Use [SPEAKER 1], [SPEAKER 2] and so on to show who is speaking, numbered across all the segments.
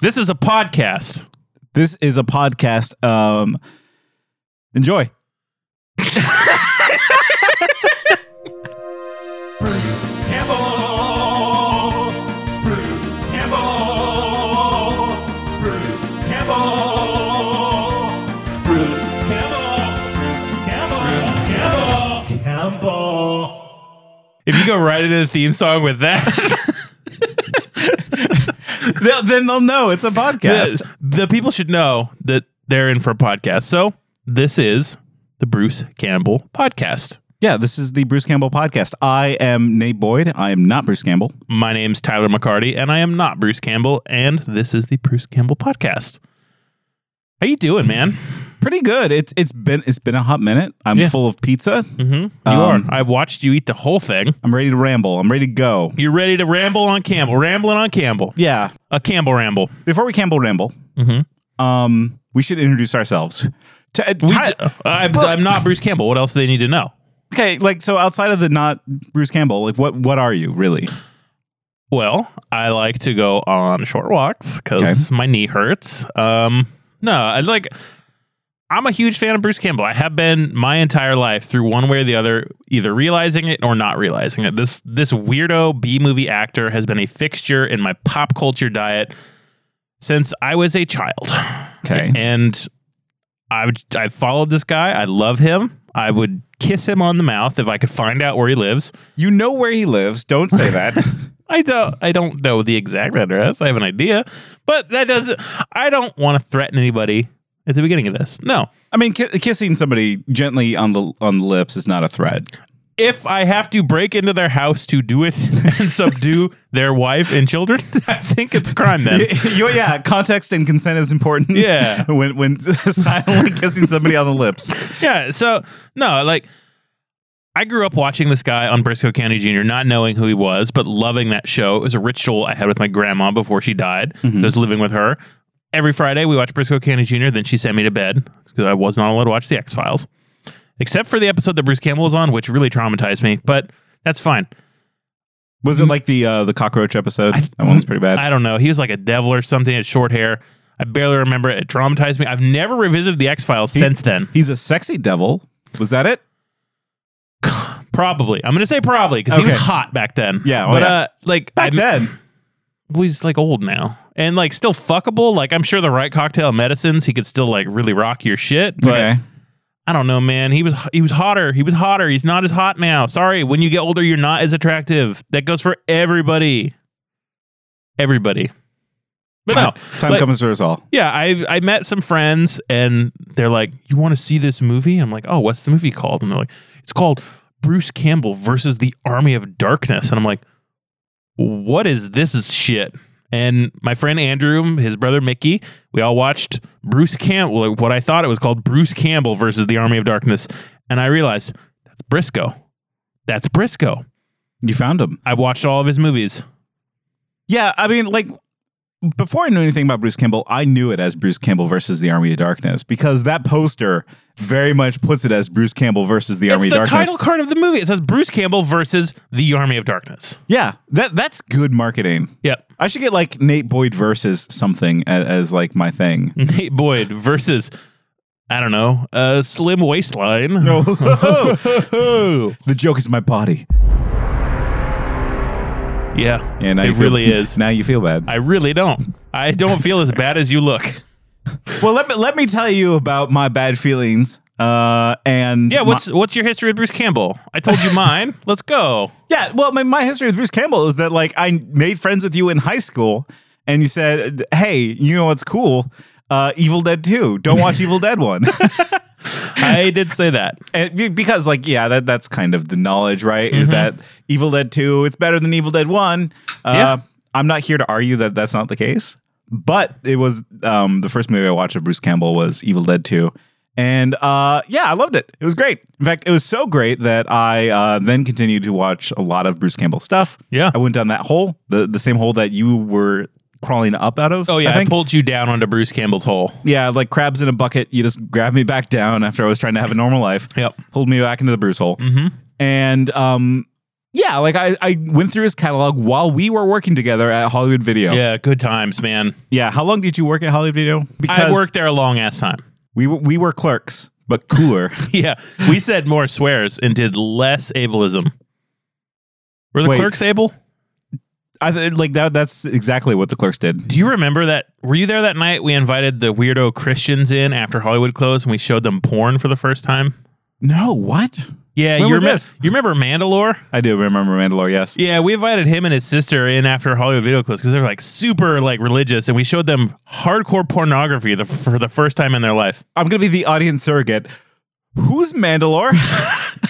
[SPEAKER 1] This is a podcast.
[SPEAKER 2] This is a podcast. Um, enjoy.
[SPEAKER 1] Campbell. Bruce Campbell. Bruce Campbell. Bruce Campbell. Bruce Campbell. Campbell. Campbell. If you go right into the theme song with that,
[SPEAKER 2] They'll- then they'll know it's a podcast.
[SPEAKER 1] the, the people should know that they're in for a podcast. So this is the Bruce Campbell podcast.
[SPEAKER 2] Yeah, this is the Bruce Campbell podcast. I am Nate Boyd. I am not Bruce Campbell.
[SPEAKER 1] My name's Tyler McCarty, and I am not Bruce Campbell, and this is the Bruce Campbell podcast. How you doing, man?
[SPEAKER 2] Pretty good. It's it's been it's been a hot minute. I'm
[SPEAKER 1] Yeah.
[SPEAKER 2] full of pizza.
[SPEAKER 1] You
[SPEAKER 2] Um,
[SPEAKER 1] are. I watched you eat the whole thing.
[SPEAKER 2] I'm ready to ramble. I'm ready to go.
[SPEAKER 1] You're ready to ramble on Campbell, rambling on Campbell,
[SPEAKER 2] Yeah.
[SPEAKER 1] a Campbell ramble.
[SPEAKER 2] Before we Campbell ramble, um, we should introduce ourselves. T- uh,
[SPEAKER 1] We
[SPEAKER 2] Ty-
[SPEAKER 1] j- I,
[SPEAKER 2] but-
[SPEAKER 1] I'm not Bruce Campbell. What else do they need to know?
[SPEAKER 2] okay, like so outside of the not Bruce Campbell, like what what are you really?
[SPEAKER 1] Well, I like to go on short walks because my knee hurts. Um, no, I like. I'm a huge fan of Bruce Campbell. I have been my entire life through one way or the other, either realizing it or not realizing it. This this weirdo B movie actor has been a fixture in my pop culture diet since I was a child.
[SPEAKER 2] Okay.
[SPEAKER 1] And I've I've followed this guy. I love him. I would kiss him on the mouth if I could find out where he lives.
[SPEAKER 2] You know where he lives. Don't say that.
[SPEAKER 1] I don't I don't know the exact address. I have an idea, but that doesn't. I don't want to threaten anybody at the beginning of this. No,
[SPEAKER 2] I mean, ki- kissing somebody gently on the on the lips is not a threat.
[SPEAKER 1] if I have to break into their house to do it and subdue their wife and children, I think it's a crime then.
[SPEAKER 2] You- yeah, context and consent is important.
[SPEAKER 1] Yeah.
[SPEAKER 2] when when silently kissing somebody on the lips.
[SPEAKER 1] Yeah. So no, like I grew up watching this guy on Briscoe County Jr., not knowing who he was, but loving that show. It was a ritual I had with my grandma before she died.
[SPEAKER 2] Mm-hmm.
[SPEAKER 1] So I was living with her. Every Friday we watched Briscoe County Jr., then she sent me to bed because I was not allowed to watch the X Files. Except for the episode that Bruce Campbell was on, which really traumatized me, but that's fine.
[SPEAKER 2] Was it like the uh, the cockroach episode? that one was pretty bad.
[SPEAKER 1] I don't know. He was like a devil or something, had short hair. I barely remember it. It traumatized me. I've never revisited the X Files since then.
[SPEAKER 2] He's a sexy devil. Was that it?
[SPEAKER 1] Probably. I'm going to say probably because he
[SPEAKER 2] Okay.
[SPEAKER 1] was hot back then.
[SPEAKER 2] Yeah, oh
[SPEAKER 1] but
[SPEAKER 2] yeah.
[SPEAKER 1] uh, like,
[SPEAKER 2] Back
[SPEAKER 1] I,
[SPEAKER 2] then,
[SPEAKER 1] well, he's like old now and like still fuckable. Like, I'm sure the right cocktail of medicines, he could still like really rock your shit. But
[SPEAKER 2] okay.
[SPEAKER 1] I don't know, man. He was he was hotter. He was hotter. He's not as hot now. Sorry. When you get older, you're not as attractive. That goes for everybody. Everybody. But no,
[SPEAKER 2] Time, time
[SPEAKER 1] like-
[SPEAKER 2] comes for us all.
[SPEAKER 1] yeah, I I met some friends and they're like, "You want to see this movie?" I'm like, "Oh, what's the movie called?" And they're like, "It's called Bruce Campbell versus the Army of Darkness." And I'm like, "What is this shit?" And my friend Andrew, his brother Mickey, we all watched Bruce Campbell. What I thought it was called Bruce Campbell versus the Army of Darkness, and I realized that's Briscoe. That's Briscoe.
[SPEAKER 2] You found him.
[SPEAKER 1] I watched all of his movies.
[SPEAKER 2] Yeah, I mean, like before I knew anything about Bruce Campbell, I knew it as Bruce Campbell versus the Army of Darkness because that poster very much puts it as Bruce Campbell versus the
[SPEAKER 1] It's
[SPEAKER 2] Army
[SPEAKER 1] the
[SPEAKER 2] of Darkness.
[SPEAKER 1] title card of the movie. It says Bruce Campbell versus the Army of Darkness.
[SPEAKER 2] Yeah, that that's good marketing.
[SPEAKER 1] Yep.
[SPEAKER 2] I should get like Nate Boyd versus something as, as like my thing.
[SPEAKER 1] Nate Boyd versus I don't know, uh, slim waistline.
[SPEAKER 2] the joke is my body,
[SPEAKER 1] Yeah,
[SPEAKER 2] and
[SPEAKER 1] it really is.
[SPEAKER 2] Now you feel bad.
[SPEAKER 1] I really don't. I don't feel as bad as you look.
[SPEAKER 2] well, let me let me tell you about my bad feelings. Uh, and
[SPEAKER 1] Yeah, what's what's your history with Bruce Campbell? I told you mine. Let's go.
[SPEAKER 2] Yeah, well, my, my history with Bruce Campbell is that like I made friends with you in high school, and you said, "Hey, you know what's cool? Uh, Evil Dead Two. Don't watch Evil Dead One."
[SPEAKER 1] I did say that.
[SPEAKER 2] And be- because like yeah, that that's kind of the knowledge, right?
[SPEAKER 1] Mm-hmm.
[SPEAKER 2] Is that Evil Dead Two? It's better than Evil Dead One. Uh,
[SPEAKER 1] Yeah.
[SPEAKER 2] I'm not here to argue that that's not the case, but it was um, the first movie I watched of Bruce Campbell was Evil Dead Two, and uh, yeah, I loved it. It was great. In fact, it was so great that I uh, then continued to watch a lot of Bruce Campbell stuff.
[SPEAKER 1] Yeah.
[SPEAKER 2] I went down that hole, the the same hole that you were crawling up out of.
[SPEAKER 1] Oh yeah,
[SPEAKER 2] I
[SPEAKER 1] I,
[SPEAKER 2] think.
[SPEAKER 1] pulled you down onto Bruce Campbell's hole.
[SPEAKER 2] Yeah, like crabs in a bucket. You just grabbed me back down after I was trying to have a normal life.
[SPEAKER 1] Yep.
[SPEAKER 2] Pulled me back into the bruise hole. Mm-hmm. And um, yeah, like I, I went through his catalog while we were working together at Hollywood Video.
[SPEAKER 1] Yeah, good times, man.
[SPEAKER 2] Yeah, How long did you work at Hollywood Video?
[SPEAKER 1] I worked there a long ass time.
[SPEAKER 2] We were, we were clerks, but cooler.
[SPEAKER 1] Yeah, we said more swears and did less ableism. Were the
[SPEAKER 2] Wait.
[SPEAKER 1] clerks able?
[SPEAKER 2] I th- like that. That's exactly what the clerks did.
[SPEAKER 1] Do you remember that? Were you there that night we invited the weirdo Christians in after Hollywood closed and we showed them porn for the first time?
[SPEAKER 2] No, what?
[SPEAKER 1] Yeah,
[SPEAKER 2] When
[SPEAKER 1] you
[SPEAKER 2] was
[SPEAKER 1] remem-
[SPEAKER 2] this?
[SPEAKER 1] You remember Mandalore?
[SPEAKER 2] I do remember Mandalore. Yes.
[SPEAKER 1] Yeah, we invited him and his sister in after Hollywood Video Closed because they're like super like religious, and we showed them hardcore pornography the, for the first time in their life.
[SPEAKER 2] I'm gonna be the audience surrogate. Who's Mandalore?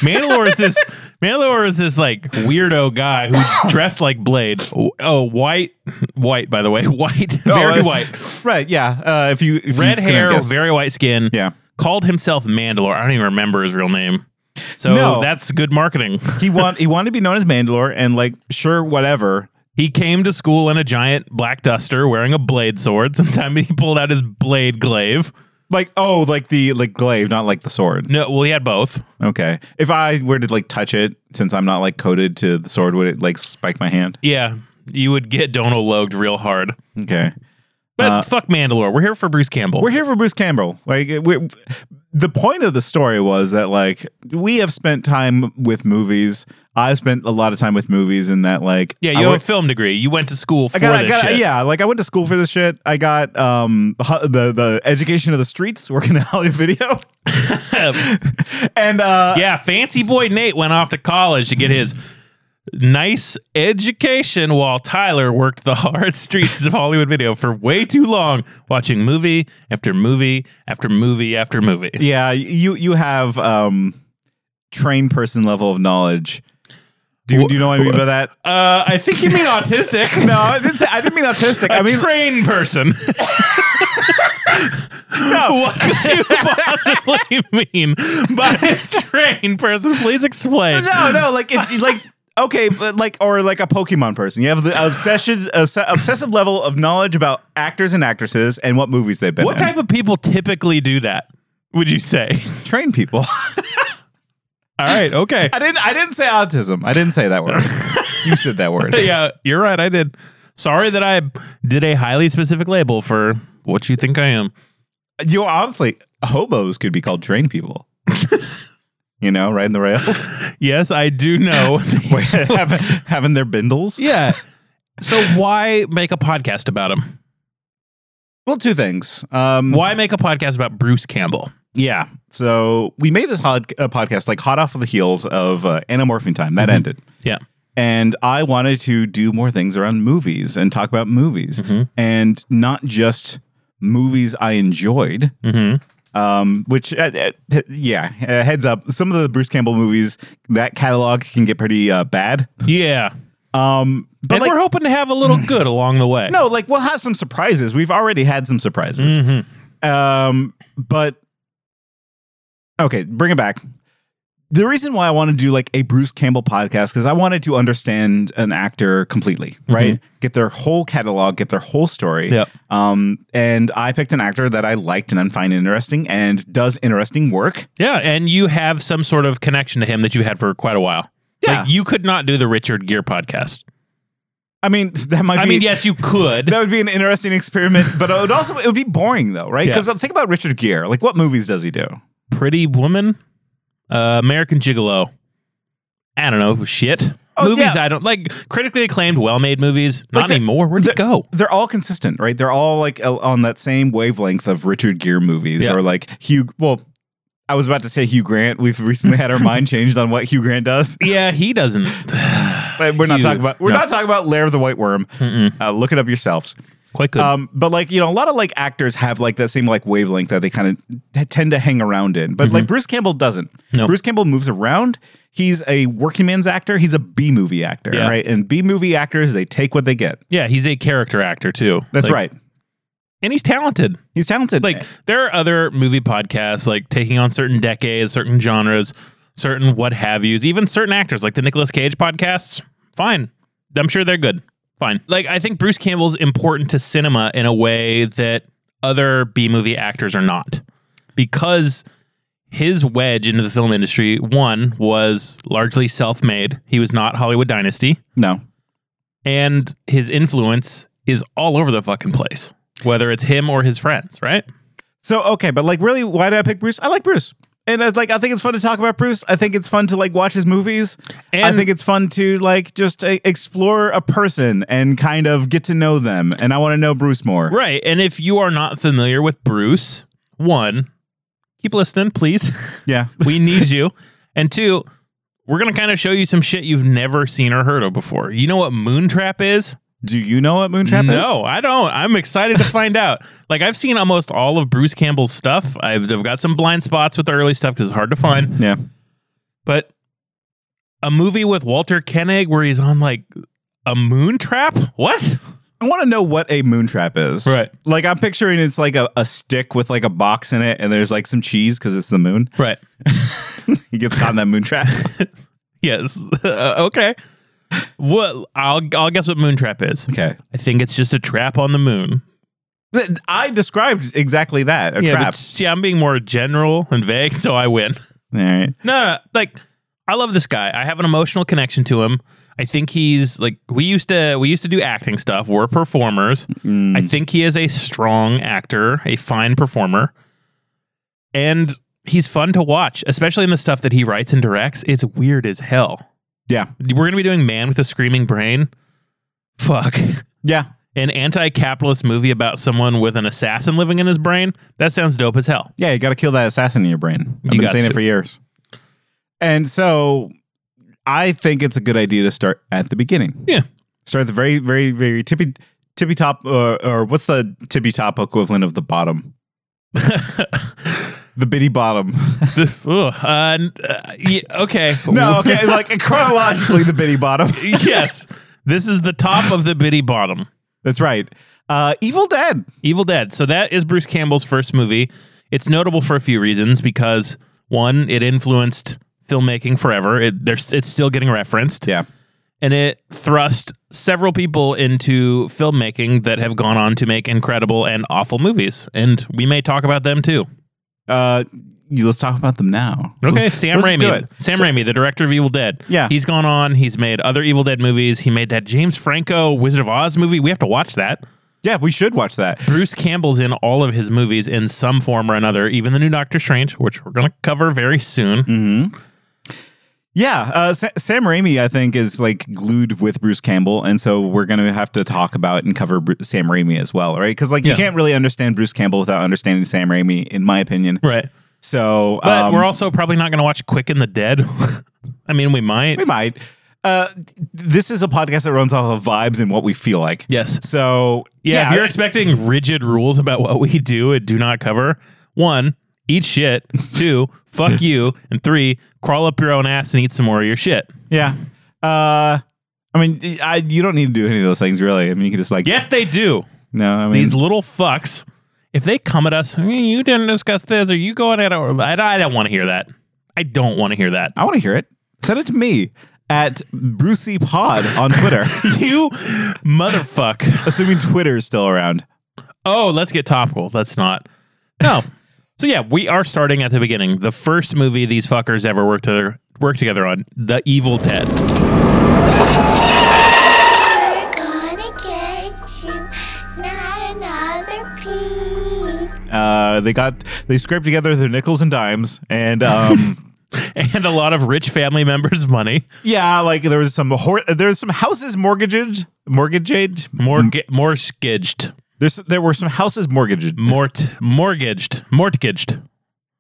[SPEAKER 1] Mandalore is this Mandalore is this like weirdo guy who dressed like Blade. Oh, white, white by the way, white, very
[SPEAKER 2] uh,
[SPEAKER 1] white,
[SPEAKER 2] right. Yeah. Uh, if you if
[SPEAKER 1] red
[SPEAKER 2] you
[SPEAKER 1] hair,
[SPEAKER 2] couldn't guess.
[SPEAKER 1] very white skin.
[SPEAKER 2] yeah.
[SPEAKER 1] Called himself Mandalore. I don't even remember his real name. So
[SPEAKER 2] No.
[SPEAKER 1] that's good marketing.
[SPEAKER 2] He want he wanted to be known as Mandalore, and like sure, whatever.
[SPEAKER 1] He came to school in a giant black duster wearing a blade sword. Sometime he pulled out his blade glaive.
[SPEAKER 2] Like oh, like the like glaive, not like the sword.
[SPEAKER 1] No, well, he had both.
[SPEAKER 2] Okay. If I were to like touch it, since I'm not like coated to the sword, would it like spike my hand?
[SPEAKER 1] Yeah, you would get Dono logged real hard.
[SPEAKER 2] Okay.
[SPEAKER 1] But fuck Mandalore. We're here for Bruce Campbell.
[SPEAKER 2] Uh, We're here for Bruce Campbell. Like we the point of the story was that like we have spent time with movies. I've spent a lot of time with movies, and that like
[SPEAKER 1] yeah,
[SPEAKER 2] I
[SPEAKER 1] you have
[SPEAKER 2] went-
[SPEAKER 1] a film degree. You went to school for
[SPEAKER 2] I got, I
[SPEAKER 1] this
[SPEAKER 2] got,
[SPEAKER 1] shit.
[SPEAKER 2] yeah. Like I went to school for this shit. I got um hu- the the education of the streets working at Hollywood Video, and uh,
[SPEAKER 1] yeah, fancy boy Nate went off to college to get his nice education while Tyler worked the hard streets of Hollywood video for way too long, watching movie after movie after movie after movie.
[SPEAKER 2] yeah, you you have um trained person level of knowledge. Do, do you know what I mean by that?
[SPEAKER 1] Uh, I think you mean autistic.
[SPEAKER 2] No, I didn't, say, I didn't mean autistic. I
[SPEAKER 1] A
[SPEAKER 2] mean,
[SPEAKER 1] trained person. What could you possibly mean by a trained person? Please explain.
[SPEAKER 2] no, no, like if like okay, but like or like a Pokemon person. You have the obsession obs- obsessive level of knowledge about actors and actresses and what movies they've been
[SPEAKER 1] What
[SPEAKER 2] in.
[SPEAKER 1] type of people typically do that? Would you say?
[SPEAKER 2] train people?
[SPEAKER 1] All right, okay.
[SPEAKER 2] I didn't I didn't say autism. I didn't say that word. you said that word.
[SPEAKER 1] yeah, you're right. I did. Sorry that I did a highly specific label for what you think I am.
[SPEAKER 2] You honestly, hobos could be called train people. you know, riding the rails,
[SPEAKER 1] Yes, I do know.
[SPEAKER 2] having, having their bindles.
[SPEAKER 1] yeah. So why make a podcast about him?
[SPEAKER 2] Well, two things. Um,
[SPEAKER 1] Why make a podcast about Bruce Campbell?
[SPEAKER 2] Yeah. So we made this hod- uh, podcast like hot off of the heels of uh, Anamorphine Time.
[SPEAKER 1] Mm-hmm.
[SPEAKER 2] That ended.
[SPEAKER 1] Yeah.
[SPEAKER 2] And I wanted to do more things around movies and talk about movies
[SPEAKER 1] Mm-hmm.
[SPEAKER 2] and not just movies I enjoyed.
[SPEAKER 1] Mm-hmm.
[SPEAKER 2] Um, which, uh, uh, t- yeah, uh, heads up, some of the Bruce Campbell movies, that catalog can get pretty uh, bad.
[SPEAKER 1] Yeah.
[SPEAKER 2] Um, but
[SPEAKER 1] and
[SPEAKER 2] like,
[SPEAKER 1] we're hoping to have a little good along the way.
[SPEAKER 2] no, like we'll have some surprises. We've already had some surprises. Um, but okay, bring it back. The reason why I want to do like a Bruce Campbell podcast because I wanted to understand an actor completely, right? Get their whole catalog, get their whole story.
[SPEAKER 1] Mm-hmm. Yep.
[SPEAKER 2] Um, and I picked an actor that I liked and I find interesting and does interesting work.
[SPEAKER 1] Yeah, and you have some sort of connection to him that you had for quite a while.
[SPEAKER 2] Yeah.
[SPEAKER 1] Like you could not do the Richard Gere podcast.
[SPEAKER 2] I mean, that might.
[SPEAKER 1] I
[SPEAKER 2] be,
[SPEAKER 1] mean, yes, you could.
[SPEAKER 2] That would be an interesting experiment, but it would also it would be boring though, right?
[SPEAKER 1] Yeah.
[SPEAKER 2] Because think about Richard Gere. Like, what movies does he do?
[SPEAKER 1] Pretty Woman, uh, American Gigolo. I don't know shit.
[SPEAKER 2] Oh,
[SPEAKER 1] movies
[SPEAKER 2] yeah. uh,
[SPEAKER 1] I don't like. Critically acclaimed, well-made movies. Not
[SPEAKER 2] the-
[SPEAKER 1] anymore. Where'd it
[SPEAKER 2] the-
[SPEAKER 1] go?
[SPEAKER 2] they're all consistent, right? They're all like el- on that same wavelength of Richard Gere movies
[SPEAKER 1] Yeah.
[SPEAKER 2] or like Hugh. Well, I was about to say Hugh Grant. We've recently had our mind changed on what Hugh Grant does.
[SPEAKER 1] Yeah, he doesn't.
[SPEAKER 2] But we're not
[SPEAKER 1] Hugh-
[SPEAKER 2] talking about we're
[SPEAKER 1] no.
[SPEAKER 2] not talking about Lair of the White Worm. Uh, look it up yourselves.
[SPEAKER 1] Quite good.
[SPEAKER 2] Um, but like you know, a lot of like actors have like that same like wavelength that they kind of t- tend to hang around in. But like Bruce Campbell doesn't.
[SPEAKER 1] Mm-hmm. No.
[SPEAKER 2] Bruce Campbell moves around. He's a working man's actor. He's a B movie actor,
[SPEAKER 1] Yeah.
[SPEAKER 2] right? And B movie actors they take what they get.
[SPEAKER 1] yeah, he's a character actor too.
[SPEAKER 2] That's
[SPEAKER 1] Like-
[SPEAKER 2] right.
[SPEAKER 1] and he's talented.
[SPEAKER 2] He's talented.
[SPEAKER 1] Like there are other movie podcasts like taking on certain decades, certain genres, certain what have yous, even certain actors like the Nicolas Cage podcasts. Fine. I'm sure they're good. Fine. Like I think Bruce Campbell's important to cinema in a way that other B movie actors are not. Because his wedge into the film industry, one, was largely self made. He was not Hollywood Dynasty.
[SPEAKER 2] No.
[SPEAKER 1] And his influence is all over the fucking place, whether it's him or his friends, right?
[SPEAKER 2] So okay, but like really, why did I pick Bruce? I like Bruce. And it's like I think it's fun to talk about Bruce. I think it's fun to like watch his movies. I
[SPEAKER 1] And-
[SPEAKER 2] think it's fun to like just uh, explore a person and kind of get to know them. And I want to know Bruce more.
[SPEAKER 1] Right. And if you are not familiar with Bruce, one, keep listening, please.
[SPEAKER 2] Yeah.
[SPEAKER 1] we need you. And two, we're going to kind of show you some shit you've never seen or heard of before. You know what Moontrap is?
[SPEAKER 2] Do you know what Moontrap is?
[SPEAKER 1] No, I don't. I'm excited to find out. Like I've seen almost all of Bruce Campbell's stuff. I've, I've got some blind spots with the early stuff because it's hard to find.
[SPEAKER 2] Yeah.
[SPEAKER 1] But a movie with Walter Koenig where he's on like a moon trap? What?
[SPEAKER 2] I want to know what a moontrap is.
[SPEAKER 1] Right.
[SPEAKER 2] Like I'm picturing it's like a, a stick with like a box in it and there's like some cheese because it's the moon.
[SPEAKER 1] Right.
[SPEAKER 2] He gets caught in that moontrap.
[SPEAKER 1] Yes. Uh, okay. What? I'll I'll guess what Moontrap is.
[SPEAKER 2] Okay.
[SPEAKER 1] I think it's just a trap on the moon.
[SPEAKER 2] Th- I described exactly that a
[SPEAKER 1] yeah,
[SPEAKER 2] trap.
[SPEAKER 1] But, yeah, I'm being more general and vague, so I win.
[SPEAKER 2] All right.
[SPEAKER 1] No, no, like I love this guy. I have an emotional connection to him. I think he's like we used to we used to do acting stuff. We're performers.
[SPEAKER 2] Mm.
[SPEAKER 1] I think he is a strong actor, a fine performer. And he's fun to watch, especially in the stuff that he writes and directs. It's weird as hell.
[SPEAKER 2] Yeah.
[SPEAKER 1] We're going to be doing Man with a Screaming Brain. Fuck.
[SPEAKER 2] Yeah.
[SPEAKER 1] An anti-capitalist movie about someone with an assassin living in his brain. That sounds dope as hell.
[SPEAKER 2] Yeah, you got to kill that assassin in your brain. I've
[SPEAKER 1] You
[SPEAKER 2] been
[SPEAKER 1] got
[SPEAKER 2] saying it
[SPEAKER 1] to.
[SPEAKER 2] for years. And so I think it's a good idea to start at the beginning.
[SPEAKER 1] Yeah.
[SPEAKER 2] Start at the very, very, very tippy, tippy top, or, or what's the tippy top equivalent of the bottom? the bitty bottom.
[SPEAKER 1] The- ugh, uh, n- uh, yeah, okay.
[SPEAKER 2] No, okay, like chronologically, the bitty bottom.
[SPEAKER 1] yes. This is the top of the bitty bottom.
[SPEAKER 2] That's right. Uh, Evil Dead.
[SPEAKER 1] Evil Dead. So that is Bruce Campbell's first movie. It's notable for a few reasons because one, it influenced filmmaking forever. It, there's, it's still getting referenced,
[SPEAKER 2] Yeah.
[SPEAKER 1] and it thrust several people into filmmaking that have gone on to make incredible and awful movies, and we may talk about them too.
[SPEAKER 2] Uh, you- let's talk about them now.
[SPEAKER 1] Okay,
[SPEAKER 2] Let's-
[SPEAKER 1] Sam
[SPEAKER 2] let's do
[SPEAKER 1] Raimi.
[SPEAKER 2] it.
[SPEAKER 1] Sam Raimi, the director of Evil Dead.
[SPEAKER 2] Yeah.
[SPEAKER 1] He's gone on. He's made other Evil Dead movies. He made that James Franco Wizard of Oz movie. We have to watch that.
[SPEAKER 2] Yeah, we should watch that.
[SPEAKER 1] Bruce Campbell's in all of his movies in some form or another, even the new Doctor Strange, which we're going to cover very soon.
[SPEAKER 2] Mm. Yeah, uh, Sa- Sam Raimi, I think, is like glued with Bruce Campbell, and so we're gonna have to talk about and cover Bru- Sam Raimi as well, right? Because like you
[SPEAKER 1] Yeah.
[SPEAKER 2] can't really understand Bruce Campbell without understanding Sam Raimi, in my opinion.
[SPEAKER 1] Right.
[SPEAKER 2] So,
[SPEAKER 1] But
[SPEAKER 2] um,
[SPEAKER 1] we're also probably not going to watch Quick and the Dead. I mean, we might.
[SPEAKER 2] we might. Uh, this is a podcast that runs off of vibes and what we feel like.
[SPEAKER 1] Yes.
[SPEAKER 2] So
[SPEAKER 1] Yeah, if you're expecting rigid rules about what we do and do not cover, one, eat shit. Two, fuck you. And three, crawl up your own ass and eat some more of your shit.
[SPEAKER 2] yeah. Uh, I mean, I, you don't need to do any of those things, really. I mean, you can just like
[SPEAKER 1] Yes, they do.
[SPEAKER 2] No, I mean,
[SPEAKER 1] These little fucks, if they come at us, "Eh, you didn't discuss this, or you going at it, or I, I don't want to hear that. I don't want to hear that.
[SPEAKER 2] I want to hear it. Send it to me at Brucey Pod on Twitter.
[SPEAKER 1] you motherfuck.
[SPEAKER 2] assuming Twitter is still around.
[SPEAKER 1] Oh, let's get topical. Let's not. No. So yeah, we are starting at the beginning. The first movie these fuckers ever worked together worked together on, The Evil Dead.
[SPEAKER 3] We're gonna get you, not another peep.
[SPEAKER 2] Uh, they got they scraped together their nickels and dimes, and um,
[SPEAKER 1] And a lot of rich family members' money.
[SPEAKER 2] yeah, like there was some hor- there was some houses mortgaged, mortgaged.
[SPEAKER 1] Morga- mortgaged.
[SPEAKER 2] There's there were some houses mortgaged.
[SPEAKER 1] Mort mortgaged. Mortgaged.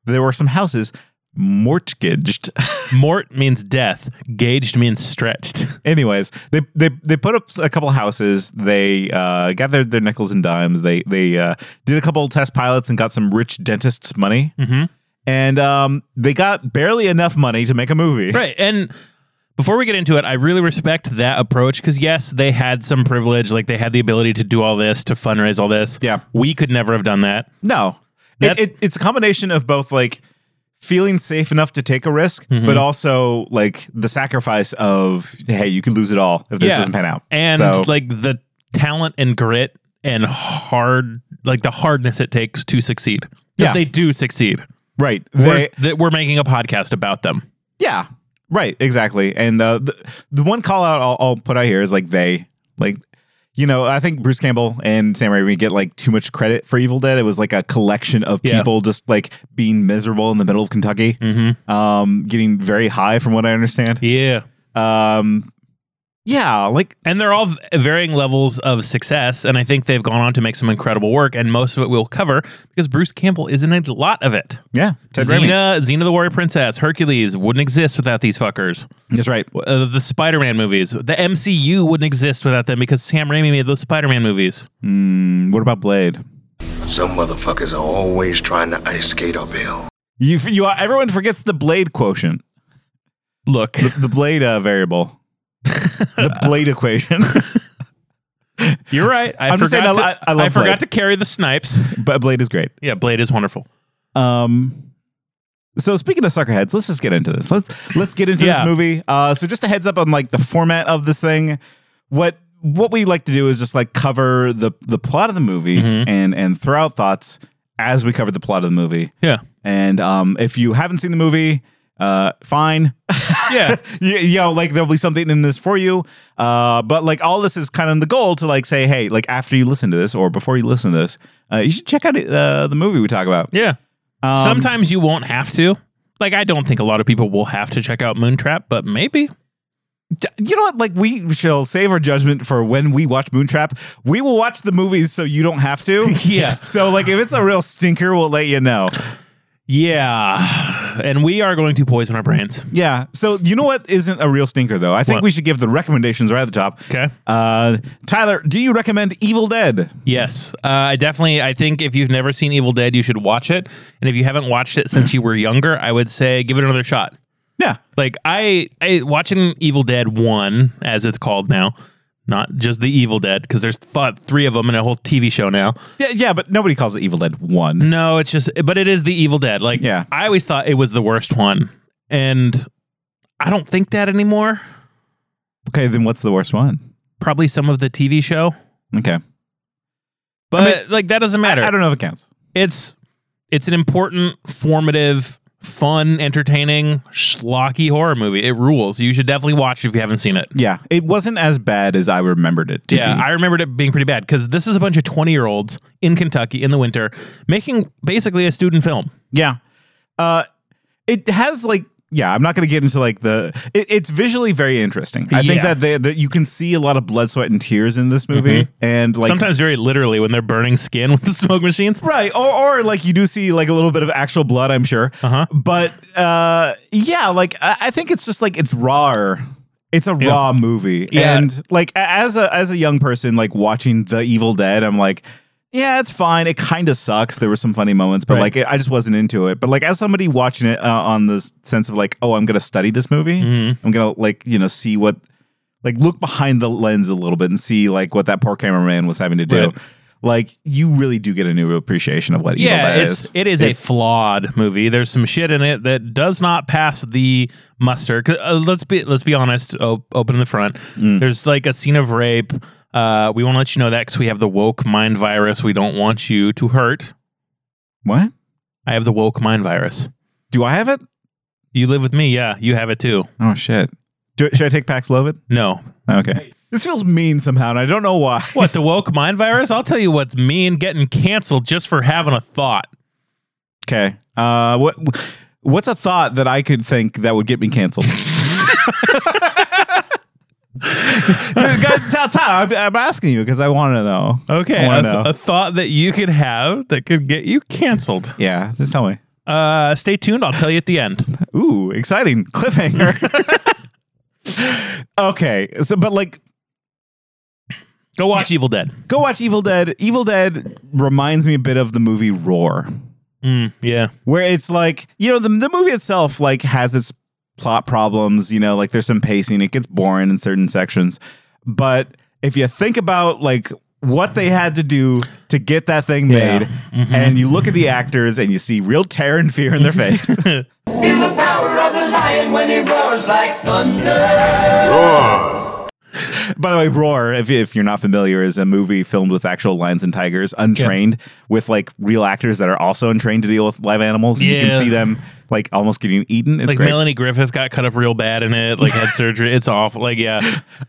[SPEAKER 2] There were some houses mortgaged.
[SPEAKER 1] Mort means death. Gaged means stretched.
[SPEAKER 2] Anyways, they they they put up a couple houses. They uh, gathered their nickels and dimes. They they uh, did a couple of test pilots and got some rich dentists' money. And um, they got barely enough money to make a movie.
[SPEAKER 1] Right. And before we get into it, I really respect that approach because, yes, they had some privilege. Like they had the ability to do all this, to fundraise all this.
[SPEAKER 2] Yeah.
[SPEAKER 1] We could never have done that.
[SPEAKER 2] No.
[SPEAKER 1] That-
[SPEAKER 2] it, it, it's a combination of both like feeling safe enough to take a risk,
[SPEAKER 1] Mm-hmm.
[SPEAKER 2] but also like the sacrifice of, hey, you could lose it all if this
[SPEAKER 1] Yeah.
[SPEAKER 2] doesn't pan out.
[SPEAKER 1] And
[SPEAKER 2] So,
[SPEAKER 1] like the talent and grit and hard, like the hardness it takes to succeed. 'Cause
[SPEAKER 2] Yeah.
[SPEAKER 1] They do succeed.
[SPEAKER 2] Right. They,
[SPEAKER 1] we're, that we're making a podcast about them.
[SPEAKER 2] yeah. Right. Exactly. And uh, the the one call out I'll, I'll put out here is like they like. You know, I think Bruce Campbell and Sam Raimi get like too much credit for Evil Dead. It was like a collection of
[SPEAKER 1] Yeah.
[SPEAKER 2] people just like being miserable in the middle of Kentucky, um, getting very high, from what I understand.
[SPEAKER 1] Mm-hmm. Yeah.
[SPEAKER 2] Um, yeah, like
[SPEAKER 1] And they're all v- varying levels of success. And I think they've gone on to make some incredible work. And most of it we'll cover because Bruce Campbell is in a lot of it.
[SPEAKER 2] yeah, Ted Raimi.
[SPEAKER 1] Xena, Xena the Warrior Princess, Hercules wouldn't exist without these fuckers.
[SPEAKER 2] That's right.
[SPEAKER 1] Uh, the Spider Man movies, the MCU wouldn't exist without them because Sam Raimi made those Spider Man movies.
[SPEAKER 2] Mm, What about Blade?
[SPEAKER 4] Some motherfuckers are always trying to ice skate uphill.
[SPEAKER 2] You, you, everyone forgets the blade quotient,
[SPEAKER 1] Look,
[SPEAKER 2] the, the blade uh, variable, the blade equation.
[SPEAKER 1] you're right. I
[SPEAKER 2] I'm just
[SPEAKER 1] forgot,
[SPEAKER 2] saying I
[SPEAKER 1] to,
[SPEAKER 2] li- I love
[SPEAKER 1] forgot
[SPEAKER 2] Blade.
[SPEAKER 1] to carry the snipes.
[SPEAKER 2] but blade is great.
[SPEAKER 1] Yeah, Blade is wonderful.
[SPEAKER 2] Um, so speaking of sucker heads, let's just get into this. Let's let's get into
[SPEAKER 1] Yeah.
[SPEAKER 2] this movie. Uh, so just a heads up on like the format of this thing. What what we like to do is just like cover the the plot of the movie
[SPEAKER 1] Mm-hmm.
[SPEAKER 2] and and throw out thoughts as we cover the plot of the movie.
[SPEAKER 1] Yeah.
[SPEAKER 2] And um, if you haven't seen the movie, uh, fine.
[SPEAKER 1] Yeah.
[SPEAKER 2] you, you know, like there'll be something in this for you. Uh, but like all this is kind of the goal to like say, hey, like after you listen to this or before you listen to this, uh, you should check out uh, the movie we talk about.
[SPEAKER 1] Yeah.
[SPEAKER 2] Um,
[SPEAKER 1] Sometimes you won't have to. Like, I don't think a lot of people will have to check out Moontrap, but maybe.
[SPEAKER 2] D- You know what? Like we shall save our judgment for when we watch Moontrap. We will watch the movies so you don't have to.
[SPEAKER 1] Yeah.
[SPEAKER 2] So like if it's a real stinker, we'll let you know.
[SPEAKER 1] Yeah. And we are going to poison our brains.
[SPEAKER 2] Yeah. So you know what isn't a real stinker though? I think
[SPEAKER 1] What?
[SPEAKER 2] we should give the recommendations right at the top.
[SPEAKER 1] Okay.
[SPEAKER 2] Uh, Tyler, do you recommend Evil Dead?
[SPEAKER 1] Yes. Uh, I definitely, I think if you've never seen Evil Dead, you should watch it. And if you haven't watched it since you were younger, I would say give it another shot.
[SPEAKER 2] Yeah.
[SPEAKER 1] Like, I, I watching Evil Dead 1, as it's called now, not just the Evil Dead, because there's th- three of them in a whole TV show now.
[SPEAKER 2] Yeah. Yeah. But nobody calls it Evil Dead One.
[SPEAKER 1] No, it's just, but it is the Evil Dead. Like,
[SPEAKER 2] Yeah.
[SPEAKER 1] I always thought it was the worst one, and I don't think that anymore.
[SPEAKER 2] Okay, then what's the worst one?
[SPEAKER 1] Probably some of the TV show,
[SPEAKER 2] Okay.
[SPEAKER 1] but like that doesn't matter.
[SPEAKER 2] I don't know if it counts.
[SPEAKER 1] it's it's an important, formative, fun, entertaining, schlocky horror movie. It rules. You should definitely watch it if you haven't seen it.
[SPEAKER 2] Yeah, it wasn't as bad as I remembered it to
[SPEAKER 1] Yeah,
[SPEAKER 2] be.
[SPEAKER 1] I remembered it being pretty bad because this is a bunch of twenty year olds in Kentucky in the winter making basically a student film.
[SPEAKER 2] yeah. Uh, it has like yeah. I'm not going to get into like the. It, it's visually very interesting. I think
[SPEAKER 1] Yeah.
[SPEAKER 2] that they, that you can see a lot of blood, sweat, and tears in this movie, and like
[SPEAKER 1] Mm-hmm. Sometimes very literally when they're burning skin with the smoke machines.
[SPEAKER 2] Right, or, or like you do see like a little bit of actual blood, I'm sure. Uh-huh. But uh, yeah, like I, I think it's just like it's raw. It's a raw movie,
[SPEAKER 1] Yeah.
[SPEAKER 2] and like a- as a as a young person, like watching The Evil Dead, I'm like, yeah, it's fine. It kind of sucks. There were some funny moments, but
[SPEAKER 1] Right.
[SPEAKER 2] like I just wasn't into it. But like as somebody watching it uh, on the s- sense of like, oh, I'm gonna study this movie.
[SPEAKER 1] Mm-hmm.
[SPEAKER 2] I'm gonna like you know see what like look behind the lens a little bit and see like what that poor cameraman was having to do.
[SPEAKER 1] Right.
[SPEAKER 2] Like you really do get a new appreciation of what evil
[SPEAKER 1] Yeah,
[SPEAKER 2] that
[SPEAKER 1] it's
[SPEAKER 2] is.
[SPEAKER 1] it is a flawed movie. There's some shit in it that does not pass the muster. 'Cause, uh, let's be let's be honest. Op- open in the front.
[SPEAKER 2] Mm.
[SPEAKER 1] There's like a scene of rape. Uh, we want to let you know that because we have the woke mind virus. We don't want you to hurt.
[SPEAKER 2] what?
[SPEAKER 1] I have the woke mind virus.
[SPEAKER 2] Do I have it?
[SPEAKER 1] You live with me, yeah. You have it too.
[SPEAKER 2] Oh shit! Do, should I take Paxlovid?
[SPEAKER 1] No.
[SPEAKER 2] Okay. This feels mean somehow, and I don't know why.
[SPEAKER 1] What the woke mind virus? I'll tell you what's mean. Getting canceled just for having a thought.
[SPEAKER 2] Okay. Uh, what? What's a thought that I could think that would get me canceled? Guys, Tyler, Tyler, I'm, I'm asking you because I want to know.
[SPEAKER 1] Okay,
[SPEAKER 2] I
[SPEAKER 1] a,
[SPEAKER 2] want to
[SPEAKER 1] th-
[SPEAKER 2] know.
[SPEAKER 1] a thought that you could have that could get you canceled.
[SPEAKER 2] yeah, just tell me.
[SPEAKER 1] Uh, stay tuned. I'll tell you at the end.
[SPEAKER 2] Ooh, exciting cliffhanger. okay, so but like
[SPEAKER 1] Go watch Evil Dead.
[SPEAKER 2] go watch Evil Dead. Evil Dead reminds me a bit of the movie Roar, Mm,
[SPEAKER 1] Yeah.
[SPEAKER 2] where it's like you know the the movie itself like has its plot problems. You know, like there's some pacing. It gets boring in certain sections, but if you think about like what they had to do to get that thing
[SPEAKER 1] Yeah.
[SPEAKER 2] made, and you look at the actors and you see real terror and fear in their face.
[SPEAKER 5] is the power of the lion when he roars like thunder.
[SPEAKER 6] Roar.
[SPEAKER 2] By the way, Roar, if, if you're not familiar, is a movie filmed with actual lions and tigers, untrained, with like real actors that are also untrained to deal with live animals. And You
[SPEAKER 1] Yeah.
[SPEAKER 2] can see them like almost getting eaten. It's
[SPEAKER 1] like
[SPEAKER 2] great.
[SPEAKER 1] Melanie Griffith got cut up real bad in it, like had surgery. It's awful. Like yeah,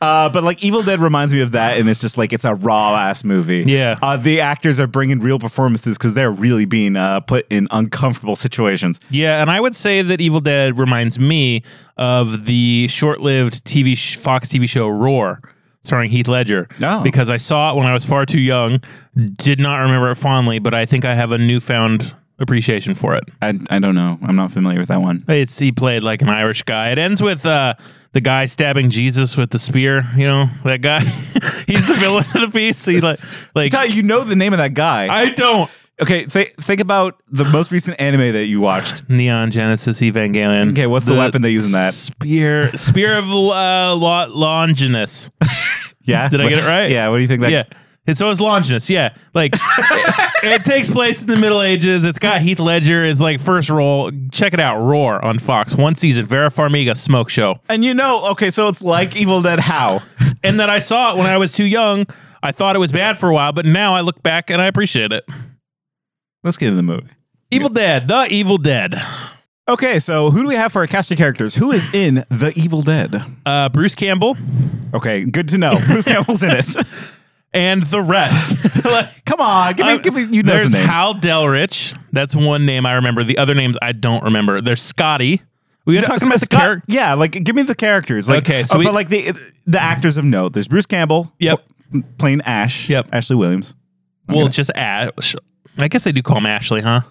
[SPEAKER 2] Uh, but like Evil Dead reminds me of that, and it's just like it's a raw ass movie.
[SPEAKER 1] Yeah.
[SPEAKER 2] uh, the actors are bringing real performances because they're really being uh, put in uncomfortable situations.
[SPEAKER 1] yeah. And I would say that Evil Dead reminds me of the short-lived TV sh- Fox TV show Roar, starring Heath Ledger.
[SPEAKER 2] Oh.
[SPEAKER 1] because I saw it when I was far too young, did not remember it fondly, but I think I have a newfound appreciation for it.
[SPEAKER 2] I, I don't know. I'm not familiar with that one.
[SPEAKER 1] It's he played like an Irish guy. It ends with uh, the guy stabbing Jesus with the spear. You know that guy. He's the villain of the piece. He like like
[SPEAKER 2] Ty, you know the name of that guy.
[SPEAKER 1] I don't.
[SPEAKER 2] okay, th- think about the most recent anime that you watched.
[SPEAKER 1] Neon Genesis Evangelion.
[SPEAKER 2] Okay, what's the weapon they use in that?
[SPEAKER 1] Spear, spear of uh, lo- Longinus.
[SPEAKER 2] Yeah,
[SPEAKER 1] Did I get it right?
[SPEAKER 2] Yeah. What do you think? That
[SPEAKER 1] yeah. And so it's Longinus, yeah. Like it, it takes place in the Middle Ages. It's got Heath Ledger as like first role. Check it out, Roar on Fox. One season, Vera Farmiga smoke show.
[SPEAKER 2] And you know, okay, so it's like Evil Dead. How?
[SPEAKER 1] And then I saw it when I was too young. I thought it was bad for a while, but now I look back and I appreciate it.
[SPEAKER 2] Let's get into the movie.
[SPEAKER 1] Evil Dead, the Evil Dead.
[SPEAKER 2] Okay, so who do we have for our cast of characters? Who is in The Evil Dead?
[SPEAKER 1] Uh, Bruce Campbell
[SPEAKER 2] Okay, good to know. Bruce Campbell's in it.
[SPEAKER 1] and the rest. Like,
[SPEAKER 2] Come on, give me,
[SPEAKER 1] Um,
[SPEAKER 2] give me. You know
[SPEAKER 1] there's
[SPEAKER 2] some names.
[SPEAKER 1] Hal Delrich. That's one name I remember. The other names I don't remember. There's Scotty. We are talking about the
[SPEAKER 2] Scott-
[SPEAKER 1] character.
[SPEAKER 2] Yeah, like give me the characters. Like,
[SPEAKER 1] Okay, so
[SPEAKER 2] oh,
[SPEAKER 1] we-
[SPEAKER 2] but like the the actors of note. There's Bruce Campbell.
[SPEAKER 1] Yep.
[SPEAKER 2] pl- playing Ash.
[SPEAKER 1] Yep.
[SPEAKER 2] Ashley Williams. Oh,
[SPEAKER 1] Well, just Ash. I guess they do call him Ashley, huh?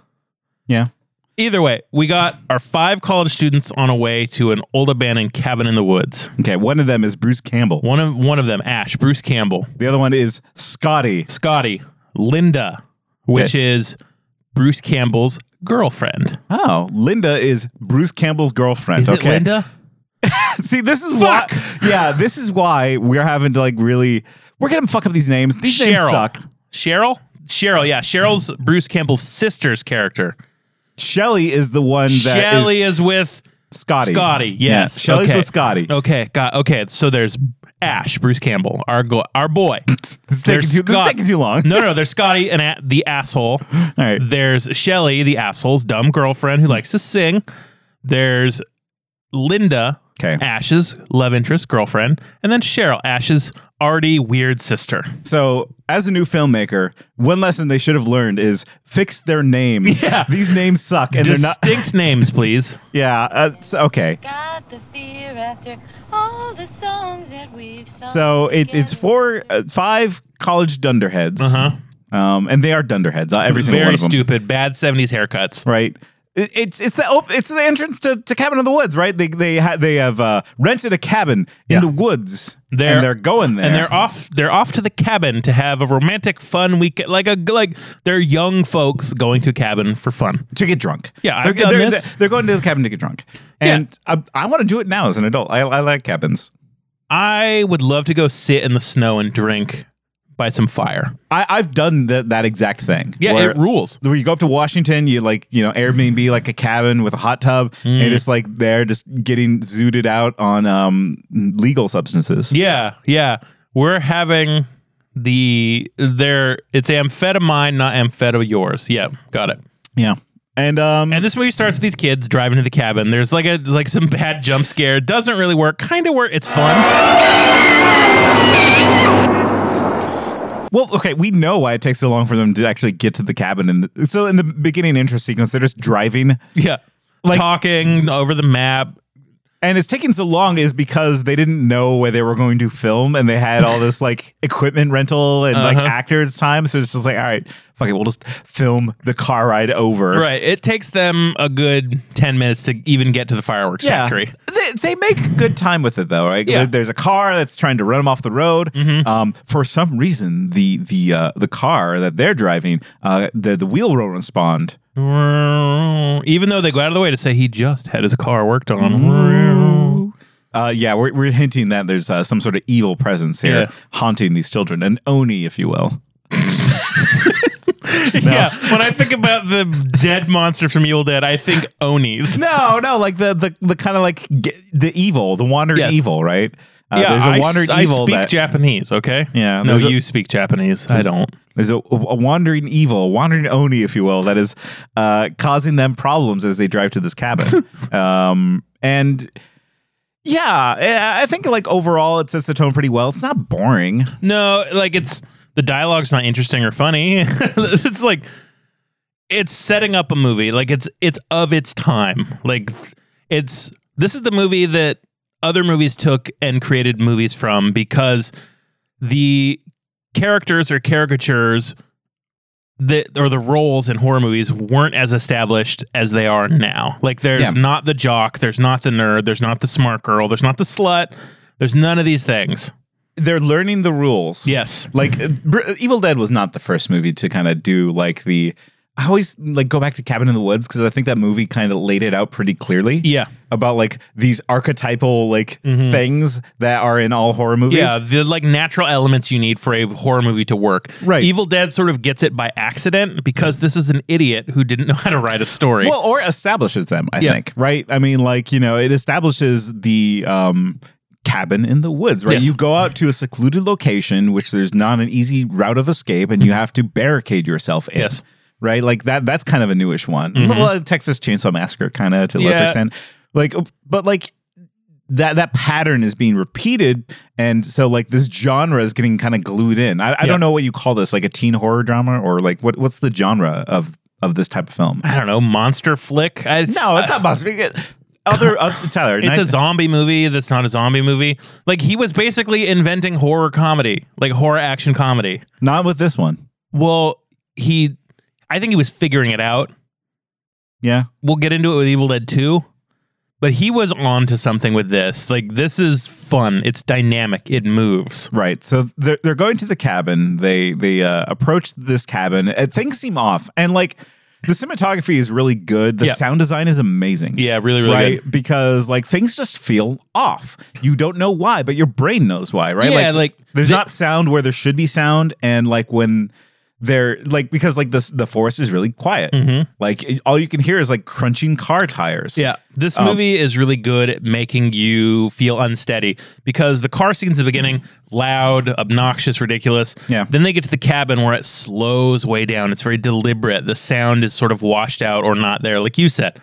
[SPEAKER 2] Yeah.
[SPEAKER 1] Either way, we got our five college students on a way to an old abandoned cabin in the woods.
[SPEAKER 2] Okay, one of them is Bruce Campbell.
[SPEAKER 1] One of one of them, Ash, Bruce Campbell,
[SPEAKER 2] The other one is Scotty.
[SPEAKER 1] Scotty, Linda, which
[SPEAKER 2] Dead.
[SPEAKER 1] is Bruce Campbell's girlfriend.
[SPEAKER 2] Oh, Linda is Bruce Campbell's girlfriend.
[SPEAKER 1] Is
[SPEAKER 2] okay.
[SPEAKER 1] it Linda?
[SPEAKER 2] See, this is why. Yeah, this is why we're having to like really. We're gonna fuck up these names. These names
[SPEAKER 1] Cheryl.
[SPEAKER 2] suck.
[SPEAKER 1] Cheryl? Cheryl, yeah. Cheryl's Bruce Campbell's sister's character.
[SPEAKER 2] Shelly is the one that is
[SPEAKER 1] Shelly is with
[SPEAKER 2] Scotty.
[SPEAKER 1] Scotty, yes.
[SPEAKER 2] Yeah, Shelly's
[SPEAKER 1] Okay.
[SPEAKER 2] with Scotty.
[SPEAKER 1] Okay, got okay. So there's Ash, Bruce Campbell, our go- our boy.
[SPEAKER 2] This
[SPEAKER 1] There's
[SPEAKER 2] is, taking too, this is
[SPEAKER 1] Scott-
[SPEAKER 2] taking too long.
[SPEAKER 1] No, no, there's Scotty and a- the asshole.
[SPEAKER 2] All right.
[SPEAKER 1] There's Shelly, the asshole's dumb girlfriend who likes to sing. There's Linda,
[SPEAKER 2] Okay.
[SPEAKER 1] Ash's love interest girlfriend, and then Cheryl, Ash's already weird sister.
[SPEAKER 2] So, as a new filmmaker, one lesson they should have learned is fix their names.
[SPEAKER 1] Yeah.
[SPEAKER 2] These names suck, and they're not.
[SPEAKER 1] Distinct names, please.
[SPEAKER 2] Yeah. Uh, so, okay.
[SPEAKER 5] got the fear after all the songs that we've sung.
[SPEAKER 2] So it's it's four, uh, five college dunderheads.
[SPEAKER 1] Uh huh.
[SPEAKER 2] Um, and they are dunderheads. uh, Every single
[SPEAKER 1] Very
[SPEAKER 2] one of them.
[SPEAKER 1] stupid, bad '70s haircuts.
[SPEAKER 2] right? It- It's it's the op- it's the entrance to, to cabin in the woods, right? They they ha- they have uh, rented a cabin in
[SPEAKER 1] Yeah.
[SPEAKER 2] the woods,
[SPEAKER 1] They're-
[SPEAKER 2] and they're going there.
[SPEAKER 1] and they're off they're off to the cabin to have a romantic fun weekend like a like they're young folks going to a cabin for fun
[SPEAKER 2] to get drunk.
[SPEAKER 1] Yeah, I've
[SPEAKER 2] they're,
[SPEAKER 1] done
[SPEAKER 2] they're,
[SPEAKER 1] this.
[SPEAKER 2] They're, they're going to the cabin to get drunk, and I, I want to do it now as an adult. I, I like cabins.
[SPEAKER 1] i would love to go sit in the snow and drink by some fire
[SPEAKER 2] I, I've done that that exact thing.
[SPEAKER 1] yeah
[SPEAKER 2] where-
[SPEAKER 1] it rules
[SPEAKER 2] where you go up to Washington, you like you know Airbnb like a cabin with a hot tub,
[SPEAKER 1] Mm.
[SPEAKER 2] and you're just like there, just getting zooted out on um legal substances.
[SPEAKER 1] yeah yeah we're having the there it's amphetamine not amphetamine yours yeah got it
[SPEAKER 2] yeah. And um
[SPEAKER 1] and this movie starts with these kids driving to the cabin there's like a like some bad jump scare doesn't really work kind of work it's fun
[SPEAKER 2] Well, okay, we know why it takes so long for them to actually get to the cabin. And so, in the beginning intro sequence, they're just driving,
[SPEAKER 1] yeah
[SPEAKER 2] Like-
[SPEAKER 1] talking over the map
[SPEAKER 2] and it's taking so long is because they didn't know where they were going to film, and they had all this like equipment rental and
[SPEAKER 1] Uh-huh.
[SPEAKER 2] like actors time. So it's just like, all right, fuck it, we'll just film the car ride over.
[SPEAKER 1] Right. It takes them a good 10 minutes to even get to the fireworks
[SPEAKER 2] Yeah,
[SPEAKER 1] factory.
[SPEAKER 2] they, they make good time with it though, right?
[SPEAKER 1] Yeah. Mm-hmm.
[SPEAKER 2] There- There's a car that's trying to run them off the road. Um, for some reason, the the uh, the car that they're driving, uh, the the wheel will respond.
[SPEAKER 1] Even though they go out of the way to say he just had his car worked on.
[SPEAKER 2] Uh, yeah, we're, we're hinting that there's uh, some sort of evil presence here
[SPEAKER 1] Yeah.
[SPEAKER 2] haunting these children, an oni, if you will.
[SPEAKER 1] Yeah. When I think about the dead monster from Evil Dead, I think Onis.
[SPEAKER 2] No, no, like the the, the kind of like g- the evil, the wandering
[SPEAKER 1] Yes.
[SPEAKER 2] evil, right? Uh, there's a
[SPEAKER 1] I
[SPEAKER 2] wandering
[SPEAKER 1] s- I
[SPEAKER 2] evil
[SPEAKER 1] speak
[SPEAKER 2] that
[SPEAKER 1] Japanese, okay?
[SPEAKER 2] Yeah,
[SPEAKER 1] No,
[SPEAKER 2] there's a-
[SPEAKER 1] you speak Japanese. I
[SPEAKER 2] there's-
[SPEAKER 1] don't.
[SPEAKER 2] there's a, a wandering evil, a wandering oni, if you will, that is uh, causing them problems as they drive to this cabin. um, and yeah, I- I think like overall it sets the tone pretty well. It's not boring.
[SPEAKER 1] No, like it's the dialogue's not interesting or funny. it's like it's setting up a movie. Like it's it's of its time. Like it's this is the movie that other movies took and created movies from because the characters or caricatures that or the roles in horror movies weren't as established as they are now. Like there's
[SPEAKER 2] Yeah.
[SPEAKER 1] not the jock, there's not the nerd, there's not the smart girl, there's not the slut, there's none of these things.
[SPEAKER 2] They're learning the rules.
[SPEAKER 1] Yes.
[SPEAKER 2] like uh, Br- Evil Dead was not the first movie to kind of do like the. I always like go back to Cabin in the Woods because I think that movie kind of laid it out pretty clearly.
[SPEAKER 1] Yeah. Mm-hmm.
[SPEAKER 2] about like these archetypal like things that are in all horror movies.
[SPEAKER 1] Yeah, the like natural elements you need for a horror movie to work.
[SPEAKER 2] Right.
[SPEAKER 1] Evil Dead sort of gets it by accident because this is an idiot who didn't know how to write a story.
[SPEAKER 2] Well, or establishes them, I
[SPEAKER 1] Yeah.
[SPEAKER 2] think, right? I mean, like, you know, it establishes the um cabin in the woods, right?
[SPEAKER 1] Yes.
[SPEAKER 2] You go out to a secluded location, which there's not an easy route of escape, and you have to barricade yourself in.
[SPEAKER 1] Mm-hmm. Yes. Mm-hmm.
[SPEAKER 2] Right? Like that that's kind of a newish one. Well, uh, Texas Chainsaw Massacre kind of to a lesser
[SPEAKER 1] Yeah.
[SPEAKER 2] extent. Like uh, but like that that pattern is being repeated and so like this genre is getting kind of glued in. I, I
[SPEAKER 1] Yeah.
[SPEAKER 2] don't know what you call this, like a teen horror drama or like what what's the genre of of this type of film?
[SPEAKER 1] I don't know, monster flick. I, it's,
[SPEAKER 2] No, it's not possible. Other, other Tyler,
[SPEAKER 1] it's a
[SPEAKER 2] nice-
[SPEAKER 1] zombie movie that's not a zombie movie. Like he was basically inventing horror comedy, like horror action comedy.
[SPEAKER 2] not with this one.
[SPEAKER 1] Well, he, I think he was figuring it out.
[SPEAKER 2] Yeah,
[SPEAKER 1] we'll get into it with Evil Dead 2, but he was on to something with this. Like this is fun. It's dynamic. It moves.
[SPEAKER 2] right. So they're they're going to the cabin. They they uh, approach this cabin. And things seem off, and like the cinematography is really good. The
[SPEAKER 1] Yeah.
[SPEAKER 2] sound design is amazing.
[SPEAKER 1] Yeah, really, really
[SPEAKER 2] right.
[SPEAKER 1] good.
[SPEAKER 2] Because like things just feel off. You don't know why, but your brain knows why, right?
[SPEAKER 1] Yeah, like,
[SPEAKER 2] there's
[SPEAKER 1] the-
[SPEAKER 2] not sound where there should be sound, and like when. They're like because like this the forest is really quiet. Like all you can hear is like crunching car tires.
[SPEAKER 1] Mm-hmm. Yeah,
[SPEAKER 2] Um,
[SPEAKER 1] this movie is really good at making you feel unsteady because the car scenes at the beginning loud, obnoxious, ridiculous.
[SPEAKER 2] Yeah.
[SPEAKER 1] Then they get to the cabin where it slows way down. It's very deliberate. The sound is sort of washed out or not there, like you said.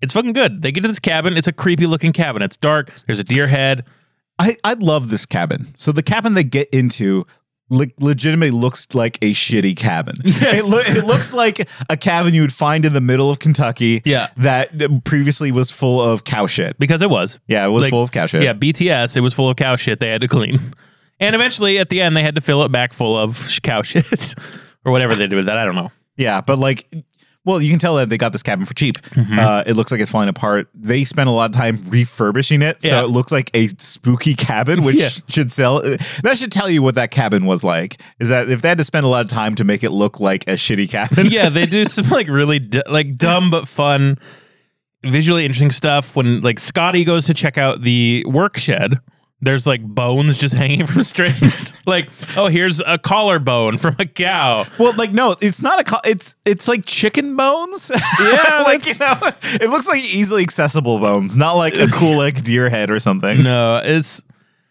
[SPEAKER 1] It's fucking good. They get to this cabin. It's a creepy looking cabin. It's dark. There's a deer head.
[SPEAKER 2] I, I love this cabin. So the cabin they get into le- legitimately looks like a shitty cabin. It, loo- it looks like a cabin you would find in the middle of Kentucky
[SPEAKER 1] Yeah.
[SPEAKER 2] that previously was full of cow shit.
[SPEAKER 1] because it was.
[SPEAKER 2] Yeah, it was full of cow shit.
[SPEAKER 1] Yeah, BTS, it was full of cow shit they had to clean. And eventually at the end, they had to fill it back full of sh- cow shit or whatever they did with that. I don't know.
[SPEAKER 2] Yeah, but like, well, you can tell that they got this cabin for cheap.
[SPEAKER 1] Mm-hmm.
[SPEAKER 2] Uh, it looks like it's falling apart. They spent a lot of time refurbishing it,
[SPEAKER 1] Yeah.
[SPEAKER 2] so it looks like a spooky cabin, which
[SPEAKER 1] Yeah.
[SPEAKER 2] should sell. uh, That should tell you what that cabin was like. Is that if they had to spend a lot of time to make it look like a shitty cabin?
[SPEAKER 1] Yeah, they do some like really d- like dumb but fun, visually interesting stuff. When like Scotty goes to check out the work shed, there's like bones just hanging from strings. like, oh, here's a collarbone from a cow.
[SPEAKER 2] Well, like no, it's not a. Co- it's it's like chicken bones.
[SPEAKER 1] Yeah,
[SPEAKER 2] like you know, it looks like easily accessible bones, not like a cool like deer head or something.
[SPEAKER 1] No, it's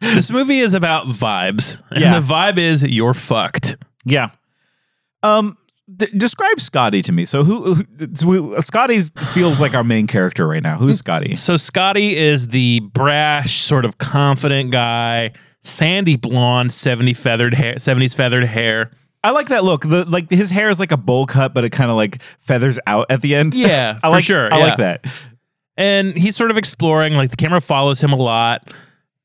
[SPEAKER 1] this movie is about vibes, and
[SPEAKER 2] Yeah.
[SPEAKER 1] the vibe is you're fucked.
[SPEAKER 2] Yeah. Um, d- describe Scotty to me. So who, who it's- who Scotty feels like our main character right now. Who's Scotty?
[SPEAKER 1] So Scotty is the brash, sort of confident guy, sandy blonde, seventy feathered hair, seventies feathered hair.
[SPEAKER 2] I like that look. The like his hair is like a bowl cut, but it kind of like feathers out at the end.
[SPEAKER 1] Yeah,
[SPEAKER 2] I
[SPEAKER 1] for
[SPEAKER 2] like
[SPEAKER 1] sure,
[SPEAKER 2] I
[SPEAKER 1] yeah.
[SPEAKER 2] like that.
[SPEAKER 1] and he's sort of exploring. Like the camera follows him a lot.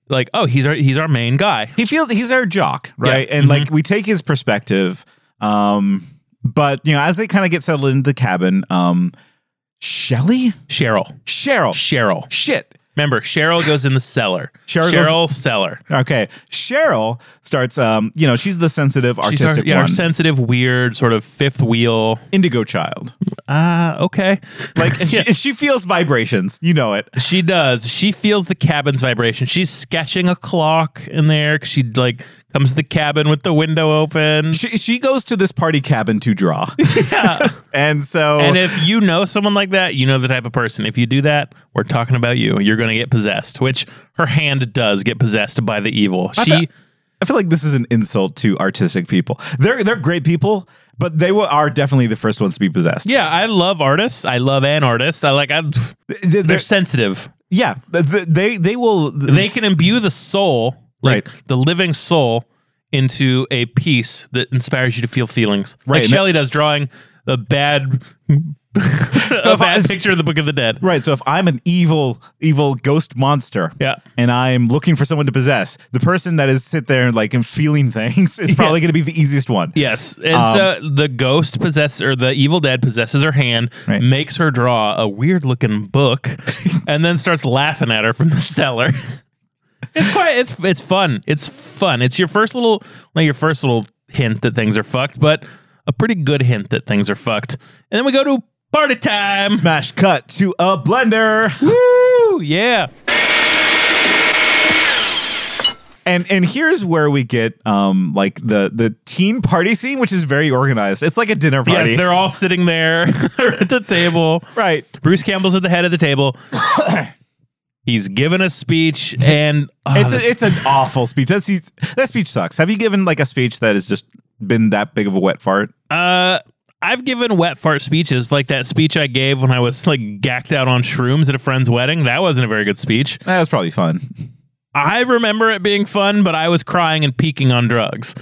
[SPEAKER 1] Like, oh, he's our he's our main guy.
[SPEAKER 2] He feels he's our jock, right?
[SPEAKER 1] Yeah. Mm-hmm.
[SPEAKER 2] And like we take his perspective. Um, but you know, as they kind of get settled into the cabin, um, Shelly,
[SPEAKER 1] Cheryl,
[SPEAKER 2] Cheryl,
[SPEAKER 1] Cheryl.
[SPEAKER 2] shit.
[SPEAKER 1] Remember, Cheryl goes in the cellar.
[SPEAKER 2] Cheryl
[SPEAKER 1] Cheryl,
[SPEAKER 2] goes-
[SPEAKER 1] cellar.
[SPEAKER 2] Okay, Cheryl starts. Um, you know, she's the sensitive,
[SPEAKER 1] She's our,
[SPEAKER 2] artistic
[SPEAKER 1] yeah, our
[SPEAKER 2] one,
[SPEAKER 1] sensitive, weird, sort of fifth wheel.
[SPEAKER 2] indigo child.
[SPEAKER 1] Ah, okay.
[SPEAKER 2] Like and she, she feels vibrations. You know it.
[SPEAKER 1] She does. She feels the cabin's vibration. She's sketching a clock in there. 'cause She like comes to the cabin with the window open.
[SPEAKER 2] She, she goes to this party cabin to draw.
[SPEAKER 1] Yeah.
[SPEAKER 2] And so
[SPEAKER 1] And if you know someone like that, you know the type of person. If you do that, we're talking about you. You're going to get possessed, which her hand does get possessed by the evil. She
[SPEAKER 2] that- I feel like this is an insult to artistic people. They're they're great people, but they will, are definitely the first ones to be possessed.
[SPEAKER 1] Yeah, I love artists. I love an artist. I like I they're,
[SPEAKER 2] They're- they're-
[SPEAKER 1] sensitive.
[SPEAKER 2] yeah. th- th- They they will
[SPEAKER 1] They can imbue the soul, like
[SPEAKER 2] Right.
[SPEAKER 1] the living soul into a piece that inspires you to feel feelings.
[SPEAKER 2] Right,
[SPEAKER 1] Like
[SPEAKER 2] and that-
[SPEAKER 1] Shelley does drawing the bad a
[SPEAKER 2] if I-
[SPEAKER 1] bad picture of the Book of the Dead.
[SPEAKER 2] Right. So if I'm an evil, evil ghost monster,
[SPEAKER 1] Yeah.
[SPEAKER 2] and I'm looking for someone to possess, the person that is sit there like and feeling things is probably going to be the easiest one.
[SPEAKER 1] Yes. And
[SPEAKER 2] Um,
[SPEAKER 1] so the ghost possesses, or the evil dead possesses her hand,
[SPEAKER 2] Right.
[SPEAKER 1] makes her draw a weird looking book, and then starts laughing at her from the cellar. it's quite, it's, it's fun. It's fun. It's your first little, like your first little hint that things are fucked, but a pretty good hint that things are fucked. And then we go to party time.
[SPEAKER 2] Smash cut to a blender,
[SPEAKER 1] Woo! Yeah.
[SPEAKER 2] and and here's where we get um like the the teen party scene, which is very organized. It's like a dinner party.
[SPEAKER 1] Yes, they're all sitting there at the table.
[SPEAKER 2] right.
[SPEAKER 1] Bruce Campbell's at the head of the table. He's given a speech, and oh,
[SPEAKER 2] It's
[SPEAKER 1] this-
[SPEAKER 2] a, it's an awful speech. That's that speech sucks. Have you given like a speech that has just been that big of a wet fart?
[SPEAKER 1] uh, I've given wet fart speeches like that speech I gave when I was like gacked out on shrooms at a friend's wedding. That wasn't a very good speech.
[SPEAKER 2] That was probably fun.
[SPEAKER 1] I remember it being fun, but I was crying and peaking on drugs.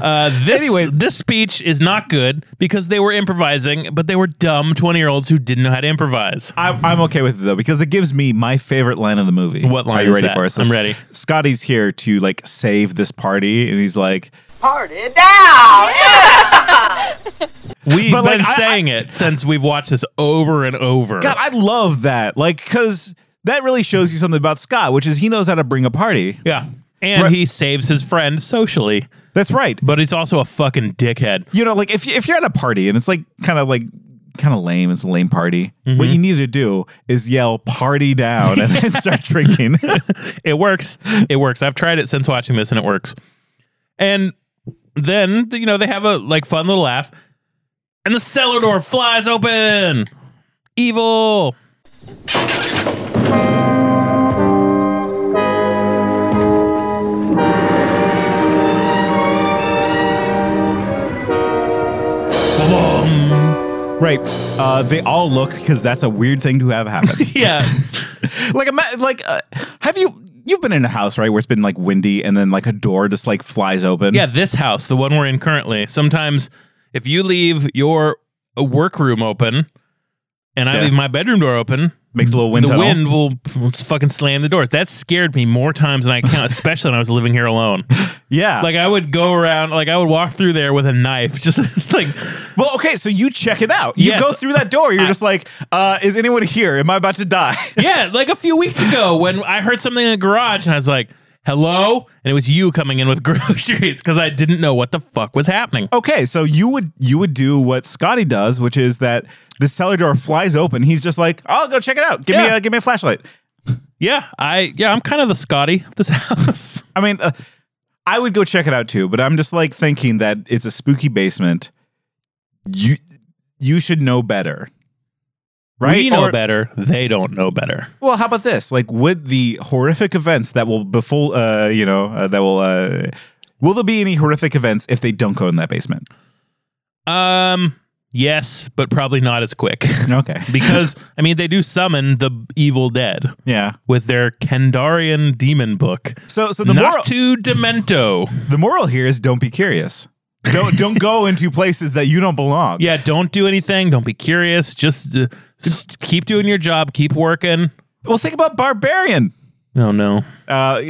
[SPEAKER 1] Uh, this
[SPEAKER 2] Anyway.
[SPEAKER 1] this speech is not good because they were improvising, but they were dumb twenty year olds who didn't know how to improvise.
[SPEAKER 2] I, I'm okay with it though because it gives me my favorite line of the movie.
[SPEAKER 1] What line
[SPEAKER 2] Are you
[SPEAKER 1] is
[SPEAKER 2] ready
[SPEAKER 1] that?
[SPEAKER 2] for us?
[SPEAKER 1] I'm ready.
[SPEAKER 2] Scotty's here to like save this party, and he's like,
[SPEAKER 6] Party down!
[SPEAKER 1] We've
[SPEAKER 2] But, like,
[SPEAKER 1] been
[SPEAKER 2] I- I-
[SPEAKER 1] saying it since we've watched this over and over.
[SPEAKER 2] "God, I love that!" Like, because that really shows you something about Scott, which is he knows how to bring a party.
[SPEAKER 1] yeah, and
[SPEAKER 2] Right.
[SPEAKER 1] he saves his friend socially,
[SPEAKER 2] That's right.
[SPEAKER 1] but he's also a fucking dickhead.
[SPEAKER 2] You know, like if you- if you're at a party and it's like kind of like kind of lame, it's a lame party. What
[SPEAKER 1] Mm-hmm.
[SPEAKER 2] you need to do is yell "party down" and then start drinking.
[SPEAKER 1] It works. It works. I've tried it since watching this and it works. And then, you know, they have a like fun little laugh. And the cellar door flies open. Evil. Ba-boom.
[SPEAKER 2] right. Uh, they all look because that's a weird thing to have happen.
[SPEAKER 1] Yeah.
[SPEAKER 2] like ima- like uh, have you you've been in a house right where it's been like windy and then like a door just like flies open
[SPEAKER 1] Yeah, this house, the one we're in currently. Sometimes if you leave your workroom open and I
[SPEAKER 2] Yeah.
[SPEAKER 1] leave my bedroom door open,
[SPEAKER 2] makes a little wind
[SPEAKER 1] the
[SPEAKER 2] tunnel.
[SPEAKER 1] wind will f- fucking slam the doors. That scared me more times than I can, count, especially when I was living here alone.
[SPEAKER 2] yeah
[SPEAKER 1] Like I would go around, like I would walk through there with a knife, just like
[SPEAKER 2] well okay so you check it out you
[SPEAKER 1] Yes.
[SPEAKER 2] go through that door you're
[SPEAKER 1] I-
[SPEAKER 2] just like uh is anyone here am i about to die
[SPEAKER 1] yeah, like a few weeks ago when I heard something in the garage and I was like, "Hello," and it was you coming in with groceries because I didn't know what the fuck was happening.
[SPEAKER 2] okay so you would you would do what scotty does which is that the cellar door flies open he's just like i'll go check it out give me
[SPEAKER 1] Yeah.
[SPEAKER 2] a give me a flashlight
[SPEAKER 1] Yeah, I yeah, I'm kind of the Scotty of this house.
[SPEAKER 2] i mean uh, i would go check it out too but i'm just like thinking that it's a spooky basement you you should know better right
[SPEAKER 1] We know
[SPEAKER 2] Or-
[SPEAKER 1] better. They don't know better.
[SPEAKER 2] Well, how about this? Like, would the horrific events that will befall, uh, you know, uh, that will, uh, will there be any horrific events if they don't go in that basement?
[SPEAKER 1] Um, yes, but probably not as quick
[SPEAKER 2] Okay.
[SPEAKER 1] because I mean they do summon the evil dead.
[SPEAKER 2] Yeah.
[SPEAKER 1] with their Kandarian demon book.
[SPEAKER 2] So, so the
[SPEAKER 1] Not
[SPEAKER 2] moral,
[SPEAKER 1] to Demento.
[SPEAKER 2] the moral here is don't be curious. Don't, don't go into places that you don't belong.
[SPEAKER 1] Yeah, don't do anything. Don't be curious. Just, uh, s- keep doing your job. Keep working.
[SPEAKER 2] Well, think about Barbarian.
[SPEAKER 1] Oh no.
[SPEAKER 2] Uh,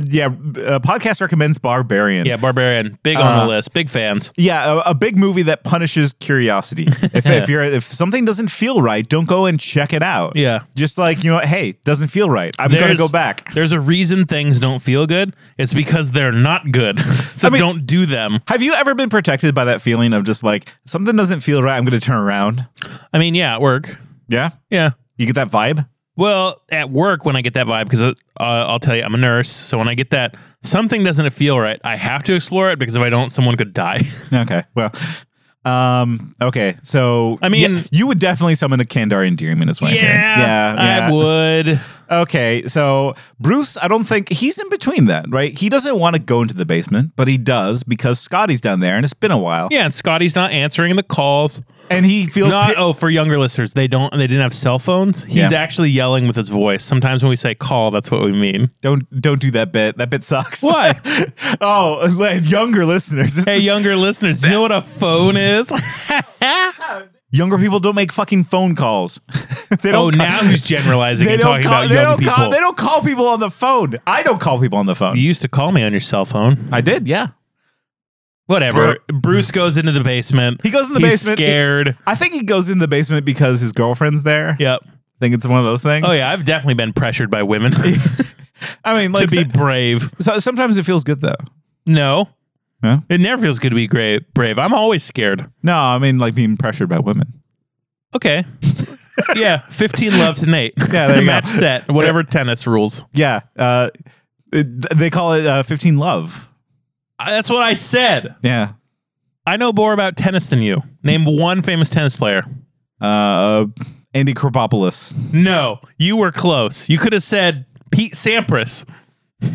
[SPEAKER 2] yeah. Uh, podcast recommends Barbarian.
[SPEAKER 1] Yeah, Barbarian. Big
[SPEAKER 2] Uh,
[SPEAKER 1] on the list. Big fans.
[SPEAKER 2] Yeah, a, a big movie that punishes curiosity. If, if you're if something doesn't feel right, don't go and check it out.
[SPEAKER 1] Yeah.
[SPEAKER 2] just like you know, hey, doesn't feel right. I'm gonna
[SPEAKER 1] There's-
[SPEAKER 2] go back.
[SPEAKER 1] There's a reason things don't feel good. It's because they're not good. so
[SPEAKER 2] I mean-
[SPEAKER 1] don't do them.
[SPEAKER 2] Have you ever been protected by that feeling of just like something doesn't feel right? I'm going to turn around.
[SPEAKER 1] I mean, yeah, at work.
[SPEAKER 2] Yeah,
[SPEAKER 1] Yeah.
[SPEAKER 2] you get that vibe.
[SPEAKER 1] Well, at work, when I get that vibe, because uh, I'll tell you, I'm a nurse. So when I get that, something doesn't feel right, I have to explore it because if I don't, someone could die.
[SPEAKER 2] Okay, well, Um. Okay. So
[SPEAKER 1] I mean-
[SPEAKER 2] yeah, you would definitely summon a Kandarian Dearman as well.
[SPEAKER 1] yeah,
[SPEAKER 2] Yeah.
[SPEAKER 1] I would.
[SPEAKER 2] Okay. So Bruce, I don't think he's in between that, right? He doesn't want to go into the basement, but he does because Scotty's down there, and it's been a while.
[SPEAKER 1] Yeah, and Scotty's not answering the calls.
[SPEAKER 2] And he feels
[SPEAKER 1] Not,
[SPEAKER 2] pi-
[SPEAKER 1] oh, for younger listeners, they don't. They didn't have cell phones. He's
[SPEAKER 2] Yeah.
[SPEAKER 1] actually yelling with his voice. Sometimes when we say call, that's what we mean.
[SPEAKER 2] don't don't do that bit. That bit sucks.
[SPEAKER 1] Why?
[SPEAKER 2] oh, like, younger listeners.
[SPEAKER 1] Hey, younger listeners, do you know what a phone is?
[SPEAKER 2] younger people don't make fucking phone calls. they
[SPEAKER 1] oh,
[SPEAKER 2] don't. call-
[SPEAKER 1] now he's generalizing
[SPEAKER 2] they
[SPEAKER 1] and
[SPEAKER 2] don't
[SPEAKER 1] talking
[SPEAKER 2] call.
[SPEAKER 1] about
[SPEAKER 2] They
[SPEAKER 1] young
[SPEAKER 2] don't
[SPEAKER 1] people.
[SPEAKER 2] call. They don't call people on the phone. I don't call people on the phone.
[SPEAKER 1] you used to call me on your cell phone.
[SPEAKER 2] I did. Yeah.
[SPEAKER 1] Whatever. Bruce goes into the basement.
[SPEAKER 2] He goes in the
[SPEAKER 1] He's
[SPEAKER 2] basement.
[SPEAKER 1] Scared.
[SPEAKER 2] I think he goes in the basement because his girlfriend's there.
[SPEAKER 1] yep.
[SPEAKER 2] I think it's one of those things.
[SPEAKER 1] Oh yeah, I've definitely been pressured by women to
[SPEAKER 2] I mean, like
[SPEAKER 1] be
[SPEAKER 2] so-
[SPEAKER 1] brave.
[SPEAKER 2] so, sometimes it feels good though.
[SPEAKER 1] No,
[SPEAKER 2] No?
[SPEAKER 1] it never feels good to be gra- brave. I'm always scared.
[SPEAKER 2] No, I mean like being pressured by women.
[SPEAKER 1] Okay. yeah, 15 love to Nate.
[SPEAKER 2] Yeah, there you go.
[SPEAKER 1] Match set, whatever tennis rules.
[SPEAKER 2] Yeah. Uh, it- they call it uh, 15 love.
[SPEAKER 1] Uh, That's what I said.
[SPEAKER 2] Yeah.
[SPEAKER 1] I know more about tennis than you. Name one famous tennis player.
[SPEAKER 2] Uh, Andy Kropopoulos.
[SPEAKER 1] No, you were close. You could have said Pete Sampras. but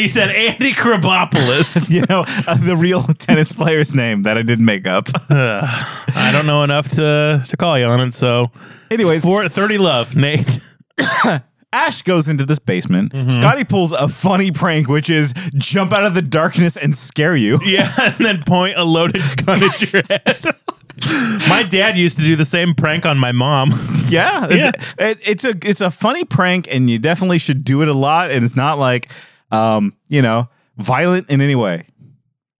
[SPEAKER 1] you said Andy Krabopoulos.
[SPEAKER 2] you know, uh, the real tennis player's name that I didn't make up.
[SPEAKER 1] I don't know enough to, to call you on it, so
[SPEAKER 2] Anyways,
[SPEAKER 1] Four, 30 love, Nate.
[SPEAKER 2] Ash goes into this basement. Scotty pulls a funny prank, which is jump out of the darkness and scare you.
[SPEAKER 1] Yeah, and then point a loaded gun at your head. my dad used to do the same prank on my mom.
[SPEAKER 2] Yeah, it's, it, it's a it's a funny prank, and you definitely should do it a lot. And it's not like, um, you know, violent in any way.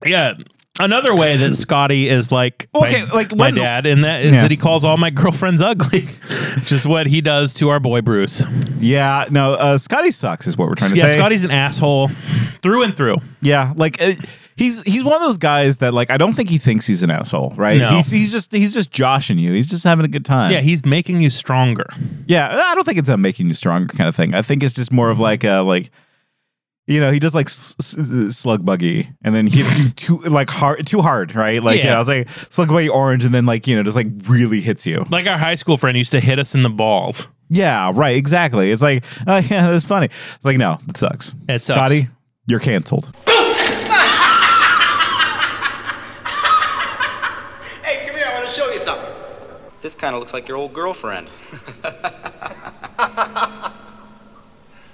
[SPEAKER 1] yeah. Another way that Scotty is like
[SPEAKER 2] Okay,
[SPEAKER 1] my,
[SPEAKER 2] like,
[SPEAKER 1] my
[SPEAKER 2] when-
[SPEAKER 1] dad, and that is
[SPEAKER 2] Yeah.
[SPEAKER 1] that he calls all my girlfriends ugly, which is what he does to our boy Bruce.
[SPEAKER 2] Yeah, no, uh, Scotty sucks is what we're trying to
[SPEAKER 1] Yeah,
[SPEAKER 2] say.
[SPEAKER 1] Scotty's an asshole through and through.
[SPEAKER 2] Yeah, like uh, he's he's one of those guys that like I don't think he thinks he's an asshole, right?
[SPEAKER 1] No.
[SPEAKER 2] He's, he's just he's just joshing you. He's just having a good time.
[SPEAKER 1] Yeah, he's making you stronger.
[SPEAKER 2] Yeah, I don't think it's a making you stronger kind of thing. I think it's just more of like a like, you know, he does like s- s- slug buggy and then hits you too like hard too hard, right? Like, yeah,
[SPEAKER 1] Yeah.
[SPEAKER 2] I was like slug buggy orange and then like you know just like really hits you.
[SPEAKER 1] Like our high school friend used to hit us in the balls.
[SPEAKER 2] Yeah, right, exactly. It's like, oh yeah, that's funny. It's like no, that sucks.
[SPEAKER 1] It sucks.
[SPEAKER 2] Scotty, you're canceled.
[SPEAKER 7] Hey, come here, I want to show you something.
[SPEAKER 8] This kind of looks like your old girlfriend.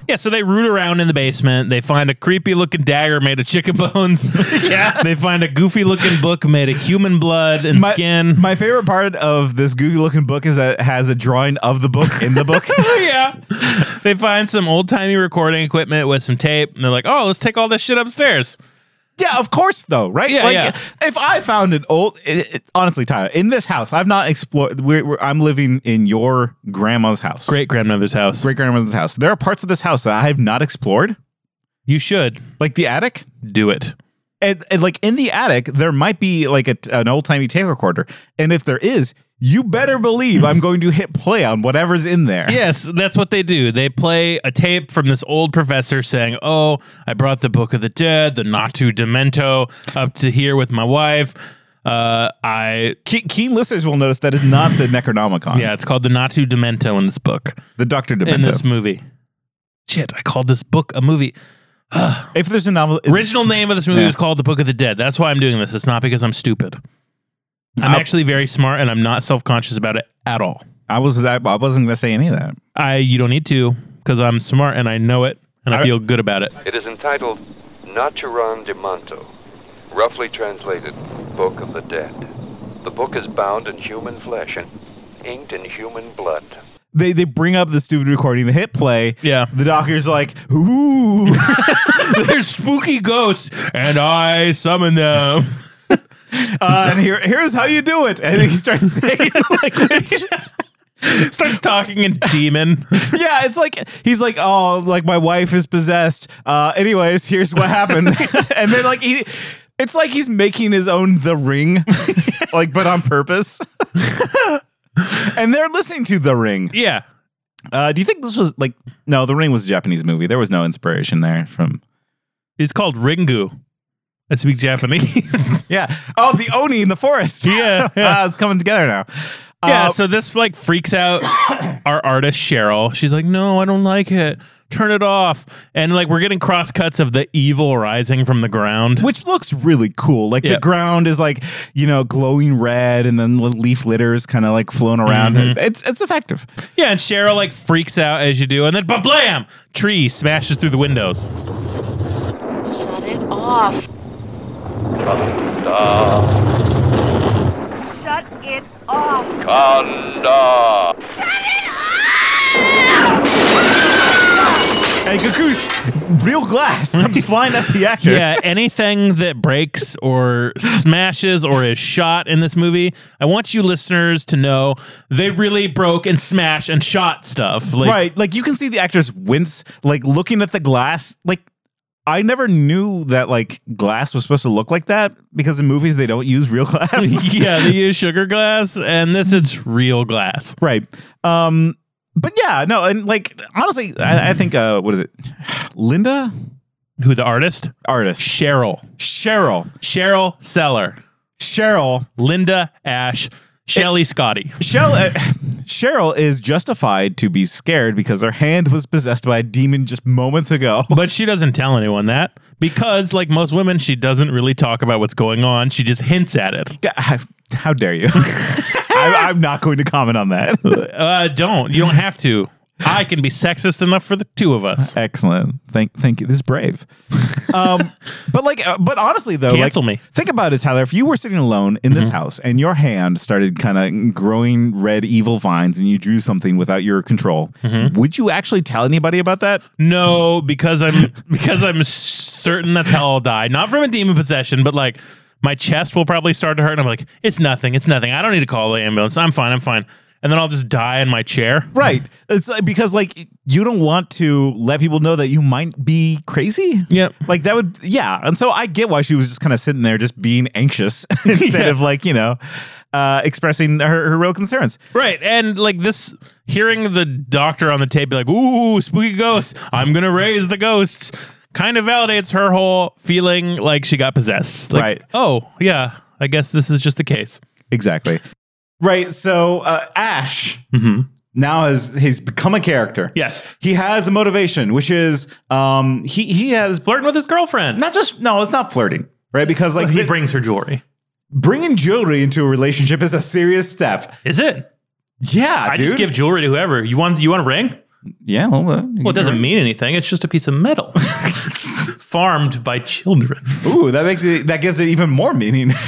[SPEAKER 1] Yeah, so they root around in the basement. They find a creepy looking dagger made of chicken bones. yeah. They find a goofy looking book made of human blood and
[SPEAKER 2] My,
[SPEAKER 1] skin.
[SPEAKER 2] my favorite part of this goofy looking book is that it has a drawing of the book in the book.
[SPEAKER 1] yeah. They find some old timey recording equipment with some tape. And they're like, oh, let's take all this shit upstairs.
[SPEAKER 2] Yeah, of course, though, right?
[SPEAKER 1] Yeah,
[SPEAKER 2] like,
[SPEAKER 1] yeah.
[SPEAKER 2] if I found an old, it, it- honestly, Tyler, in this house, I've not explored. We're, we're, I'm living in your grandma's house,
[SPEAKER 1] Great grandmother's house.
[SPEAKER 2] great grandma's house. There are parts of this house that I have not explored,
[SPEAKER 1] You should
[SPEAKER 2] like the attic.
[SPEAKER 1] do it.
[SPEAKER 2] And, and like in the attic, there might be like a, an old timey tape recorder, and if there is, you better believe I'm going to hit play on whatever's in there.
[SPEAKER 1] Yes, that's what they do. They play a tape from this old professor saying, Oh, I brought the Book of the Dead, the Natu Demento, up to here with my wife. Uh, I
[SPEAKER 2] Keen, keen listeners will notice that is not the Necronomicon.
[SPEAKER 1] Yeah, it's called the Natu Demento in this book,
[SPEAKER 2] the Doctor
[SPEAKER 1] in this
[SPEAKER 2] Demento.
[SPEAKER 1] movie. Shit, I called this book a movie.
[SPEAKER 2] If there's a novel,
[SPEAKER 1] Original name of this movie
[SPEAKER 2] Yeah.
[SPEAKER 1] was called The Book of the Dead. That's why I'm doing this. It's not because I'm stupid. I'm
[SPEAKER 2] I-
[SPEAKER 1] actually very smart, and I'm not self conscious about it at all.
[SPEAKER 2] I was I, I wasn't going to say any of that.
[SPEAKER 1] I you don't need to because I'm smart and I know it, and I,
[SPEAKER 2] I-
[SPEAKER 1] feel good about it.
[SPEAKER 9] It is entitled Naturan de Manto, roughly translated Book of the Dead. The book is bound in human flesh and inked in human blood.
[SPEAKER 2] they they bring up the stupid recording, they hit play.
[SPEAKER 1] Yeah.
[SPEAKER 2] The doctor's like, ooh.
[SPEAKER 1] There's spooky ghosts, and I summon them.
[SPEAKER 2] uh, and here here's how you do it. And he starts saying language.
[SPEAKER 1] Starts talking in demon.
[SPEAKER 2] Yeah, it's like he's like, oh, like my wife is possessed. Uh anyways, here's what happened. and then like he it's like he's making his own the ring. like, but on purpose. and they're listening to the ring.
[SPEAKER 1] yeah,
[SPEAKER 2] Uh do you think this was like no, the ring was a Japanese movie. There was no inspiration there from
[SPEAKER 1] it's called Ringu. I speak Japanese.
[SPEAKER 2] Yeah. Oh, the Oni in the forest.
[SPEAKER 1] Yeah, yeah.
[SPEAKER 2] Uh, it's coming together now.
[SPEAKER 1] yeah,
[SPEAKER 2] Uh,
[SPEAKER 1] so this like freaks out our artist Cheryl. She's like, "No, I don't like it. Turn it off." And like we're getting cross cuts of the evil rising from the ground.
[SPEAKER 2] which looks really cool. Like
[SPEAKER 1] Yeah.
[SPEAKER 2] the ground is like you know glowing red, and then the leaf litters kind of like flown around.
[SPEAKER 1] Mm-hmm.
[SPEAKER 2] It's it's effective.
[SPEAKER 1] Yeah, and Cheryl like freaks out as you do, and then blam, tree smashes through the windows.
[SPEAKER 6] Shut it off. Shut it off.
[SPEAKER 2] And Kakush, real glass comes flying up the actors.
[SPEAKER 1] Yeah, anything that breaks or smashes or is shot in this movie, I want you listeners to know they really broke and smashed and shot stuff. Like,
[SPEAKER 2] right. Like you can see the actors wince, like looking at the glass. Like I never knew that like glass was supposed to look like that because in movies they don't use real glass.
[SPEAKER 1] yeah, they use sugar glass, and this it's real glass.
[SPEAKER 2] Right. Um. But yeah, no, and like honestly, I, I think uh, what is it, Linda,
[SPEAKER 1] Who the artist?
[SPEAKER 2] artist
[SPEAKER 1] Cheryl.
[SPEAKER 2] Cheryl,
[SPEAKER 1] Cheryl Seller.
[SPEAKER 2] Cheryl
[SPEAKER 1] Linda Ash. Shelly Scotty.
[SPEAKER 2] Cheryl, uh, Cheryl is justified to be scared because her hand was possessed by a demon just moments ago.
[SPEAKER 1] But she doesn't tell anyone that because, like most women, she doesn't really talk about what's going on. She just hints at it.
[SPEAKER 2] How dare you? I, I'm not going to comment on that.
[SPEAKER 1] Uh, don't. You don't have to. I can be sexist enough for the two of us.
[SPEAKER 2] Excellent. Thank, thank you. This is brave. Um, but like, uh, but honestly though,
[SPEAKER 1] Cancel
[SPEAKER 2] like,
[SPEAKER 1] me. Mm-hmm.
[SPEAKER 2] Think about it, Tyler. If you were sitting alone in this house and your hand started kind of growing red evil vines and you drew something without your control,
[SPEAKER 1] Mm-hmm.
[SPEAKER 2] would you actually tell anybody about that?
[SPEAKER 1] No, because I'm because I'm certain that's how I'll die. Not from a demon possession, but like my chest will probably start to hurt. And I'm like, it's nothing, it's nothing. I don't need to call the ambulance. I'm fine, I'm fine. And then I'll just die in my chair.
[SPEAKER 2] Right. It's like, because like you don't want to let people know that you might be crazy.
[SPEAKER 1] Yep.
[SPEAKER 2] Like that would yeah. And so I get why she was just kind of sitting there just being anxious instead
[SPEAKER 1] Yeah.
[SPEAKER 2] of like, you know, uh expressing her, her real concerns.
[SPEAKER 1] Right. And like this hearing the doctor on the tape be like, ooh, spooky ghost, I'm gonna raise the ghosts kind of validates her whole feeling like she got possessed. Like,
[SPEAKER 2] Right.
[SPEAKER 1] Oh, yeah. I guess this is just the case.
[SPEAKER 2] Exactly. Right. So uh Ash now has he's become a character.
[SPEAKER 1] Mm-hmm. Yes.
[SPEAKER 2] He has a motivation, which is um he he has
[SPEAKER 1] Flirting with his girlfriend.
[SPEAKER 2] not just no, it's not flirting. Right, because like
[SPEAKER 1] he
[SPEAKER 2] the-
[SPEAKER 1] brings her jewelry.
[SPEAKER 2] bringing jewelry into a relationship is a serious step.
[SPEAKER 1] Is it?
[SPEAKER 2] Yeah,
[SPEAKER 1] I
[SPEAKER 2] dude.
[SPEAKER 1] just give jewelry to whoever. You want you want a ring?
[SPEAKER 2] yeah. Well, uh, you
[SPEAKER 1] Well, it
[SPEAKER 2] can-
[SPEAKER 1] doesn't mean anything. It's just a piece of metal farmed by children.
[SPEAKER 2] Ooh, that makes it that gives it even more meaning.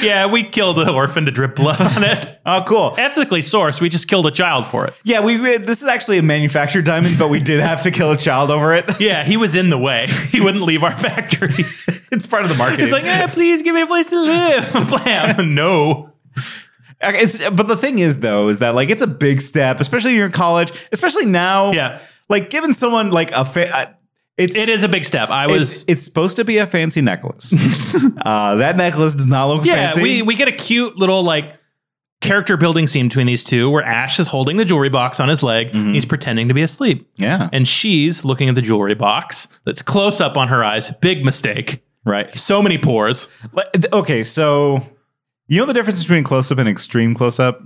[SPEAKER 1] Yeah, we killed an orphan to drip blood on it.
[SPEAKER 2] oh, cool.
[SPEAKER 1] Ethically sourced, we just killed a child for it.
[SPEAKER 2] Yeah, we we- this is actually a manufactured diamond, but we did have to kill a child over it.
[SPEAKER 1] Yeah, he was in the way. He wouldn't leave our factory.
[SPEAKER 2] It's part of the marketing.
[SPEAKER 1] He's like, eh, please give me a place to live. Blam. No.
[SPEAKER 2] Okay, it's- but the thing is though is that like it's a big step, especially you're in college, especially now.
[SPEAKER 1] Yeah.
[SPEAKER 2] Like giving someone like a fa- uh, it's
[SPEAKER 1] It is a big step. I
[SPEAKER 2] it's,
[SPEAKER 1] was.
[SPEAKER 2] it's supposed to be a fancy necklace. uh, that necklace does not look
[SPEAKER 1] Yeah,
[SPEAKER 2] fancy.
[SPEAKER 1] we, we get a cute little like character building scene between these two where Ash is holding the jewelry box on his leg.
[SPEAKER 2] Mm-hmm.
[SPEAKER 1] and He's pretending to be asleep.
[SPEAKER 2] yeah.
[SPEAKER 1] and she's looking at the jewelry box that's close up on her eyes. Big mistake.
[SPEAKER 2] right.
[SPEAKER 1] So many pores.
[SPEAKER 2] Like, th- Okay, so you know the difference between close up and extreme close up?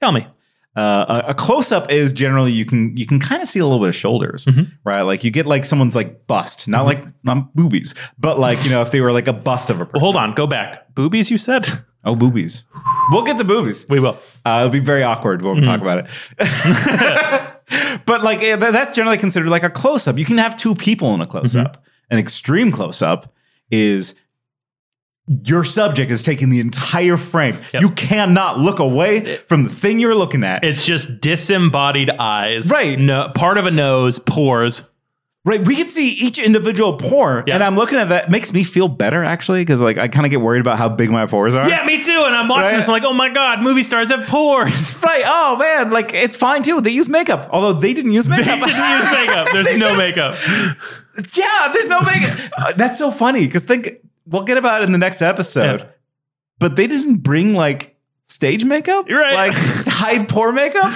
[SPEAKER 1] Tell me.
[SPEAKER 2] Uh, a, a close up is generally you can you can kind of see a little bit of shoulders,
[SPEAKER 1] Mm-hmm.
[SPEAKER 2] right? Like you get like someone's like bust, not like not boobies, but like you know if they were like a bust of a person.
[SPEAKER 1] Well, hold on. Go back. Boobies, you said?
[SPEAKER 2] Oh, boobies. We'll get to boobies.
[SPEAKER 1] We will.
[SPEAKER 2] Uh, it'll be very awkward when we talk about Mm-hmm. it. but like eh, th- that's generally considered like a close up. You can have two people in a close up. An extreme close up is your subject is taking the entire frame.
[SPEAKER 1] Yep.
[SPEAKER 2] You cannot look away from the thing you're looking at.
[SPEAKER 1] It's just disembodied eyes.
[SPEAKER 2] Right.
[SPEAKER 1] No, part of a nose, pores.
[SPEAKER 2] Right, we can see each individual pore,
[SPEAKER 1] Yeah.
[SPEAKER 2] and I'm looking at that. Makes me feel better actually, because like I kind of get worried about how big my pores are.
[SPEAKER 1] Yeah, me too. And I'm watching
[SPEAKER 2] Right.
[SPEAKER 1] this. I'm like, oh my God, movie stars have pores.
[SPEAKER 2] Right. Oh man, like it's fine too. They use makeup, although they didn't use
[SPEAKER 1] They
[SPEAKER 2] makeup.
[SPEAKER 1] didn't use makeup. There's no makeup.
[SPEAKER 2] yeah, there's no makeup. Uh, that's so funny because think we'll get about it in the next episode.
[SPEAKER 1] Yeah.
[SPEAKER 2] But they didn't bring like stage makeup,
[SPEAKER 1] You're right.
[SPEAKER 2] Like hide pore makeup,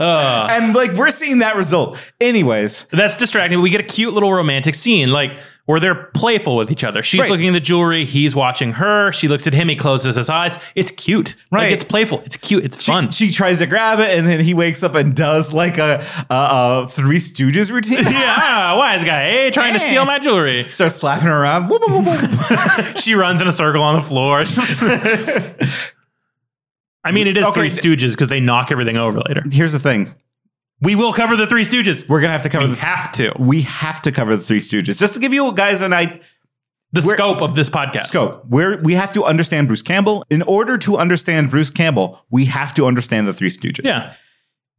[SPEAKER 1] Uh,
[SPEAKER 2] and like we're seeing that result. Anyways,
[SPEAKER 1] that's distracting. We get a cute little romantic scene. Like, where they're playful with each other. She's
[SPEAKER 2] Right.
[SPEAKER 1] looking at the jewelry, he's watching her. She looks at him, he closes his eyes. It's cute.
[SPEAKER 2] Right.
[SPEAKER 1] Like it's playful. It's cute. It's
[SPEAKER 2] She-
[SPEAKER 1] fun.
[SPEAKER 2] She tries to grab it, and then he wakes up and does like a, a, a Three Stooges routine.
[SPEAKER 1] yeah, ah, wise guy. Hey, trying to
[SPEAKER 2] Yeah.
[SPEAKER 1] steal my jewelry.
[SPEAKER 2] Starts slapping her around. Whoop, whoop, whoop, whoop.
[SPEAKER 1] She runs in a circle on the floor. I mean, it is Three
[SPEAKER 2] Okay.
[SPEAKER 1] Stooges because they knock everything over later.
[SPEAKER 2] Here's the thing:
[SPEAKER 1] We will cover the Three Stooges.
[SPEAKER 2] we're gonna have to cover
[SPEAKER 1] We
[SPEAKER 2] the
[SPEAKER 1] have to.
[SPEAKER 2] we have to cover the Three Stooges just to give you guys an idea.
[SPEAKER 1] The
[SPEAKER 2] We're-
[SPEAKER 1] scope of this podcast.
[SPEAKER 2] Scope. Where we have to understand Bruce Campbell. In order to understand Bruce Campbell, we have to understand the Three Stooges.
[SPEAKER 1] Yeah,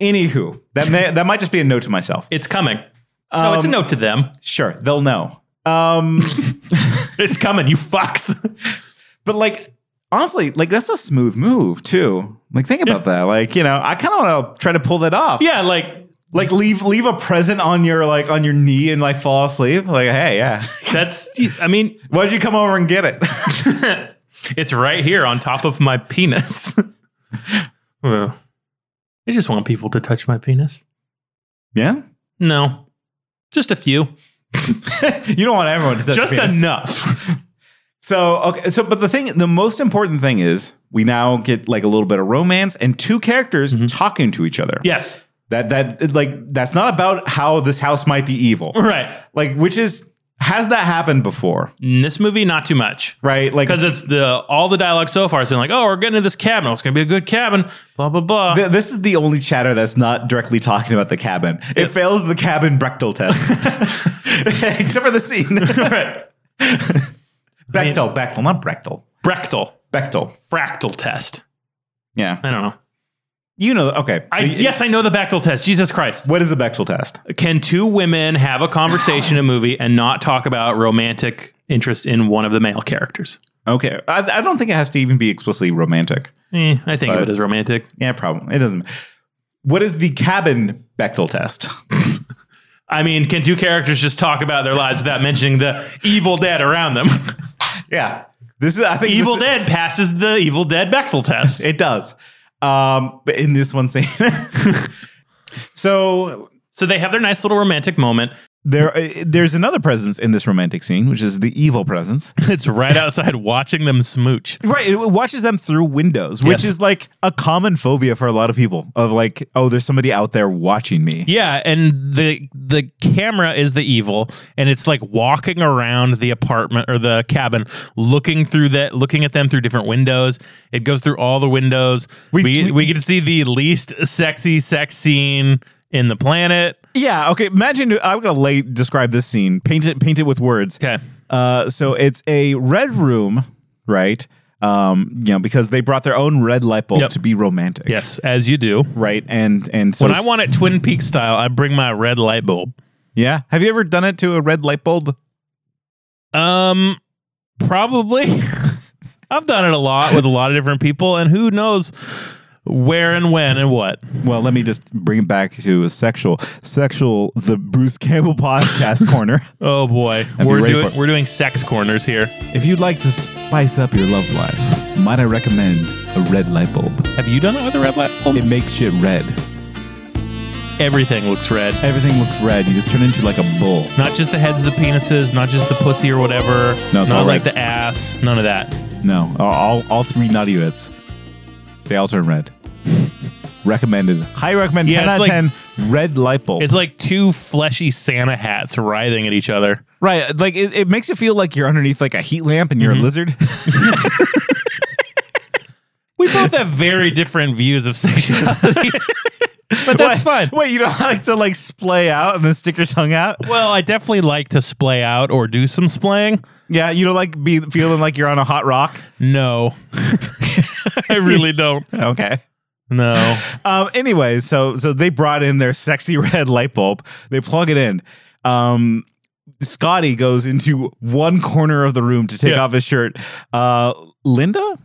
[SPEAKER 2] Anywho, that may, that might just be a note to myself.
[SPEAKER 1] it's coming. no, it's a
[SPEAKER 2] Um,
[SPEAKER 1] note to them.
[SPEAKER 2] Sure, they'll know. Um,
[SPEAKER 1] It's coming, you fucks.
[SPEAKER 2] but like honestly, like that's a smooth move too. Like think about that. Like you know, I kind of want to try to pull that off.
[SPEAKER 1] yeah, like
[SPEAKER 2] Like leave leave a present on your like on your knee and like fall asleep. Like hey yeah,
[SPEAKER 1] that's. I mean,
[SPEAKER 2] why'd you come over and get it?
[SPEAKER 1] it's right here on top of my penis. well, I just want people to touch my penis.
[SPEAKER 2] yeah,
[SPEAKER 1] No, just a few,
[SPEAKER 2] you don't want everyone to touch
[SPEAKER 1] just
[SPEAKER 2] your penis.
[SPEAKER 1] enough.
[SPEAKER 2] So okay, so but the thing, the most important thing is we now get like a little bit of romance and two characters
[SPEAKER 1] Mm-hmm.
[SPEAKER 2] talking to each other.
[SPEAKER 1] yes,
[SPEAKER 2] That that like that's not about how this house might be evil.
[SPEAKER 1] right.
[SPEAKER 2] Like which is has that happened before?
[SPEAKER 1] In this movie, not too much.
[SPEAKER 2] Right? Like
[SPEAKER 1] Because it's the all the dialogue so far has been like, oh, we're getting to this cabin. Oh, it's gonna be a good cabin. Blah blah blah.
[SPEAKER 2] Th- this is the only chatter that's not directly talking about the cabin. It
[SPEAKER 1] Yes.
[SPEAKER 2] fails the cabin Brechtel test, except for the scene.
[SPEAKER 1] right.
[SPEAKER 2] Bechtel, Bechtel, not Brechtel.
[SPEAKER 1] Brechtel
[SPEAKER 2] Bechtel.
[SPEAKER 1] fractal test.
[SPEAKER 2] Yeah,
[SPEAKER 1] I don't know.
[SPEAKER 2] you know. Okay.
[SPEAKER 1] Uh, I,
[SPEAKER 2] so you-
[SPEAKER 1] yes, I know the Bechtel test. Jesus Christ.
[SPEAKER 2] What is the Bechtel test?
[SPEAKER 1] Can two women have a conversation in a movie and not talk about romantic interest in one of the male characters?
[SPEAKER 2] Okay, I, I don't think it has to even be explicitly romantic.
[SPEAKER 1] Eh, I think of
[SPEAKER 2] But-
[SPEAKER 1] it as romantic.
[SPEAKER 2] Yeah, probably it doesn't. What is the cabin Bechtel test?
[SPEAKER 1] I mean, can two characters just talk about their lives without mentioning the evil dead around them?
[SPEAKER 2] yeah, this is. I think
[SPEAKER 1] evil
[SPEAKER 2] this-
[SPEAKER 1] dead passes the evil dead Bechtel test.
[SPEAKER 2] It does. Um, but in this one scene, so
[SPEAKER 1] so they have their nice little romantic moment.
[SPEAKER 2] there uh, there's another presence in this romantic scene which is the evil presence
[SPEAKER 1] It's right outside watching them smooch.
[SPEAKER 2] right it watches them through windows which
[SPEAKER 1] Yes.
[SPEAKER 2] is like a common phobia for a lot of people of like oh there's somebody out there watching me
[SPEAKER 1] Yeah, and the the camera is the evil, and it's like walking around the apartment or the cabin, looking through that, looking at them through different windows. It goes through all the windows.
[SPEAKER 2] We-
[SPEAKER 1] We we,
[SPEAKER 2] we-
[SPEAKER 1] get to see the least sexy sex scene in the planet.
[SPEAKER 2] yeah okay imagine i'm gonna lay describe this scene paint it paint it with words
[SPEAKER 1] Okay.
[SPEAKER 2] uh so it's a red room right um you know because they brought their own red light bulb
[SPEAKER 1] Yep.
[SPEAKER 2] to be romantic
[SPEAKER 1] Yes, as you do.
[SPEAKER 2] right and and so
[SPEAKER 1] when I want it Twin Peaks style, I bring my red light bulb.
[SPEAKER 2] yeah have you ever done it to a red light bulb
[SPEAKER 1] Um, probably. I've done it a lot with a lot of different people, and who knows where and when and what.
[SPEAKER 2] Well, let me just bring it back to a sexual, sexual, the Bruce Campbell podcast corner.
[SPEAKER 1] Oh boy,
[SPEAKER 2] be
[SPEAKER 1] we're
[SPEAKER 2] ready
[SPEAKER 1] doing
[SPEAKER 2] for it.
[SPEAKER 1] we're doing sex corners here.
[SPEAKER 2] If you'd like to spice up your love life, might I recommend a red light bulb?
[SPEAKER 1] Have you done it with a red light?
[SPEAKER 2] It makes shit red.
[SPEAKER 1] Everything looks red.
[SPEAKER 2] Everything looks red. You just turn into like a bull.
[SPEAKER 1] Not just the heads, of the penises, not just the pussy or whatever.
[SPEAKER 2] No, it's
[SPEAKER 1] not
[SPEAKER 2] all
[SPEAKER 1] like
[SPEAKER 2] red.
[SPEAKER 1] the ass. None of that.
[SPEAKER 2] No, all, all, all three nutty bits. They all turn red. Recommended. High recommend.
[SPEAKER 1] Yeah,
[SPEAKER 2] 10
[SPEAKER 1] it's
[SPEAKER 2] out of
[SPEAKER 1] like-
[SPEAKER 2] 10. Red light bulb.
[SPEAKER 1] It's like two fleshy Santa hats writhing at each other.
[SPEAKER 2] right. Like it, it makes you feel like you're underneath like a heat lamp and you're
[SPEAKER 1] Mm-hmm.
[SPEAKER 2] a lizard.
[SPEAKER 1] We both have very different views of sexuality, but that's
[SPEAKER 2] Wait,
[SPEAKER 1] fine.
[SPEAKER 2] Wait, you don't like to like splay out and then stick your tongue out?
[SPEAKER 1] Well, I definitely like to splay out or do some splaying.
[SPEAKER 2] Yeah, you don't like be feeling like you're on a hot rock.
[SPEAKER 1] No, I really don't.
[SPEAKER 2] Okay.
[SPEAKER 1] No.
[SPEAKER 2] Um. Anyway, so so they brought in their sexy red light bulb. They plug it in. Um. Scotty goes into one corner of the room to take
[SPEAKER 1] Yeah.
[SPEAKER 2] off his shirt. Uh. Linda.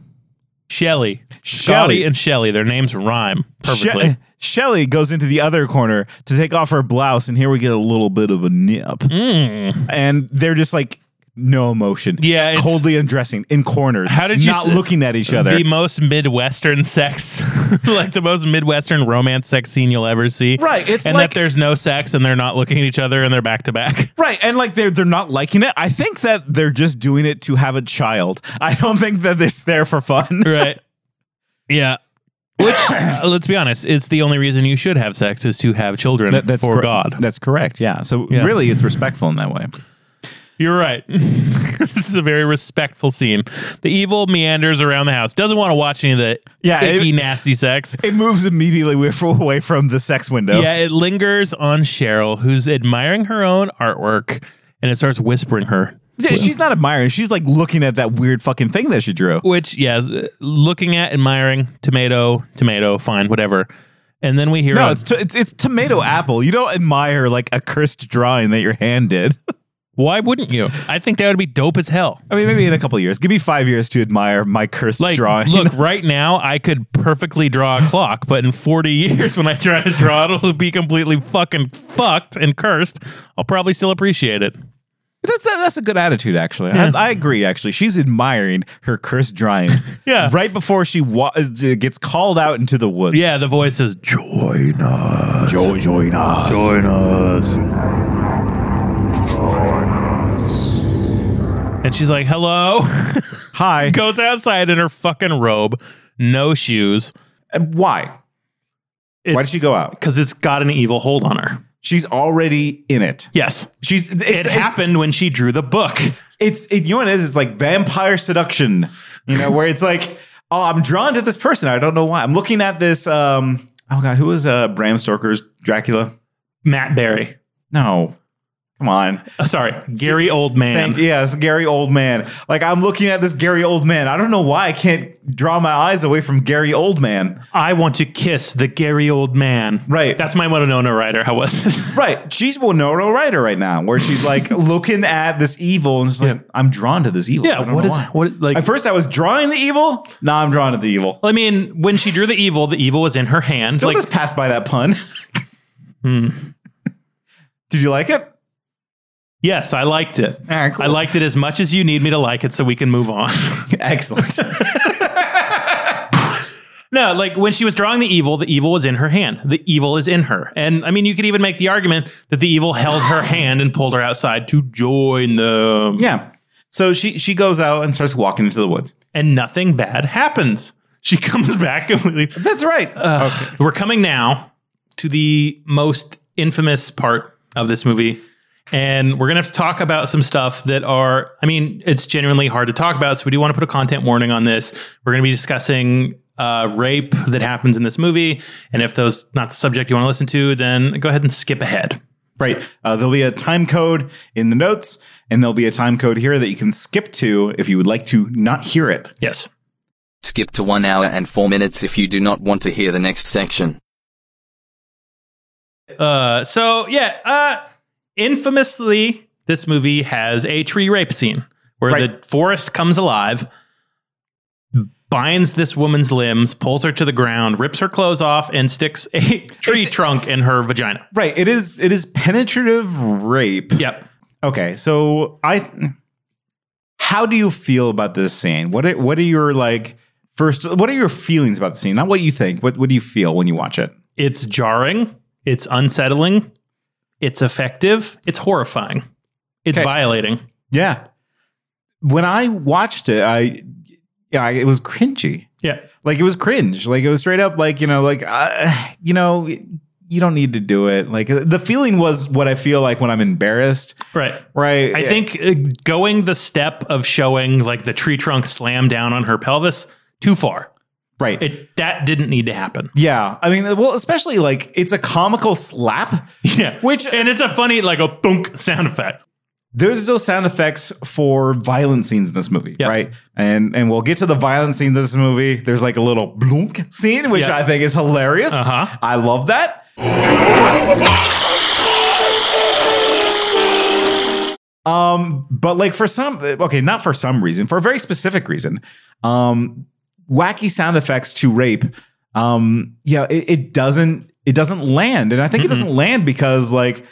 [SPEAKER 1] Shelly.
[SPEAKER 2] Shelley.
[SPEAKER 1] Scotty and Shelly, their names rhyme perfectly.
[SPEAKER 2] She- Shelly goes into the other corner to take off her blouse, and here we get a little bit of a nip. And they're just like no emotion.
[SPEAKER 1] Mm. Yeah, it's-
[SPEAKER 2] coldly undressing in corners.
[SPEAKER 1] How did you
[SPEAKER 2] not
[SPEAKER 1] s-
[SPEAKER 2] looking at each other?
[SPEAKER 1] The most midwestern sex, like the most midwestern romance sex scene you'll ever see.
[SPEAKER 2] Right, it's
[SPEAKER 1] and
[SPEAKER 2] like-
[SPEAKER 1] that there's no sex and they're not looking at each other and they're back to back.
[SPEAKER 2] Right, and like they're they're not liking it. I think that they're just doing it to have a child. I don't think that it's there for fun.
[SPEAKER 1] Right. yeah. Which, uh, let's be honest, it's the only reason you should have sex is to have children
[SPEAKER 2] That- that's
[SPEAKER 1] for
[SPEAKER 2] cor-
[SPEAKER 1] God.
[SPEAKER 2] That's correct. Yeah. So
[SPEAKER 1] Yeah.
[SPEAKER 2] really, it's respectful in that way.
[SPEAKER 1] You're right. this is a very respectful scene. The evil meanders around the house. Doesn't want to watch any of the
[SPEAKER 2] Yeah,
[SPEAKER 1] icky,
[SPEAKER 2] it-
[SPEAKER 1] nasty sex.
[SPEAKER 2] It moves immediately wi- away from the sex window.
[SPEAKER 1] Yeah, it lingers on Cheryl, who's admiring her own artwork, and it starts whispering her.
[SPEAKER 2] Yeah, she's not admiring. She's like looking at that weird fucking thing that she drew.
[SPEAKER 1] Which, yeah, is- uh, looking at, admiring, tomato, tomato, fine, whatever. And then we hear
[SPEAKER 2] No,
[SPEAKER 1] a-
[SPEAKER 2] it's, to, it's it's tomato apple. You don't admire like a cursed drawing that your hand did.
[SPEAKER 1] why wouldn't you? I think that would be dope as hell.
[SPEAKER 2] I mean, maybe in a couple years. Give me five years to admire my cursed
[SPEAKER 1] Like,
[SPEAKER 2] drawing.
[SPEAKER 1] look, right now I could perfectly draw a clock, but in 40 years when I try to draw it, it'll be completely fucking fucked and cursed. I'll probably still appreciate it.
[SPEAKER 2] That's a, that's a good attitude, actually. I, I agree. Actually, she's admiring her cursed drawing.
[SPEAKER 1] Yeah.
[SPEAKER 2] Right before she wa- uh, gets called out into the woods.
[SPEAKER 1] Yeah, the voice says, Join us.
[SPEAKER 2] Joy, join us.
[SPEAKER 1] Join us. And she's like, hello.
[SPEAKER 2] Hi.
[SPEAKER 1] Goes outside in her fucking robe, no shoes.
[SPEAKER 2] Uh, Why?
[SPEAKER 1] It's,
[SPEAKER 2] Why did she go out?
[SPEAKER 1] Because it's got an evil hold on her.
[SPEAKER 2] She's already in it.
[SPEAKER 1] Yes.
[SPEAKER 2] She's. It's,
[SPEAKER 1] It happened when she drew the book.
[SPEAKER 2] It's. It, you know what it is? It's like vampire seduction. You know, where it's like, oh, I'm drawn to this person. I don't know why. I'm looking at this. Um. Oh God, who was uh Bram Stoker's Dracula?
[SPEAKER 1] Matt Berry.
[SPEAKER 2] No. Come on.
[SPEAKER 1] Uh, sorry, Gary
[SPEAKER 2] Thank,
[SPEAKER 1] Oldman.
[SPEAKER 2] yes, Gary Oldman. Like I'm looking at this Gary Oldman. I don't know why I can't draw my eyes away from Gary Oldman.
[SPEAKER 1] I want to kiss the Gary Oldman.
[SPEAKER 2] Right.
[SPEAKER 1] That's my Winona writer. How was it?
[SPEAKER 2] Right, she's Winona Ryder right now, where she's like looking at this evil and she's like, I'm drawn to this evil. I
[SPEAKER 1] yeah.
[SPEAKER 2] don't
[SPEAKER 1] What
[SPEAKER 2] know
[SPEAKER 1] is
[SPEAKER 2] why.
[SPEAKER 1] what like?
[SPEAKER 2] At first, I was drawing the evil. Now I'm drawn to the evil.
[SPEAKER 1] I mean, when she drew the evil, the evil was in her hand.
[SPEAKER 2] Don't
[SPEAKER 1] like
[SPEAKER 2] just pass by that pun. Hmm. Did you like it?
[SPEAKER 1] Yes, I liked it.
[SPEAKER 2] All right, Ah, cool.
[SPEAKER 1] I liked it as much as you need me to like it so we can move on.
[SPEAKER 2] Excellent.
[SPEAKER 1] no, like when she was drawing the evil, the evil was in her hand. The evil is in her. And I mean, you could even make the argument that the evil held her hand and pulled her outside to join them.
[SPEAKER 2] yeah. So she she goes out and starts walking into the woods.
[SPEAKER 1] And nothing bad happens. She comes back completely.
[SPEAKER 2] That's right.
[SPEAKER 1] We're coming now to the most infamous part of this movie. And we're going to have to talk about some stuff that are, I mean, it's genuinely hard to talk about. So we do want to put a content warning on this. We're going to be discussing uh, rape that happens in this movie. And if those not the subject you want to listen to, then go ahead and skip ahead.
[SPEAKER 2] Right. Uh, there'll be a time code in the notes, and there'll be a time code here that you can skip to if you would like to not hear it.
[SPEAKER 1] Yes.
[SPEAKER 10] Skip to 1 hour and 4 minutes if you do not want to hear the next section.
[SPEAKER 1] Uh, so yeah, uh, infamously, this movie has a tree rape scene where
[SPEAKER 2] Right.
[SPEAKER 1] the forest comes alive, binds this woman's limbs, pulls her to the ground, rips her clothes off, and sticks a tree trunk in her vagina.
[SPEAKER 2] Right. It is. It is penetrative rape.
[SPEAKER 1] Yep.
[SPEAKER 2] Okay. So I. How do you feel about this scene? What are, What are your like first? What are your feelings about the scene? Not what you think. What What do you feel when you watch it?
[SPEAKER 1] It's jarring. It's unsettling. It's effective. It's horrifying. It's
[SPEAKER 2] Okay.
[SPEAKER 1] violating.
[SPEAKER 2] Yeah. When I watched it, I yeah, I, it was cringy.
[SPEAKER 1] Yeah.
[SPEAKER 2] like it was cringe like it was straight up like you know like uh, you know you don't need to do it like the feeling was what i feel like when i'm embarrassed
[SPEAKER 1] Right.
[SPEAKER 2] right
[SPEAKER 1] I think uh, going the step of showing like the tree trunk slam down on her pelvis too far.
[SPEAKER 2] right
[SPEAKER 1] It that didn't need to happen.
[SPEAKER 2] yeah i mean well especially like it's a comical slap
[SPEAKER 1] Yeah.
[SPEAKER 2] Which-
[SPEAKER 1] and it's a funny like a thunk sound effect.
[SPEAKER 2] there's no sound effects for violent scenes in this movie
[SPEAKER 1] Yeah.
[SPEAKER 2] right and and we'll get to the violent scenes in this movie there's like a little blunk scene which
[SPEAKER 1] Yeah.
[SPEAKER 2] i think is hilarious
[SPEAKER 1] Uh-huh.
[SPEAKER 2] i love that Um, but like for some, okay, not for some reason, for a very specific reason, um, wacky sound effects to rape, um, yeah, it, it doesn't, it doesn't land, and I think it doesn't land because like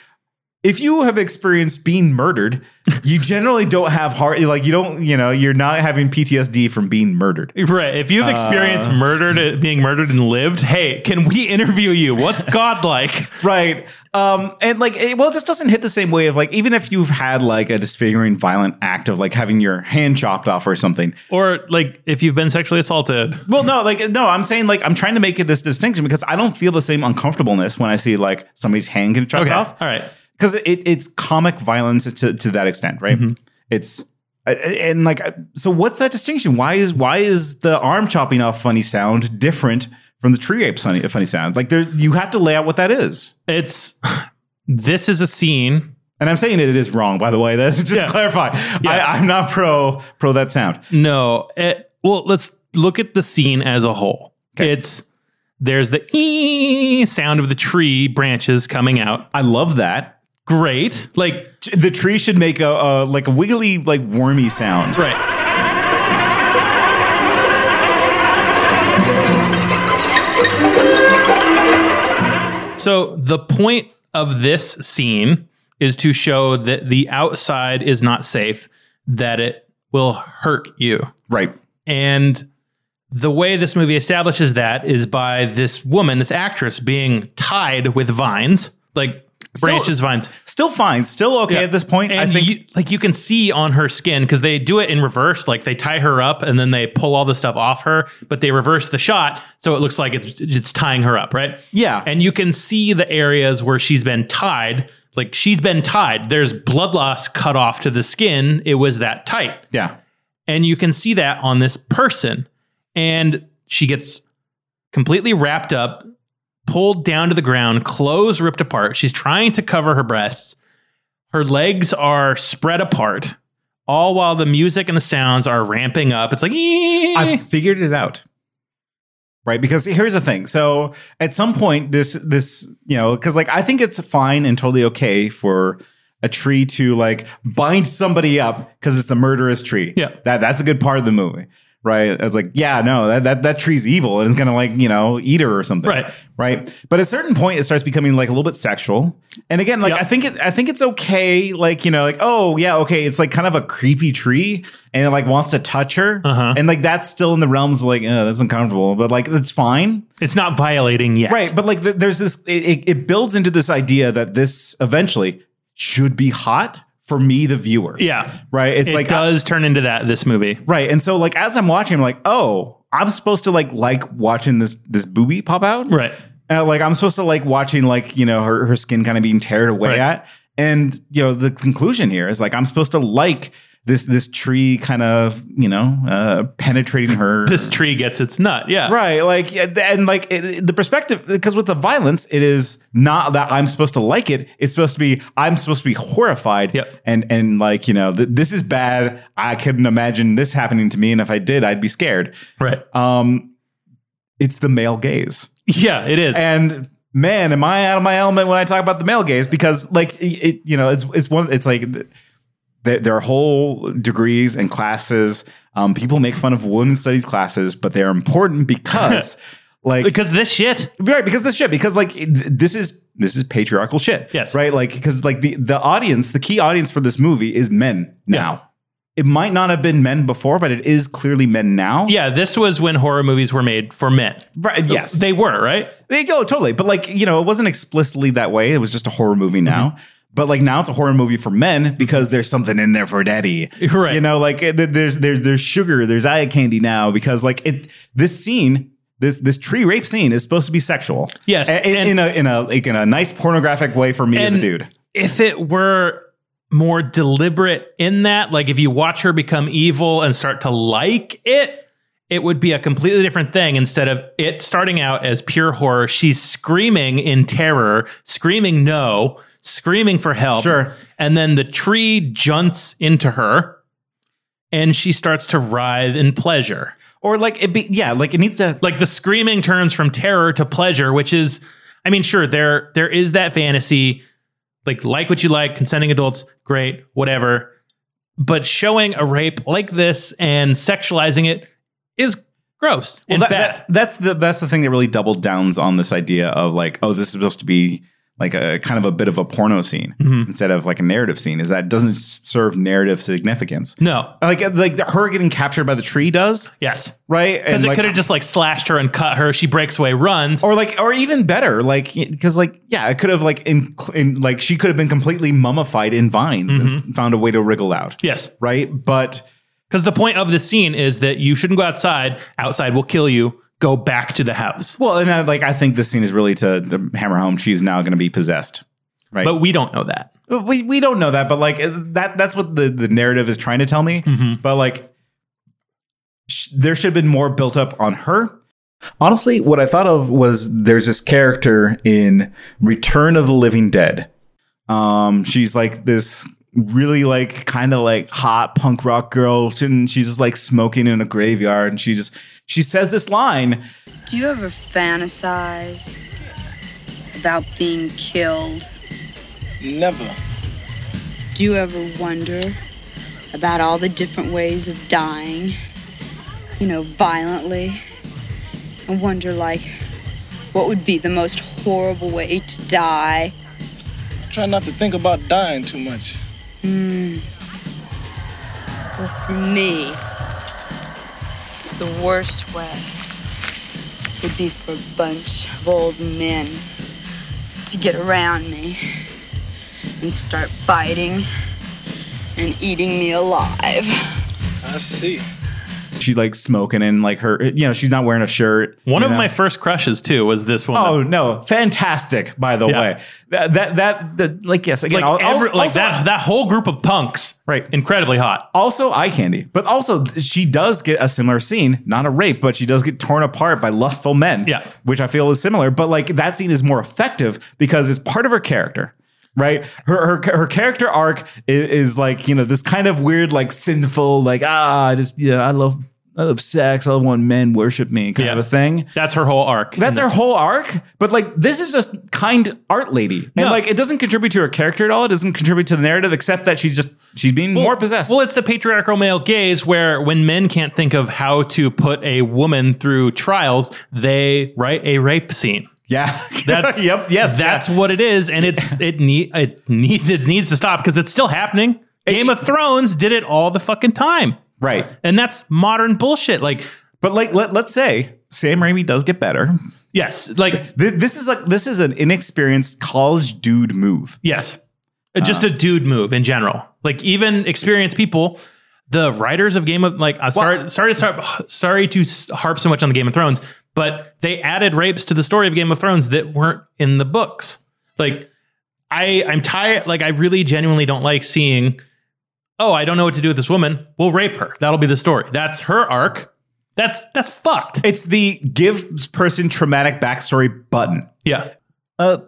[SPEAKER 2] if you have experienced being murdered, you generally don't have heart. Like you don't, you know, you're not having PTSD from being murdered.
[SPEAKER 1] Right. If you've experienced murdered, being murdered and lived, hey, can we interview you? What's God like?
[SPEAKER 2] Right. Um, and like, it, well, it just doesn't hit the same way of like, even if you've had like a disfiguring violent act of like having your hand chopped off or something.
[SPEAKER 1] Or like if you've been sexually assaulted.
[SPEAKER 2] Well, no, like, no, I'm saying like, I'm trying to make this distinction because I don't feel the same uncomfortableness when I see like somebody's hand get chopped
[SPEAKER 1] Okay.
[SPEAKER 2] off.
[SPEAKER 1] All right.
[SPEAKER 2] because it, it's comic violence to, to that extent, right?
[SPEAKER 1] Mm-hmm.
[SPEAKER 2] It's and like so, what's that distinction? Why is why is the arm chopping off funny sound different from the tree ape funny funny sound? Like there, you have to lay out what that is.
[SPEAKER 1] It's this is a scene.
[SPEAKER 2] And I'm saying it, it is wrong, by the way. That's just
[SPEAKER 1] Yeah.
[SPEAKER 2] to clarify.
[SPEAKER 1] Yeah.
[SPEAKER 2] I, I'm not pro pro that sound.
[SPEAKER 1] No. It, well, let's look at the scene as a whole. It's there's the ee sound of the tree branches coming out.
[SPEAKER 2] I love that.
[SPEAKER 1] Great. Like
[SPEAKER 2] The tree should make a, a like a wiggly, like wormy sound.
[SPEAKER 1] right. So the point of this scene is to show that the outside is not safe, that it will hurt you.
[SPEAKER 2] Right.
[SPEAKER 1] And the way this movie establishes that is by this woman, this actress, being tied with vines, like branches, vines.
[SPEAKER 2] Still fine. Still okay
[SPEAKER 1] Yeah.
[SPEAKER 2] at this point.
[SPEAKER 1] And
[SPEAKER 2] I think
[SPEAKER 1] you, like you can see on her skin because they do it in reverse. Like they tie her up and then they pull all the stuff off her, but they reverse the shot so it looks like it's it's tying her up, right?
[SPEAKER 2] Yeah.
[SPEAKER 1] And you can see the areas where she's been tied. Like she's been tied. There's blood loss cut off to the skin. It was that tight
[SPEAKER 2] yeah.
[SPEAKER 1] and you can see that on this person and she gets completely wrapped up pulled down to the ground clothes ripped apart she's trying to cover her breasts her legs are spread apart all while the music and the sounds are ramping up it's like Eh.
[SPEAKER 2] I figured it out. Right, because here's the thing. So at some point, this this you know, because like I think it's fine and totally okay for a tree to like bind somebody up because it's a murderous tree.
[SPEAKER 1] Yeah.
[SPEAKER 2] that that's a good part of the movie, right? It's like yeah, no, that that that tree's evil and it's gonna like you know eat her or something,
[SPEAKER 1] Right.
[SPEAKER 2] Right. But at a certain point, it starts becoming like a little bit sexual. And again, like
[SPEAKER 1] Yep.
[SPEAKER 2] I think it, I think it's okay. Like you know, like oh yeah, okay. It's like kind of a creepy tree, and it like wants to touch her,
[SPEAKER 1] Uh-huh.
[SPEAKER 2] and like that's still in the realms of like oh, that's uncomfortable, but like that's fine,
[SPEAKER 1] it's not violating yet
[SPEAKER 2] right? But like th- there's this, it, it, it builds into this idea that this eventually should be hot for me, the viewer.
[SPEAKER 1] yeah
[SPEAKER 2] Right. It's
[SPEAKER 1] it
[SPEAKER 2] like
[SPEAKER 1] does turn into that this movie
[SPEAKER 2] right, and so like as I'm watching, I'm like oh, I'm supposed to like like watching this this booby pop out,
[SPEAKER 1] right
[SPEAKER 2] uh, like I'm supposed to like watching like you know her her skin kind of being teared away
[SPEAKER 1] Right.
[SPEAKER 2] at, and you know the conclusion here is like I'm supposed to like this this tree kind of you know uh, penetrating her
[SPEAKER 1] this tree gets its nut yeah
[SPEAKER 2] right like and- and like it- it- the perspective because with the violence it is not that I'm supposed to like it it's supposed to be I'm supposed to be horrified
[SPEAKER 1] Yep.
[SPEAKER 2] and and like you know th- this is bad I couldn't imagine this happening to me and if I did I'd be scared
[SPEAKER 1] right
[SPEAKER 2] um it's the male gaze.
[SPEAKER 1] yeah it is
[SPEAKER 2] And man, am I out of my element when I talk about the male gaze because like it, it- you know, it's it's one it's like th- there, there are whole degrees and classes. Um, people make fun of women's studies classes, but they're important because like
[SPEAKER 1] because this shit
[SPEAKER 2] right because this shit because like th- this is this is patriarchal shit
[SPEAKER 1] Yes.
[SPEAKER 2] right like because like the the audience the key audience for this movie is men now it might not have been men before but it is clearly men now
[SPEAKER 1] yeah this was when horror movies were made for men
[SPEAKER 2] right yes
[SPEAKER 1] they were right
[SPEAKER 2] They go totally, but like you know, it wasn't explicitly that way. It was just a horror movie now.
[SPEAKER 1] Mm-hmm.
[SPEAKER 2] But like now, it's a horror movie for men because there's something in there for daddy,
[SPEAKER 1] Right.
[SPEAKER 2] You know, like it- there's there's there's sugar, there's eye candy now because like it this scene. This, this tree rape scene is supposed to be sexual.
[SPEAKER 1] Yes,
[SPEAKER 2] A- in,
[SPEAKER 1] and-
[SPEAKER 2] in a in a like in a nice pornographic way for me as a
[SPEAKER 1] And
[SPEAKER 2] dude.
[SPEAKER 1] If it were more deliberate in that, like if you watch her become evil and start to like it, it would be a completely different thing instead of it starting out as pure horror. She's screaming in terror, screaming no, screaming for help.
[SPEAKER 2] Sure.
[SPEAKER 1] And then the tree junts into her and she starts to writhe in pleasure.
[SPEAKER 2] Or like it be yeah, like it needs to
[SPEAKER 1] Like the screaming turns from terror to pleasure, which is, I mean, sure, there there is that fantasy, like like what you like, consenting adults, great, whatever. But showing a rape like this and sexualizing it is gross and
[SPEAKER 2] Well, that-
[SPEAKER 1] bad.
[SPEAKER 2] that- that's the that's the thing that really double downs on this idea of like, oh, this is supposed to be like a kind of a bit of a porno scene instead of like a narrative scene is that it doesn't serve narrative significance.
[SPEAKER 1] No.
[SPEAKER 2] Like uh, like her getting captured by the tree does,
[SPEAKER 1] Yes.
[SPEAKER 2] right?
[SPEAKER 1] Because
[SPEAKER 2] And,
[SPEAKER 1] it
[SPEAKER 2] like-
[SPEAKER 1] could have just like slashed her and cut her. She breaks away, runs.
[SPEAKER 2] or like or even better like because like yeah it could have like in, in like she could have been completely mummified in vines and s- found a way to wriggle out
[SPEAKER 1] yes.
[SPEAKER 2] right but
[SPEAKER 1] Because the point of this scene is that you shouldn't go outside. Outside will kill you. Go back to the house.
[SPEAKER 2] well and I, like i think this scene is really to, to hammer home she's now going to be possessed right
[SPEAKER 1] But we don't know that.
[SPEAKER 2] But we, we don't know that but like that that's what the, the narrative is trying to tell me but like sh- there should have been more built up on her honestly what i thought of was there's this character in return of the living dead um she's like this really like kind of like hot punk rock girl and she's just like smoking in a graveyard and she just she says this line
[SPEAKER 11] Do you ever fantasize about being killed?
[SPEAKER 12] Never.
[SPEAKER 11] Do you ever wonder about all the different ways of dying? You know, violently? And wonder, like, what would be the most horrible way to die?
[SPEAKER 12] Try not to think about dying too much.
[SPEAKER 11] Hmm. Well, for me, the worst way would be for a bunch of old men to get around me and start biting and eating me alive.
[SPEAKER 12] I see.
[SPEAKER 2] she like smoking in like her you know she's not wearing a shirt
[SPEAKER 1] One
[SPEAKER 2] you
[SPEAKER 1] of
[SPEAKER 2] know?
[SPEAKER 1] my first crushes too was this one.
[SPEAKER 2] Oh no, fantastic! By the
[SPEAKER 1] Yeah.
[SPEAKER 2] way, that, that that that like yes again
[SPEAKER 1] like
[SPEAKER 2] I'll- I'll-
[SPEAKER 1] every, like
[SPEAKER 2] also-
[SPEAKER 1] that that whole group of punks,
[SPEAKER 2] right?
[SPEAKER 1] Incredibly hot.
[SPEAKER 2] Also eye candy, but also she does get a similar scene, not a rape, but she does get torn apart by lustful men.
[SPEAKER 1] Yeah.
[SPEAKER 2] which I feel is similar, but like that scene is more effective because it's part of her character. Right, her, her her character arc is, is like you know this kind of weird like sinful like ah I just yeah I love I love sex I love when men worship me kind of a thing.
[SPEAKER 1] That's her whole arc.
[SPEAKER 2] That's her whole arc. But like, this is just kind art lady, and
[SPEAKER 1] No.
[SPEAKER 2] like, it doesn't contribute to her character at all. It doesn't contribute to the narrative, except that she's just she's being more possessed.
[SPEAKER 1] Well, it's the patriarchal male gaze where when men can't think of how to put a woman through trials, they write a rape scene.
[SPEAKER 2] Yeah.
[SPEAKER 1] That's
[SPEAKER 2] Yep, yes,
[SPEAKER 1] That's what it is and it's it need it needs it needs to stop cuz it's still happening. Game
[SPEAKER 2] e
[SPEAKER 1] of Thrones did it all the fucking time.
[SPEAKER 2] Right.
[SPEAKER 1] And that's modern bullshit like
[SPEAKER 2] But like, let, let's say Sam Raimi does get better.
[SPEAKER 1] yes, like
[SPEAKER 2] Th- this is like this is an inexperienced college dude move.
[SPEAKER 1] Yes. Uh, Just a dude move in general. Like even experienced people, the writers of Game of like I'm sorry sorry to start, sorry to s- harp so much on the Game of Thrones, but they added rapes to the story of Game of Thrones that weren't in the books. Like I I'm tired like I really genuinely don't like seeing oh, I don't know what to do with this woman. We'll rape her. That'll be the story. That's her arc. That's that's fucked.
[SPEAKER 2] It's the give person traumatic backstory button.
[SPEAKER 1] Yeah.
[SPEAKER 2] Uh,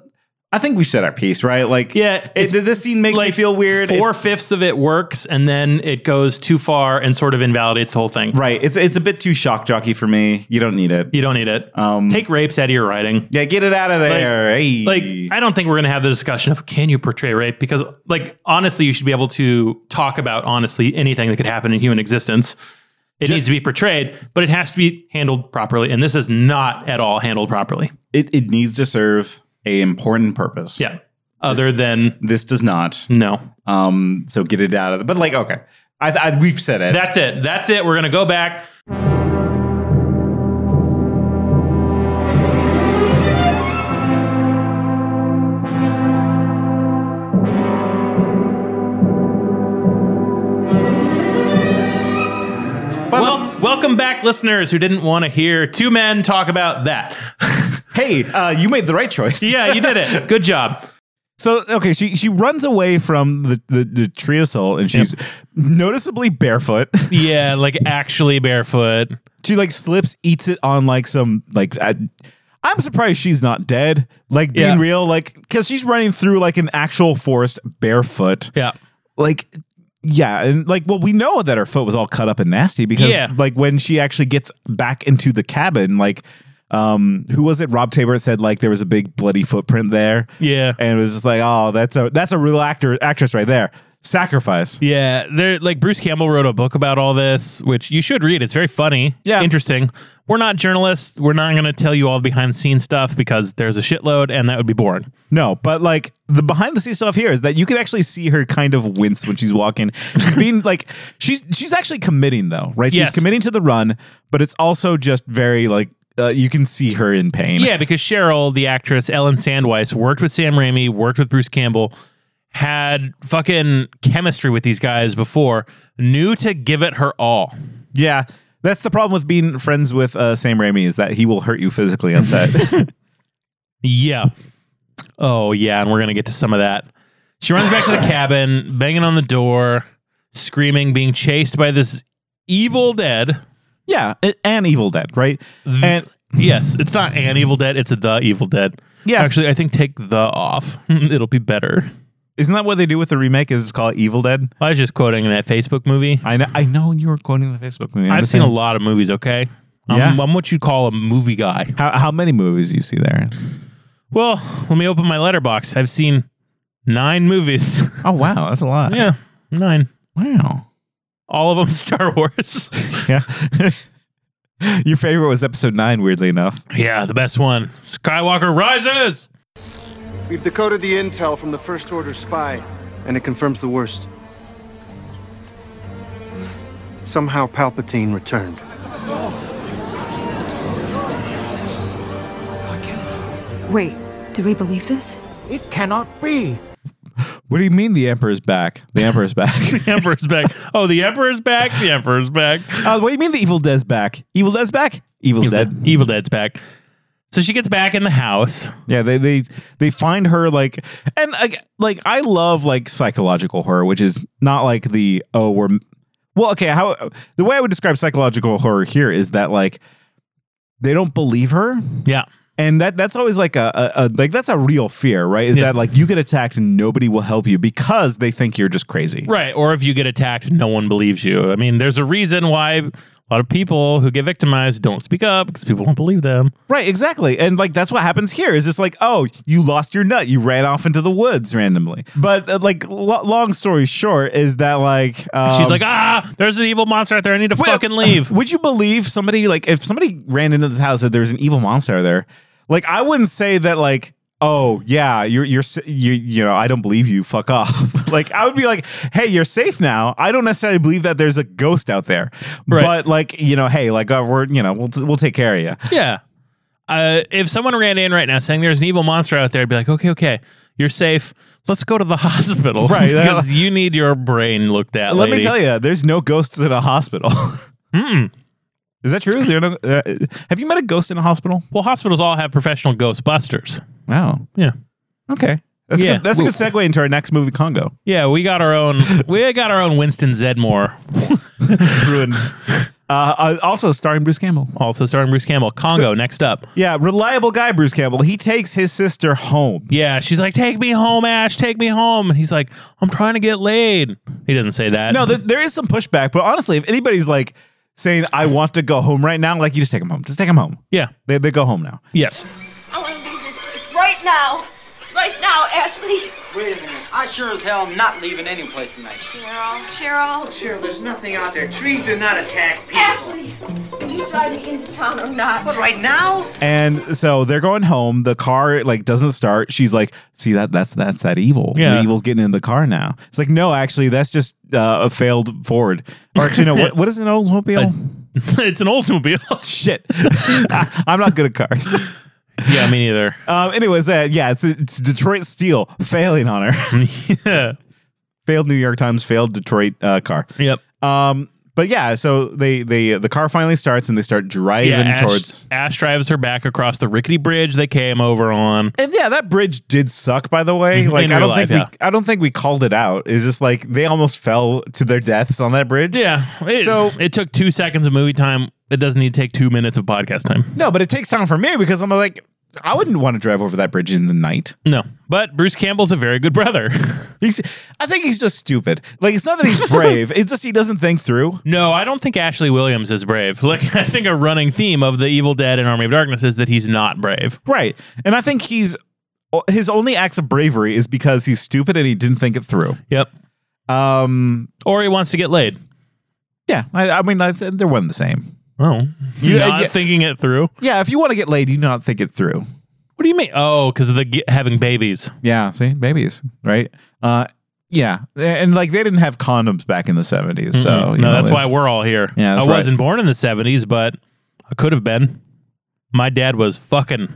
[SPEAKER 2] I think we said our piece, right? Like,
[SPEAKER 1] Yeah,
[SPEAKER 2] it, this scene makes me feel weird.
[SPEAKER 1] Four
[SPEAKER 2] It's-
[SPEAKER 1] fifths of it works, and then it goes too far and sort of invalidates the whole thing.
[SPEAKER 2] Right. It's it's a bit too shock jockey for me. You don't need it.
[SPEAKER 1] You don't need it.
[SPEAKER 2] Um,
[SPEAKER 1] Take rapes out of your writing.
[SPEAKER 2] yeah, get it out of there. hey.
[SPEAKER 1] Like, I don't think we're going to have the discussion of can you portray rape because, like, honestly, you should be able to talk about honestly anything that could happen in human existence. It needs to be portrayed, but it has to be handled properly, and this is not at all handled properly.
[SPEAKER 2] it, it needs to serve a important purpose.
[SPEAKER 1] Yeah. Other than
[SPEAKER 2] This does not.
[SPEAKER 1] no,
[SPEAKER 2] Um, so get it out of the, but like, okay. I, I, we've said it.
[SPEAKER 1] that's it. That's it. We're going to go back. Well, welcome back, listeners who didn't want to hear two men talk about that.
[SPEAKER 2] hey, uh, you made the right choice.
[SPEAKER 1] yeah, you did it. Good job.
[SPEAKER 2] So, okay. She, she runs away from the, the, the tree assault and she's noticeably barefoot.
[SPEAKER 1] Yeah, like actually barefoot.
[SPEAKER 2] she like slips, eats it on like some, like, I, I'm surprised she's not dead. Like being
[SPEAKER 1] Yeah.
[SPEAKER 2] real, like, cause she's running through like an actual forest barefoot.
[SPEAKER 1] Yeah.
[SPEAKER 2] like yeah and like well we know that her foot was all cut up and nasty because
[SPEAKER 1] Yeah.
[SPEAKER 2] like when she actually gets back into the cabin like um who was it rob tabor said like there was a big bloody footprint there
[SPEAKER 1] Yeah.
[SPEAKER 2] and it was just like oh that's a that's a real actor actress right there sacrifice.
[SPEAKER 1] Yeah, there. Like Bruce Campbell wrote a book about all this, which you should read. It's very funny.
[SPEAKER 2] Yeah.
[SPEAKER 1] interesting. We're not journalists. We're not going to tell you all the behind the scenes stuff because there's a shitload, and that would be boring.
[SPEAKER 2] No, but like the behind the scenes stuff here is that you can actually see her kind of wince when she's walking. She's being like she's she's actually committing though, right? She's
[SPEAKER 1] Yes.
[SPEAKER 2] committing to the run, but it's also just very like uh, you can see her in pain.
[SPEAKER 1] Yeah, because Cheryl, the actress Ellen Sandweiss, worked with Sam Raimi, worked with Bruce Campbell, had fucking chemistry with these guys before, knew to give it her all.
[SPEAKER 2] Yeah. That's the problem with being friends with uh, Sam Raimi is that he will hurt you physically on set.
[SPEAKER 1] Yeah. Oh, yeah. And we're going to get to some of that. She runs back to the cabin, banging on the door, screaming, being chased by this evil dead.
[SPEAKER 2] yeah, a- an Evil Dead, right? And
[SPEAKER 1] Yes, it's not an evil dead, it's the evil dead.
[SPEAKER 2] Yeah.
[SPEAKER 1] Actually, I think take the off. It'll be better.
[SPEAKER 2] isn't that what they do with the remake? Is it's called Evil Dead?
[SPEAKER 1] I was just quoting that Facebook movie.
[SPEAKER 2] I know, I know you were quoting the Facebook movie. I'm
[SPEAKER 1] I've
[SPEAKER 2] just
[SPEAKER 1] seen a
[SPEAKER 2] saying-
[SPEAKER 1] lot of movies, okay? I'm,
[SPEAKER 2] Yeah.
[SPEAKER 1] I'm what you call a movie guy.
[SPEAKER 2] How, how many movies you see there?
[SPEAKER 1] Well, let me open my letterbox. I've seen nine movies.
[SPEAKER 2] Oh wow, that's a lot.
[SPEAKER 1] yeah, nine.
[SPEAKER 2] Wow.
[SPEAKER 1] All of them Star Wars.
[SPEAKER 2] Yeah. Your favorite was episode nine, weirdly enough.
[SPEAKER 1] yeah, the best one. Skywalker Rises.
[SPEAKER 13] We've decoded the intel from the First Order spy, and it confirms the worst. Somehow Palpatine returned.
[SPEAKER 14] Wait, do we believe this?
[SPEAKER 13] It cannot be.
[SPEAKER 2] What do you mean the Emperor's back? The Emperor's back.
[SPEAKER 1] The Emperor's back. Oh, the Emperor's back. The Emperor's back.
[SPEAKER 2] uh, what do you mean the Evil Dead's back? Evil Dead's back? Evil's dead.
[SPEAKER 1] Evil Dead's back. So she gets back in the house.
[SPEAKER 2] Yeah, they they they find her like and like, like I love like psychological horror, which is not like the oh we're well okay how the way I would describe psychological horror here is that like they don't believe her
[SPEAKER 1] Yeah.
[SPEAKER 2] and that that's always like a, a, a like that's a real fear right is
[SPEAKER 1] Yeah.
[SPEAKER 2] that like you get attacked and nobody will help you because they think you're just crazy
[SPEAKER 1] Right. Or if you get attacked, no one believes you. I mean, there's a reason why a lot of people who get victimized don't speak up because people don't believe them.
[SPEAKER 2] Right, exactly. And like that's what happens here is it's like, oh, you lost your nut. You ran off into the woods randomly. But uh, like lo- long story short is that like um,
[SPEAKER 1] She's like, ah, there's an evil monster out there. I need to
[SPEAKER 2] wait,
[SPEAKER 1] fucking leave.
[SPEAKER 2] Would you believe somebody like if somebody ran into this house that there was an evil monster there? Like I wouldn't say that like Oh yeah, you're you're s- you you know I don't believe you. Fuck off. like I would be like, hey, you're safe now. I don't necessarily believe that there's a ghost out there,
[SPEAKER 1] Right.
[SPEAKER 2] but like you know, hey, like uh, we're you know we'll t- we'll take care of you.
[SPEAKER 1] Yeah. Uh, if someone ran in right now saying there's an evil monster out there, I'd be like, okay, okay, you're safe. Let's go to the hospital.
[SPEAKER 2] Right. uh,
[SPEAKER 1] Because you need your brain looked at.
[SPEAKER 2] Let me tell you, there's no ghosts in a hospital.
[SPEAKER 1] Hmm.
[SPEAKER 2] Is that true? There are no- uh, have you met a ghost in a hospital?
[SPEAKER 1] Well, hospitals all have professional ghost busters.
[SPEAKER 2] Wow.
[SPEAKER 1] Yeah.
[SPEAKER 2] Okay. That's
[SPEAKER 1] Yeah.
[SPEAKER 2] good. That's a good segue into our next movie, Congo.
[SPEAKER 1] Yeah, we got our own. we got our own Winston Zedmore,
[SPEAKER 2] Ruined. Uh, uh, also starring Bruce Campbell.
[SPEAKER 1] also starring Bruce Campbell. Congo next up.
[SPEAKER 2] Yeah, reliable guy, Bruce Campbell. He takes his sister home.
[SPEAKER 1] Yeah, she's like, "Take me home, Ash. Take me home." And he's like, "I'm trying to get laid." He doesn't say that.
[SPEAKER 2] No, there, there is some pushback, but honestly, if anybody's like saying, I want to go home right now, like you just take him home. Just take him home.
[SPEAKER 1] yeah.
[SPEAKER 2] They, they go home now.
[SPEAKER 1] Yes.
[SPEAKER 6] I want to leave this place right now. Right now, Ashley.
[SPEAKER 7] Wait a minute. I sure as hell am not leaving any place tonight.
[SPEAKER 6] Cheryl. Cheryl.
[SPEAKER 7] Cheryl, there's nothing out there. Trees do not attack people.
[SPEAKER 6] Ashley. Are you driving into town or not?
[SPEAKER 7] But right now?
[SPEAKER 2] And so they're going home. The car like doesn't start. She's like, "See that? That's that's that evil.
[SPEAKER 1] Yeah.
[SPEAKER 2] The evil's getting in the car now." It's like, no, actually, that's just uh, a failed Ford. Or actually, no. What, what is an Oldsmobile?
[SPEAKER 1] it's an Oldsmobile.
[SPEAKER 2] Shit, I, am not good at cars.
[SPEAKER 1] yeah, me neither.
[SPEAKER 2] Um, anyways, uh, yeah, it's it's Detroit Steel failing on her.
[SPEAKER 1] yeah.
[SPEAKER 2] failed New York Times, failed Detroit uh, car.
[SPEAKER 1] Yep.
[SPEAKER 2] Um, but yeah, so they they uh, the car finally starts and they start driving
[SPEAKER 1] yeah, Ash,
[SPEAKER 2] towards.
[SPEAKER 1] Ash drives her back across the rickety bridge they came over on.
[SPEAKER 2] And yeah, that bridge did suck. By the way,
[SPEAKER 1] Mhm.
[SPEAKER 2] like
[SPEAKER 1] In
[SPEAKER 2] I
[SPEAKER 1] real
[SPEAKER 2] don't
[SPEAKER 1] life,
[SPEAKER 2] think we, I don't think we called it out. It's just like they almost fell to their deaths on that bridge.
[SPEAKER 1] Yeah. It,
[SPEAKER 2] So-
[SPEAKER 1] so it took two seconds of movie time. It doesn't need to take two minutes of podcast time.
[SPEAKER 2] No, but it takes time for me because I'm like I wouldn't want to drive over that bridge in the night.
[SPEAKER 1] No. But Bruce Campbell's a very good brother.
[SPEAKER 2] He's I think he's just stupid. Like it's not that he's brave. it's just he doesn't think through.
[SPEAKER 1] no, I don't think Ashley Williams is brave. Like, I think a running theme of The Evil Dead and Army of Darkness is that he's not brave.
[SPEAKER 2] Right. And I think he's his only acts of bravery is because he's stupid and he didn't think it through.
[SPEAKER 1] Yep.
[SPEAKER 2] Um,
[SPEAKER 1] or he wants to get laid.
[SPEAKER 2] Yeah, I, I mean, I th- they're one and the same.
[SPEAKER 1] Oh,
[SPEAKER 2] You-
[SPEAKER 1] you're not
[SPEAKER 2] yeah.
[SPEAKER 1] thinking it through.
[SPEAKER 2] Yeah, if you want to get laid, you do not think it through.
[SPEAKER 1] What do you mean? Oh, because of the ge- having babies.
[SPEAKER 2] Yeah, see, babies, right? Uh, yeah, and like they didn't have condoms back in the 70s, so
[SPEAKER 1] Mm-mm.
[SPEAKER 2] you
[SPEAKER 1] no,
[SPEAKER 2] know,
[SPEAKER 1] that's why
[SPEAKER 2] there's-
[SPEAKER 1] we're all here.
[SPEAKER 2] Yeah, that's
[SPEAKER 1] I
[SPEAKER 2] right.
[SPEAKER 1] wasn't born in the '70s, but I could have been. My dad was fucking.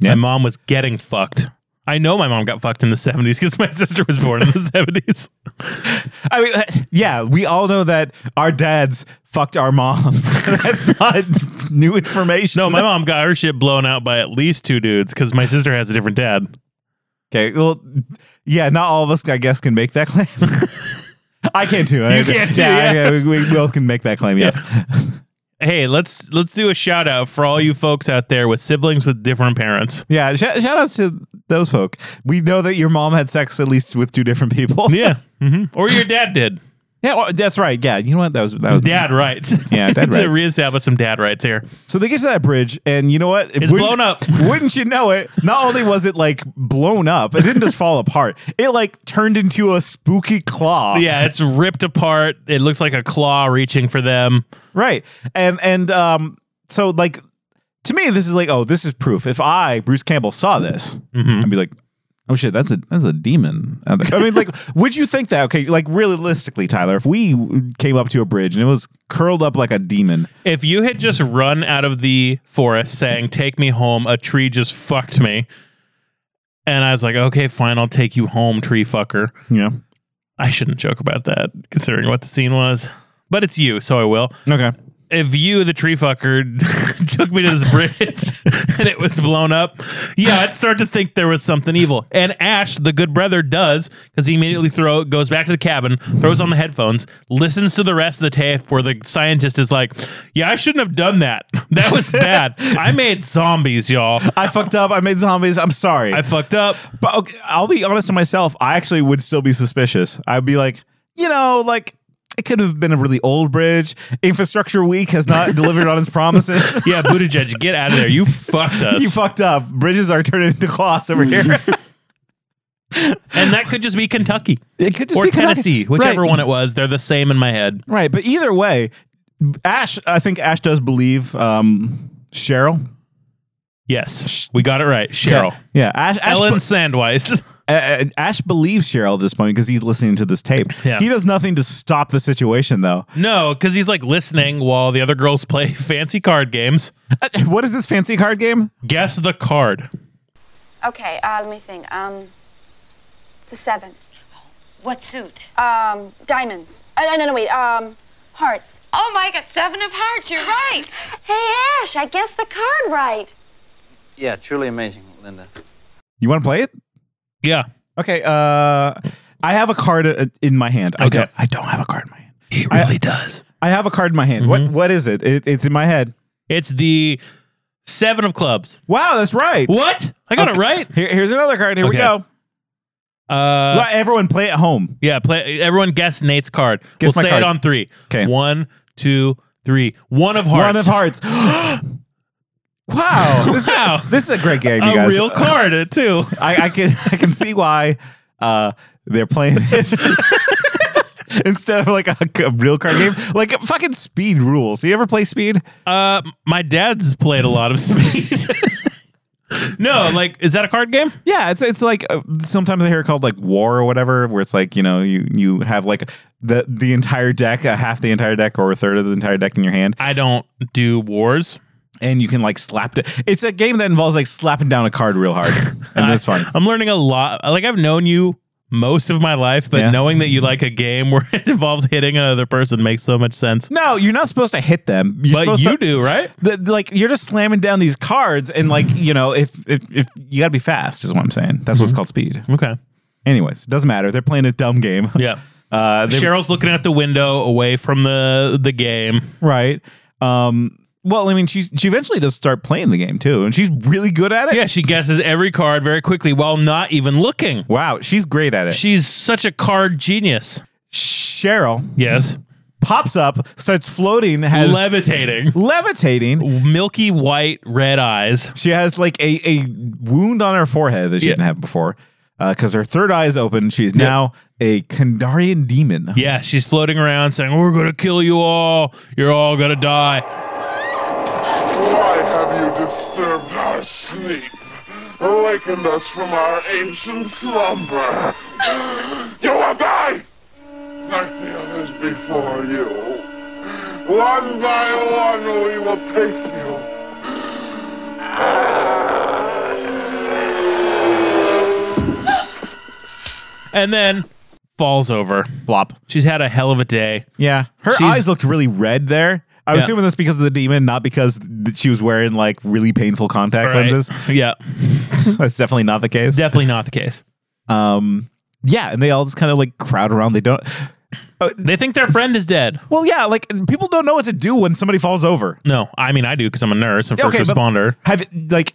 [SPEAKER 2] Yeah.
[SPEAKER 1] My mom was getting fucked. I know my mom got fucked in the '70s because my sister was born in the '70s.
[SPEAKER 2] I mean, yeah, we all know that our dads fucked our moms. That's not new information.
[SPEAKER 1] No, my mom got her shit blown out by at least two dudes because my sister has a different dad.
[SPEAKER 2] Okay, well, yeah, not all of us, I guess, can make that claim. I can too. I-
[SPEAKER 1] can too,
[SPEAKER 2] Yeah,
[SPEAKER 1] yeah.
[SPEAKER 2] I- we, we both can make that claim. Yes.
[SPEAKER 1] Hey, let's let's do a shout out for all you folks out there with siblings with different parents.
[SPEAKER 2] Yeah. Shout, shout outs to those folk. We know that your mom had sex at least with two different people.
[SPEAKER 1] Yeah. hmm
[SPEAKER 2] Mm-hmm.
[SPEAKER 1] Or your dad did.
[SPEAKER 2] Yeah. Well, that's right. Yeah. You know what? That was that was
[SPEAKER 1] Dad rights.
[SPEAKER 2] Yeah, dad
[SPEAKER 1] to
[SPEAKER 2] rights.
[SPEAKER 1] reestablish some dad rights here.
[SPEAKER 2] So they get to that bridge, and you know what?
[SPEAKER 1] It's
[SPEAKER 2] Wouldn't-
[SPEAKER 1] blown up.
[SPEAKER 2] Wouldn't you know it? Not only was it like blown up, it didn't just fall apart. It like turned into a spooky claw.
[SPEAKER 1] Yeah, it's ripped apart. It looks like a claw reaching for them.
[SPEAKER 2] Right. And and um so like to me this is like oh this is proof. If I Bruce Campbell saw this, I'd be like oh shit that's a that's a demon. out there." I mean like would you think that okay like realistically Tyler if we came up to a bridge and it was curled up like a demon.
[SPEAKER 1] If you had just run out of the forest saying, Take me home, a tree just fucked me. And I was like, Okay, fine, I'll take you home, tree fucker.
[SPEAKER 2] Yeah.
[SPEAKER 1] I shouldn't joke about that considering what the scene was, but it's you, so I will.
[SPEAKER 2] Okay.
[SPEAKER 1] If you, the tree fucker, took me to this bridge and it was blown up, yeah, I'd start to think there was something evil. And Ash, the good brother, does because he immediately throw goes back to the cabin, throws on the headphones, listens to the rest of the tape where the scientist is like, "Yeah, I shouldn't have done that. That was bad. I made zombies, y'all.
[SPEAKER 2] I fucked up. I made zombies. I'm sorry.
[SPEAKER 1] I fucked up."
[SPEAKER 2] But okay, I'll be honest to myself. I actually would still be suspicious. I'd be like, you know, like it could have been a really old bridge. Infrastructure Week has not delivered on its promises.
[SPEAKER 1] Yeah, Buttigieg, get out of there. You fucked us.
[SPEAKER 2] You fucked up. Bridges are turning into claws over here.
[SPEAKER 1] and that could just be Kentucky.
[SPEAKER 2] It could just
[SPEAKER 1] or
[SPEAKER 2] be Kentucky.
[SPEAKER 1] Tennessee, whichever
[SPEAKER 2] Right.
[SPEAKER 1] one it was. They're the same in my head.
[SPEAKER 2] right, but either way, Ash. I think Ash does believe um, Cheryl.
[SPEAKER 1] Yes, we got it right, Cheryl.
[SPEAKER 2] Okay. Yeah, Ash. Ash
[SPEAKER 1] Ellen
[SPEAKER 2] be-
[SPEAKER 1] Sandweiss.
[SPEAKER 2] uh, Ash believes Cheryl at this point because he's listening to this tape.
[SPEAKER 1] Yeah.
[SPEAKER 2] He does nothing to stop the situation, though.
[SPEAKER 1] no, because he's like listening while the other girls play fancy card games.
[SPEAKER 2] Uh, What is this fancy card game?
[SPEAKER 1] Guess the card.
[SPEAKER 15] Okay, uh, let me think. Um, it's a seven.
[SPEAKER 5] What suit?
[SPEAKER 15] Um, diamonds. Uh, no, no, no, wait. Um, hearts.
[SPEAKER 5] Oh my god, seven of hearts, you're right.
[SPEAKER 15] Hey, Ash, I guessed the card right.
[SPEAKER 7] Yeah, truly amazing, Linda.
[SPEAKER 2] You want to play it?
[SPEAKER 1] Yeah.
[SPEAKER 2] Okay. Uh, I have a card uh, in my hand. I
[SPEAKER 1] Okay.
[SPEAKER 2] don't, I don't have a card in my hand.
[SPEAKER 1] He really does.
[SPEAKER 2] I have a card in my hand.
[SPEAKER 1] Mm-hmm.
[SPEAKER 2] What What is it? it? It's in my head.
[SPEAKER 1] It's the seven of clubs.
[SPEAKER 2] Wow, that's right.
[SPEAKER 1] What? I got
[SPEAKER 2] Okay.
[SPEAKER 1] it right.
[SPEAKER 2] Here, here's another card. Here we
[SPEAKER 1] Okay.
[SPEAKER 2] go.
[SPEAKER 1] Uh,
[SPEAKER 2] Let everyone play at home.
[SPEAKER 1] yeah. Play. Everyone guess Nate's card.
[SPEAKER 2] Guess my
[SPEAKER 1] we'll say
[SPEAKER 2] card.
[SPEAKER 1] it on three.
[SPEAKER 2] 'Kay.
[SPEAKER 1] One, two, three. One of hearts.
[SPEAKER 2] One of hearts. wow. This,
[SPEAKER 1] Wow.
[SPEAKER 2] Is, this is a great game, you
[SPEAKER 1] A
[SPEAKER 2] guys.
[SPEAKER 1] real card uh, too.
[SPEAKER 2] I, I can I can see why uh, they're playing it. Instead of like a, a real card game, like fucking speed rules. You ever play speed?
[SPEAKER 1] Uh, my dad's played a lot of speed. no, like, is that a card game?
[SPEAKER 2] Yeah, it's it's like uh, sometimes I hear it called like war or whatever, where it's like you know you you have like the the entire deck, uh, half the entire deck, or a third of the entire deck in your hand,
[SPEAKER 1] I don't do wars.
[SPEAKER 2] and you can like slap it. It's a game that involves like slapping down a card real hard, and that's fun.
[SPEAKER 1] I'm learning a lot. Like, I've known you most of my life, but
[SPEAKER 2] Yeah.
[SPEAKER 1] knowing that you like a game where it involves hitting another person makes so much sense.
[SPEAKER 2] No, you're not supposed to hit them. You're
[SPEAKER 1] but
[SPEAKER 2] supposed
[SPEAKER 1] you
[SPEAKER 2] to,
[SPEAKER 1] do, right?
[SPEAKER 2] The, like you're just slamming down these cards, and like you know if if, if you got to be fast is what I'm saying. That's
[SPEAKER 1] Mhm.
[SPEAKER 2] what's called speed.
[SPEAKER 1] Okay.
[SPEAKER 2] Anyways, it doesn't matter. They're playing a dumb game.
[SPEAKER 1] Yeah.
[SPEAKER 2] Uh, they-
[SPEAKER 1] Cheryl's looking out the window away from the the game.
[SPEAKER 2] Right. Um, well, I mean, she's she eventually does start playing the game too, and she's really good at it.
[SPEAKER 1] Yeah, she guesses every card very quickly while not even looking.
[SPEAKER 2] Wow, she's great at it.
[SPEAKER 1] She's such a card genius.
[SPEAKER 2] Cheryl
[SPEAKER 1] Yes.
[SPEAKER 2] pops up, starts floating, has
[SPEAKER 1] Levitating.
[SPEAKER 2] levitating.
[SPEAKER 1] Milky white red eyes.
[SPEAKER 2] She has like a, a wound on her forehead that she
[SPEAKER 1] Yeah.
[SPEAKER 2] didn't have before. because her third eye is open. She's now a Kandarian demon.
[SPEAKER 1] Yeah, she's floating around saying, We're going to kill you all. You're all going to die.
[SPEAKER 16] Why have you disturbed our sleep? Awakened us from our ancient slumber. You will die! Like the others before you. One by one we will take you.
[SPEAKER 1] And then falls over.
[SPEAKER 2] Flop.
[SPEAKER 1] She's had a hell of a day.
[SPEAKER 2] Yeah. Her
[SPEAKER 1] She's-
[SPEAKER 2] eyes looked really red there. I'm
[SPEAKER 1] Yeah.
[SPEAKER 2] assuming that's because of the demon, not because th- she was wearing like really painful contact
[SPEAKER 1] Right.
[SPEAKER 2] lenses.
[SPEAKER 1] Yeah.
[SPEAKER 2] that's definitely not the case.
[SPEAKER 1] Definitely not the case.
[SPEAKER 2] Um, yeah, and they all just kind of like crowd around. They don't.
[SPEAKER 1] they think their friend is dead.
[SPEAKER 2] Well, yeah, like people don't know what to do when somebody falls over.
[SPEAKER 1] No, I mean, I do because I'm a nurse and
[SPEAKER 2] Yeah,
[SPEAKER 1] first
[SPEAKER 2] okay, but
[SPEAKER 1] responder.
[SPEAKER 2] Have like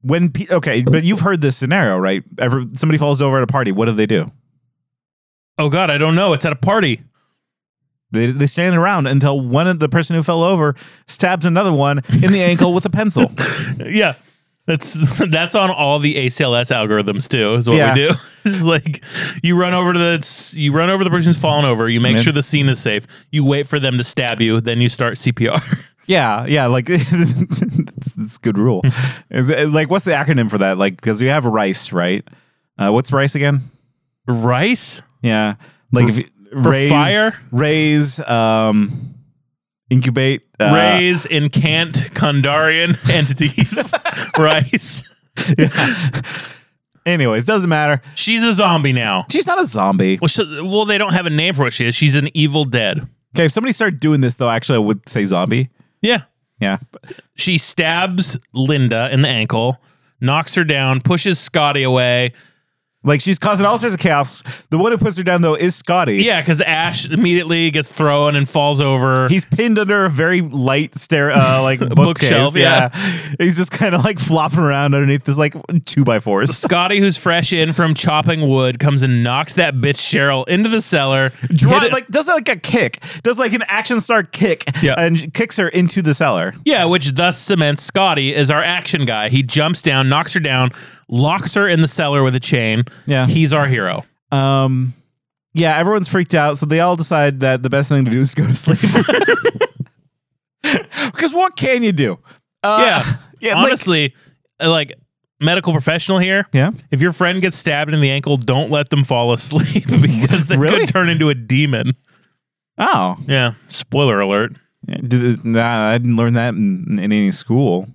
[SPEAKER 2] when pe- okay, but you've heard this scenario, right? Ever somebody falls over at a party, what do they do?
[SPEAKER 1] Oh, God, I don't know. It's at a party.
[SPEAKER 2] They they stand around until one of the person who fell over stabs another one in the ankle with a pencil.
[SPEAKER 1] yeah. That's that's on all the ACLS algorithms too. Is what
[SPEAKER 2] Yeah.
[SPEAKER 1] we do. it's like you run over to the you run over the person who's fallen over. You make
[SPEAKER 2] Man.
[SPEAKER 1] sure the scene is safe. You wait for them to stab you. Then you start CPR.
[SPEAKER 2] Yeah, yeah, like it's a good rule. Is it- like, what's the acronym for that? Like, because we have rice, right? Uh, what's rice again?
[SPEAKER 1] Rice.
[SPEAKER 2] Yeah, like if you,
[SPEAKER 1] for fire?
[SPEAKER 2] raise, um, incubate, uh,
[SPEAKER 1] Raise incant Kondarian entities. Rice.
[SPEAKER 2] Anyways, doesn't matter.
[SPEAKER 1] She's a zombie now.
[SPEAKER 2] She's not a zombie.
[SPEAKER 1] Well, she, well, they don't have a name for what she is. She's an evil dead.
[SPEAKER 2] Okay, if somebody started doing this though, actually, I would say zombie.
[SPEAKER 1] Yeah.
[SPEAKER 2] Yeah,
[SPEAKER 1] She stabs Linda in the ankle, knocks her down, pushes Scotty away.
[SPEAKER 2] like she's causing all sorts of chaos. The one who puts her down though is Scotty.
[SPEAKER 1] Yeah, because Ash immediately gets thrown and falls over.
[SPEAKER 2] He's pinned under a very light stair, uh, like bookcase.
[SPEAKER 1] Bookshelf, yeah.
[SPEAKER 2] he's just kind of like flopping around underneath this like two by fours.
[SPEAKER 1] Scotty, who's fresh in from chopping wood, comes and knocks that bitch Cheryl into the cellar.
[SPEAKER 2] Draw,
[SPEAKER 1] hit it-
[SPEAKER 2] like does like a kick, does like an action star kick,
[SPEAKER 1] Yeah.
[SPEAKER 2] and kicks her into the cellar.
[SPEAKER 1] yeah, which thus cements Scotty as our action guy. He jumps down, knocks her down, locks her in the cellar with a chain.
[SPEAKER 2] Yeah.
[SPEAKER 1] He's our hero.
[SPEAKER 2] Um, yeah, everyone's freaked out, so they all decide that the best thing to do is go to sleep. Because what can you do? Uh,
[SPEAKER 1] yeah.
[SPEAKER 2] yeah, like-
[SPEAKER 1] Honestly, uh, like, medical professional here.
[SPEAKER 2] Yeah.
[SPEAKER 1] If your friend gets stabbed in the ankle, don't let them fall asleep because they
[SPEAKER 2] Really?
[SPEAKER 1] could turn into a demon.
[SPEAKER 2] Oh,
[SPEAKER 1] Yeah. Spoiler alert.
[SPEAKER 2] Yeah, did- nah, I didn't learn that in, in any school.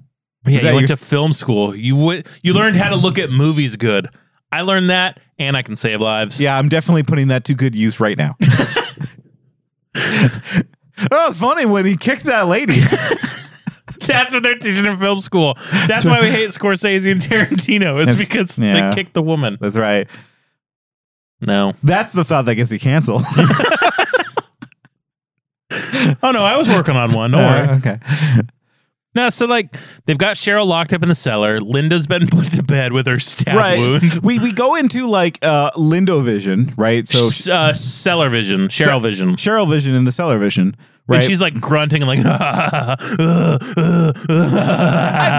[SPEAKER 1] Yeah,
[SPEAKER 2] Is that
[SPEAKER 1] you went
[SPEAKER 2] your-
[SPEAKER 1] to film school. You would you learned how to look at movies good. I learned that, and I can save lives.
[SPEAKER 2] Yeah, I'm definitely putting that to good use right now. oh, it's funny when he kicked that lady.
[SPEAKER 1] That's what they're teaching in film school. That's why we hate Scorsese and Tarantino. It's
[SPEAKER 2] It's-
[SPEAKER 1] because
[SPEAKER 2] yeah.
[SPEAKER 1] they kicked the woman.
[SPEAKER 2] That's right.
[SPEAKER 1] No.
[SPEAKER 2] That's the thought that gets you canceled.
[SPEAKER 1] Oh no, I was working on one. Don't worry.
[SPEAKER 2] Uh, okay.
[SPEAKER 1] No, so like they've got Cheryl locked up in the cellar. Linda's been put to bed with her stab
[SPEAKER 2] right.
[SPEAKER 1] wound.
[SPEAKER 2] We we go into like uh Lindo vision, right? So
[SPEAKER 1] S- uh, cellar vision, Cheryl vision.
[SPEAKER 2] Cheryl vision and the cellar vision, right?
[SPEAKER 1] And she's like grunting and like,
[SPEAKER 2] I,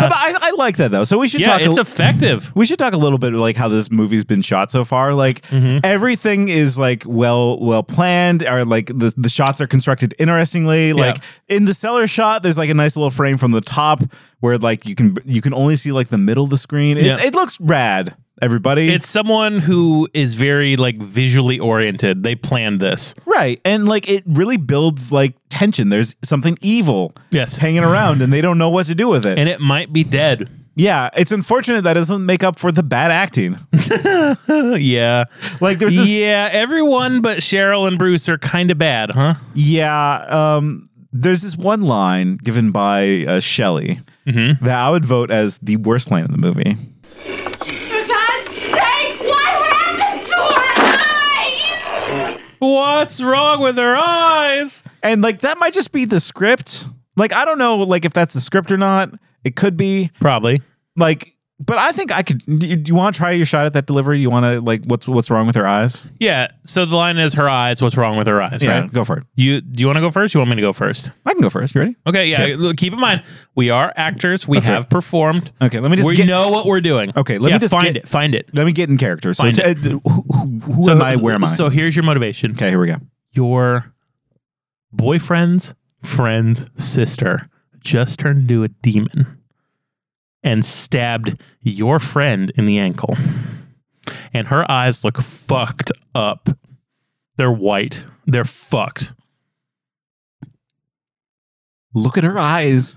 [SPEAKER 2] but I, I like that though. So we should
[SPEAKER 1] uh, yeah,
[SPEAKER 2] talk.
[SPEAKER 1] it's
[SPEAKER 2] a,
[SPEAKER 1] effective.
[SPEAKER 2] we should talk a little bit like how this movie's been shot so far. Like
[SPEAKER 1] Mm-hmm.
[SPEAKER 2] everything is like well well planned, or like the, the shots are constructed interestingly. Like in the cellar shot, there's like a nice little frame from the top where like you can you can only see like the middle of the screen. It,
[SPEAKER 1] Yeah.
[SPEAKER 2] it looks rad. Everybody,
[SPEAKER 1] It's someone who is very like visually oriented. They planned this.
[SPEAKER 2] Right. And like it really builds like tension. There's something evil
[SPEAKER 1] Yes.
[SPEAKER 2] hanging around and they don't know what to do with it.
[SPEAKER 1] And it might be dead.
[SPEAKER 2] yeah, it's unfortunate that doesn't make up for the bad acting.
[SPEAKER 1] Uh, yeah.
[SPEAKER 2] Like there's this
[SPEAKER 1] yeah, everyone but Cheryl and Bruce are kind of bad, huh?
[SPEAKER 2] yeah, um there's this one line given by uh, Shelley
[SPEAKER 1] Mm-hmm.
[SPEAKER 2] that I would vote as the worst line in the movie.
[SPEAKER 6] For God's sake, what happened to her eyes?
[SPEAKER 1] What's wrong with her eyes?
[SPEAKER 2] And like that might just be the script. Like I don't know like if that's the script or not. It could be
[SPEAKER 1] Probably.
[SPEAKER 2] like But I think I could. Do you, do you want to try your shot at that delivery? You want to like what's what's wrong with her eyes?
[SPEAKER 1] Yeah. So the line is her eyes. What's wrong with her eyes?
[SPEAKER 2] Yeah,
[SPEAKER 1] right?
[SPEAKER 2] go for it.
[SPEAKER 1] You do you want to go first? You want me to go first?
[SPEAKER 2] I can go first. You ready?
[SPEAKER 1] Okay. Yeah. Look, keep in mind, we are actors. We
[SPEAKER 2] That's
[SPEAKER 1] have
[SPEAKER 2] right.
[SPEAKER 1] performed.
[SPEAKER 2] Okay, let me just
[SPEAKER 1] We
[SPEAKER 2] get-
[SPEAKER 1] know what we're doing.
[SPEAKER 2] Okay, let
[SPEAKER 1] Yeah,
[SPEAKER 2] me just
[SPEAKER 1] find
[SPEAKER 2] get-
[SPEAKER 1] it. Find it.
[SPEAKER 2] Let me get in character. So
[SPEAKER 1] Find
[SPEAKER 2] t-
[SPEAKER 1] it.
[SPEAKER 2] uh, who, who, who
[SPEAKER 1] So-
[SPEAKER 2] am I? Where am I?
[SPEAKER 1] So here's your motivation.
[SPEAKER 2] okay, here we go.
[SPEAKER 1] Your boyfriend's friend's sister just turned into a demon and stabbed your friend in the ankle. And her eyes look fucked up. They're white. They're fucked.
[SPEAKER 2] Look at her eyes.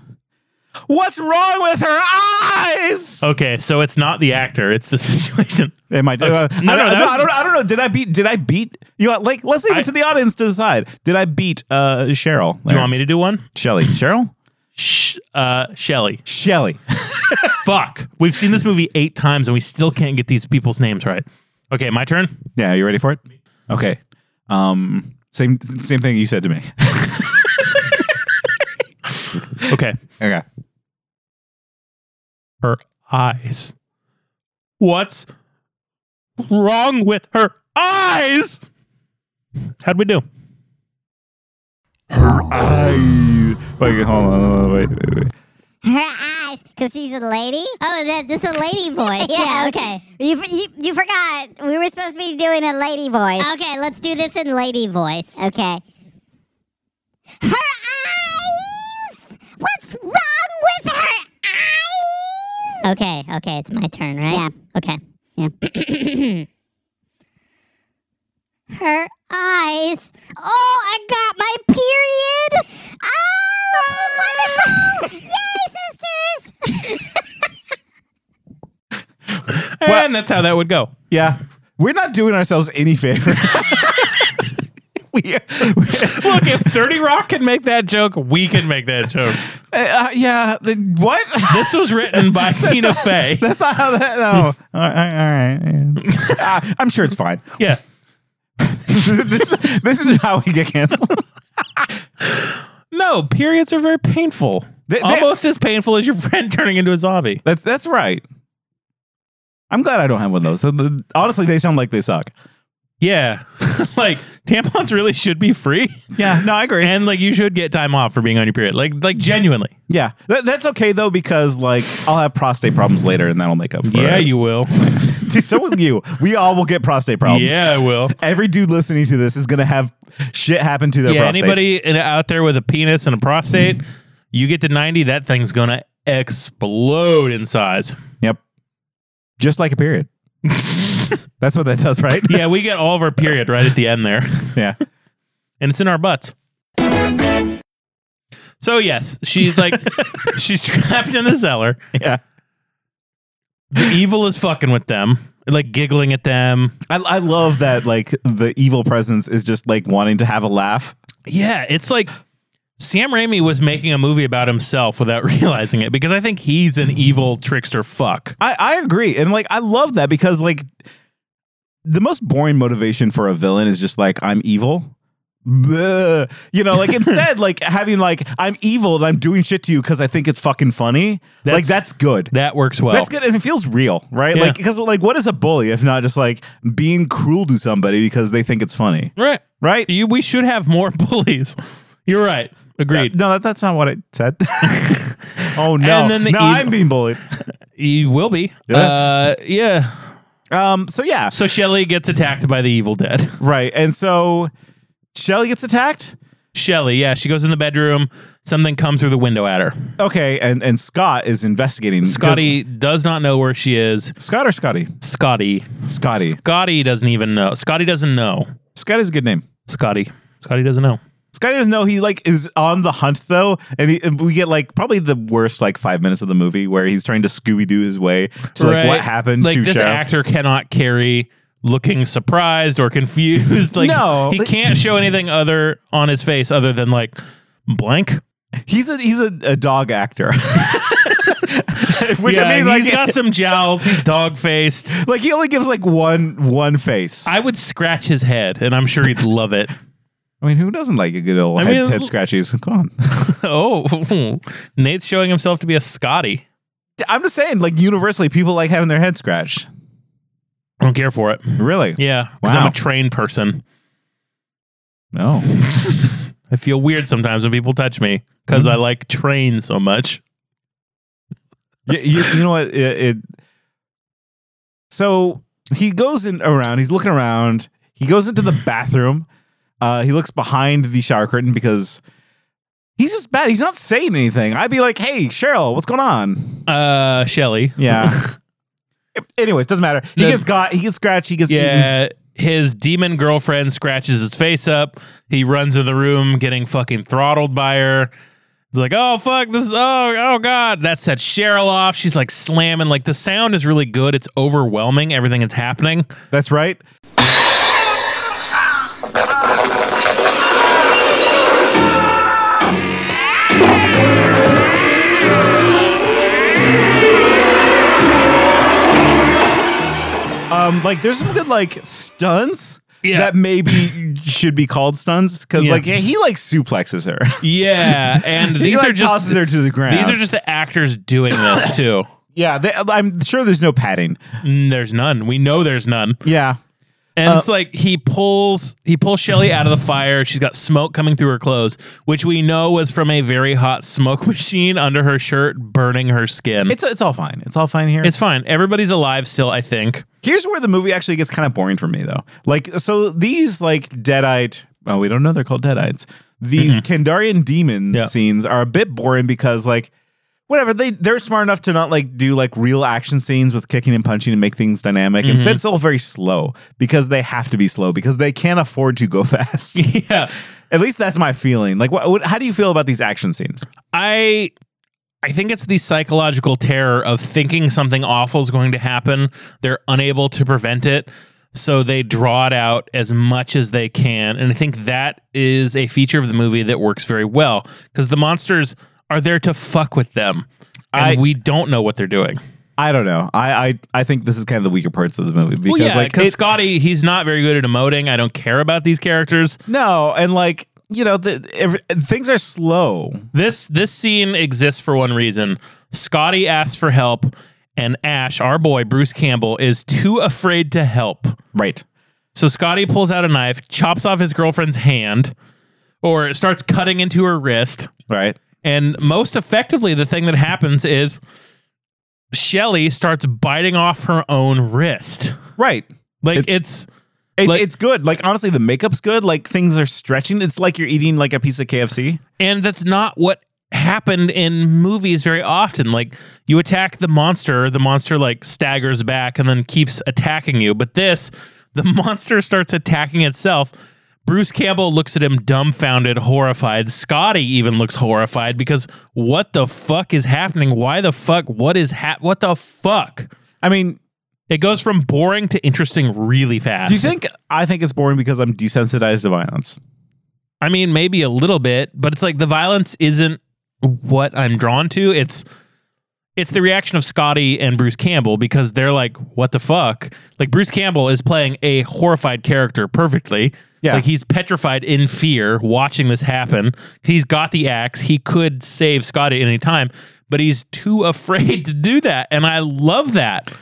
[SPEAKER 2] What's wrong with her eyes?
[SPEAKER 1] Okay, so it's not the actor, it's the situation.
[SPEAKER 2] Am I?
[SPEAKER 1] Okay.
[SPEAKER 2] uh,
[SPEAKER 1] No, no,
[SPEAKER 2] I, don't,
[SPEAKER 1] that
[SPEAKER 2] no,
[SPEAKER 1] was-
[SPEAKER 2] I don't. I don't know. Did I beat? Did I beat? You know, like let's leave
[SPEAKER 1] I-
[SPEAKER 2] it to the audience to decide. Did I beat uh, Cheryl?
[SPEAKER 1] Do you want me to do one?
[SPEAKER 2] Shelly. Cheryl.
[SPEAKER 1] Sh- uh, Shelly.
[SPEAKER 2] Shelly.
[SPEAKER 1] Fuck. We've seen this movie eight times and we still can't get these people's names right. Okay, my turn.
[SPEAKER 2] Yeah. You ready for it? Okay. Um. Same. Same thing you said to me.
[SPEAKER 1] Okay.
[SPEAKER 2] okay.
[SPEAKER 1] Her eyes. What's wrong with her eyes? How'd we do?
[SPEAKER 2] I. Wait. Hold on. hold on, Wait. Wait. wait.
[SPEAKER 17] Her eyes, because she's a lady? Oh, that, that's a lady voice. yeah, okay.
[SPEAKER 18] You, f- you you forgot we were supposed to be doing a lady voice.
[SPEAKER 17] Okay, let's do this in lady voice.
[SPEAKER 18] Okay. Her eyes. What's wrong with her
[SPEAKER 17] Okay, okay, it's my turn, right? Yeah. Okay. Yeah. Her eyes. Oh, I got my period. Oh, wonderful. Yay, sisters.
[SPEAKER 1] And that's how that would go.
[SPEAKER 2] Yeah. We're not doing ourselves any favors.
[SPEAKER 1] Look, if 30 Rock can make that joke, we can make that joke.
[SPEAKER 2] Uh, yeah. The, what?
[SPEAKER 1] This was written by
[SPEAKER 2] That's
[SPEAKER 1] Tina
[SPEAKER 2] not-
[SPEAKER 1] Fey.
[SPEAKER 2] That's not how that. No. all right. All right yeah. Uh, I'm sure it's fine.
[SPEAKER 1] Yeah.
[SPEAKER 2] this, this is how we get canceled.
[SPEAKER 1] No, periods are very painful.
[SPEAKER 2] They- they-
[SPEAKER 1] Almost as painful as your friend turning into a zombie.
[SPEAKER 2] That's that's right. I'm glad I don't have one of those. So the- honestly, they sound like they suck.
[SPEAKER 1] Yeah. like tampons really should be free.
[SPEAKER 2] Yeah, no, I agree.
[SPEAKER 1] And like you should get time off for being on your period. Like like genuinely.
[SPEAKER 2] Yeah, That- that's okay though because like I'll have prostate problems later, and that'll make up for
[SPEAKER 1] Yeah,
[SPEAKER 2] it.
[SPEAKER 1] you will.
[SPEAKER 2] so will you. We all will get prostate problems.
[SPEAKER 1] Yeah, I will.
[SPEAKER 2] Every dude listening to this is gonna have shit happen to their
[SPEAKER 1] Yeah,
[SPEAKER 2] prostate.
[SPEAKER 1] anybody in, out there with a penis and a prostate, you get to 90, that thing's going to explode in size.
[SPEAKER 2] Yep. Just like a period. that's what that does, right?
[SPEAKER 1] Yeah, we get all of our period right at the end there.
[SPEAKER 2] Yeah.
[SPEAKER 1] and it's in our butts. So yes, she's like she's trapped in the cellar.
[SPEAKER 2] Yeah.
[SPEAKER 1] The evil is fucking with them, like giggling at them.
[SPEAKER 2] I, I love that like the evil presence is just like wanting to have a laugh.
[SPEAKER 1] Yeah, it's like Sam Raimi was making a movie about himself without realizing it because I think he's an evil trickster fuck.
[SPEAKER 2] I, I agree. And like I love that because like the most boring motivation for a villain is just like I'm evil. Bleh. You know, like instead, like having like I'm evil and I'm doing shit to you because I think it's fucking funny. like
[SPEAKER 1] That's-
[SPEAKER 2] that's oh. good.
[SPEAKER 1] That works well.
[SPEAKER 2] That's good, and it feels real, right?
[SPEAKER 1] Yeah.
[SPEAKER 2] Like, because like, what is a bully if not just like being cruel to somebody because they think it's funny,
[SPEAKER 1] Right.
[SPEAKER 2] right?
[SPEAKER 1] You we should have more bullies. You're right. Agreed.
[SPEAKER 2] No, that, that's not what I said. oh no!
[SPEAKER 1] And then the
[SPEAKER 2] no,
[SPEAKER 1] evil-
[SPEAKER 2] I'm being bullied.
[SPEAKER 1] You will be.
[SPEAKER 2] Yeah.
[SPEAKER 1] Uh yeah.
[SPEAKER 2] Um. So yeah.
[SPEAKER 1] So Shelly gets attacked by the evil dead.
[SPEAKER 2] Right. And so Shelly gets attacked.
[SPEAKER 1] Shelly, yeah, she goes in the bedroom, something comes through the window at her.
[SPEAKER 2] Okay. And and Scott is investigating.
[SPEAKER 1] Scotty does not know where she is.
[SPEAKER 2] Scott or Scotty?
[SPEAKER 1] Scotty.
[SPEAKER 2] Scotty.
[SPEAKER 1] Scotty doesn't even know. Scotty doesn't know.
[SPEAKER 2] Scotty's a good name.
[SPEAKER 1] Scotty. Scotty doesn't know.
[SPEAKER 2] Scotty doesn't know he like is on the hunt though, and he, and we get like probably the worst like five minutes of the movie where he's trying to Scooby Doo his way to like what
[SPEAKER 1] Right?
[SPEAKER 2] happened
[SPEAKER 1] Like
[SPEAKER 2] to
[SPEAKER 1] this
[SPEAKER 2] Sheriff.
[SPEAKER 1] actor cannot carry looking surprised or confused. Like
[SPEAKER 2] No.
[SPEAKER 1] he can't show anything other on his face other than like blank.
[SPEAKER 2] He's a he's a, a dog actor. Which
[SPEAKER 1] yeah,
[SPEAKER 2] I mean, like,
[SPEAKER 1] he's got some jowls. He's dog faced.
[SPEAKER 2] like he only gives like one one face. I,
[SPEAKER 1] I would scratch his head, and I'm sure he'd love it.
[SPEAKER 2] mean, who doesn't like a good old
[SPEAKER 1] I
[SPEAKER 2] head,
[SPEAKER 1] mean,
[SPEAKER 2] head scratchies? Come on,
[SPEAKER 1] oh, Nate's showing himself to be a Scotty.
[SPEAKER 2] I'm just saying, like universally, people like having their head scratched.
[SPEAKER 1] I don't care for it.
[SPEAKER 2] Really?
[SPEAKER 1] Yeah. Because I'm a trained person.
[SPEAKER 2] No.
[SPEAKER 1] I feel weird sometimes when people touch me because I like train so much.
[SPEAKER 2] you, you, you know what? It, it. So he goes in around. He's looking around. He goes into the bathroom. Uh, he looks behind the shower curtain because he's just bad. He's not saying anything. I'd be like, "Hey, Cheryl, what's going on?"
[SPEAKER 1] Uh, Shelly.
[SPEAKER 2] Yeah. Anyways, doesn't matter. He
[SPEAKER 1] The-
[SPEAKER 2] gets got. He gets scratched. He gets eaten.
[SPEAKER 1] Yeah. His demon girlfriend scratches his face up. He runs in the room, getting fucking throttled by her. He's like, oh fuck, this is oh oh god. That set Cheryl off. She's like slamming. Like the sound is really good. It's overwhelming. Everything that's happening.
[SPEAKER 2] That's right. Um, like there's some good like stunts that maybe should be called stunts because
[SPEAKER 1] Yeah.
[SPEAKER 2] like yeah, he like suplexes her.
[SPEAKER 1] Yeah, and
[SPEAKER 2] He,
[SPEAKER 1] these
[SPEAKER 2] like,
[SPEAKER 1] are just
[SPEAKER 2] tosses her to the ground.
[SPEAKER 1] These are just the actors doing this too.
[SPEAKER 2] yeah, they, I'm sure there's no padding.
[SPEAKER 1] Mm, There's none. We know there's none.
[SPEAKER 2] Yeah.
[SPEAKER 1] And
[SPEAKER 2] Uh,
[SPEAKER 1] it's like he pulls he pulls Shelly out of the fire. She's got smoke coming through her clothes, which we know was from a very hot smoke machine under her shirt, burning her skin.
[SPEAKER 2] It's it's all fine. It's all fine here.
[SPEAKER 1] It's fine. Everybody's alive still, I think.
[SPEAKER 2] Here's where the movie actually gets kind of boring for me, though. Like, so these like deadite. Well, we don't know they're called deadites. These
[SPEAKER 1] Mm-hmm.
[SPEAKER 2] Kandarian demon scenes are a bit boring because like. Whatever they they're smart enough to not like do like real action scenes with kicking and punching and make things dynamic. Instead,
[SPEAKER 1] Mhm.
[SPEAKER 2] it's all very slow because they have to be slow because they can't afford to go fast.
[SPEAKER 1] Yeah,
[SPEAKER 2] at least that's my feeling. Like, what, what how do you feel about these action scenes?
[SPEAKER 1] I I think it's the psychological terror of thinking something awful is going to happen. They're unable to prevent it, so they draw it out as much as they can. And I think that is a feature of the movie that works very well because the monsters are there to fuck with them. And
[SPEAKER 2] I-
[SPEAKER 1] we don't know what they're doing.
[SPEAKER 2] I don't know. I I, I think this is kind of the weaker parts of the movie because
[SPEAKER 1] Because, well, yeah,
[SPEAKER 2] like
[SPEAKER 1] because
[SPEAKER 2] it-
[SPEAKER 1] Scotty, he's not very good at emoting. I don't care about these characters.
[SPEAKER 2] No, and like you know, the, every, things are slow.
[SPEAKER 1] This this scene exists for one reason. Scotty asks for help, and Ash, our boy Bruce Campbell, is too afraid to help.
[SPEAKER 2] Right.
[SPEAKER 1] So Scotty pulls out a knife, chops off his girlfriend's hand, or starts cutting into her wrist.
[SPEAKER 2] Right.
[SPEAKER 1] And most effectively, the thing that happens is Shelly starts biting off her own wrist.
[SPEAKER 2] Right.
[SPEAKER 1] Like it's
[SPEAKER 2] It,
[SPEAKER 1] like-
[SPEAKER 2] it's good. Like honestly, the makeup's good. Like things are stretching. It's like you're eating like a piece of KFC.
[SPEAKER 1] And that's not what happened in movies very often. Like you attack the monster, the monster like staggers back and then keeps attacking you. But this, the monster starts attacking itself. Bruce Campbell looks at him dumbfounded, horrified. Scotty even looks horrified because what the fuck is happening? Why the fuck? What is ha- what the fuck?
[SPEAKER 2] I mean,
[SPEAKER 1] it goes from boring to interesting really fast.
[SPEAKER 2] Do you think I think it's boring because I'm desensitized to violence?
[SPEAKER 1] I mean, maybe a little bit, but it's like the violence isn't what I'm drawn to. It's it's the reaction of Scotty and Bruce Campbell because they're like, "What the fuck?" Like Bruce Campbell is playing a horrified character perfectly.
[SPEAKER 2] Yeah.
[SPEAKER 1] like he's petrified in fear watching this happen. He's got the axe. He could save Scotty at any time, but he's too afraid to do that. And I love that.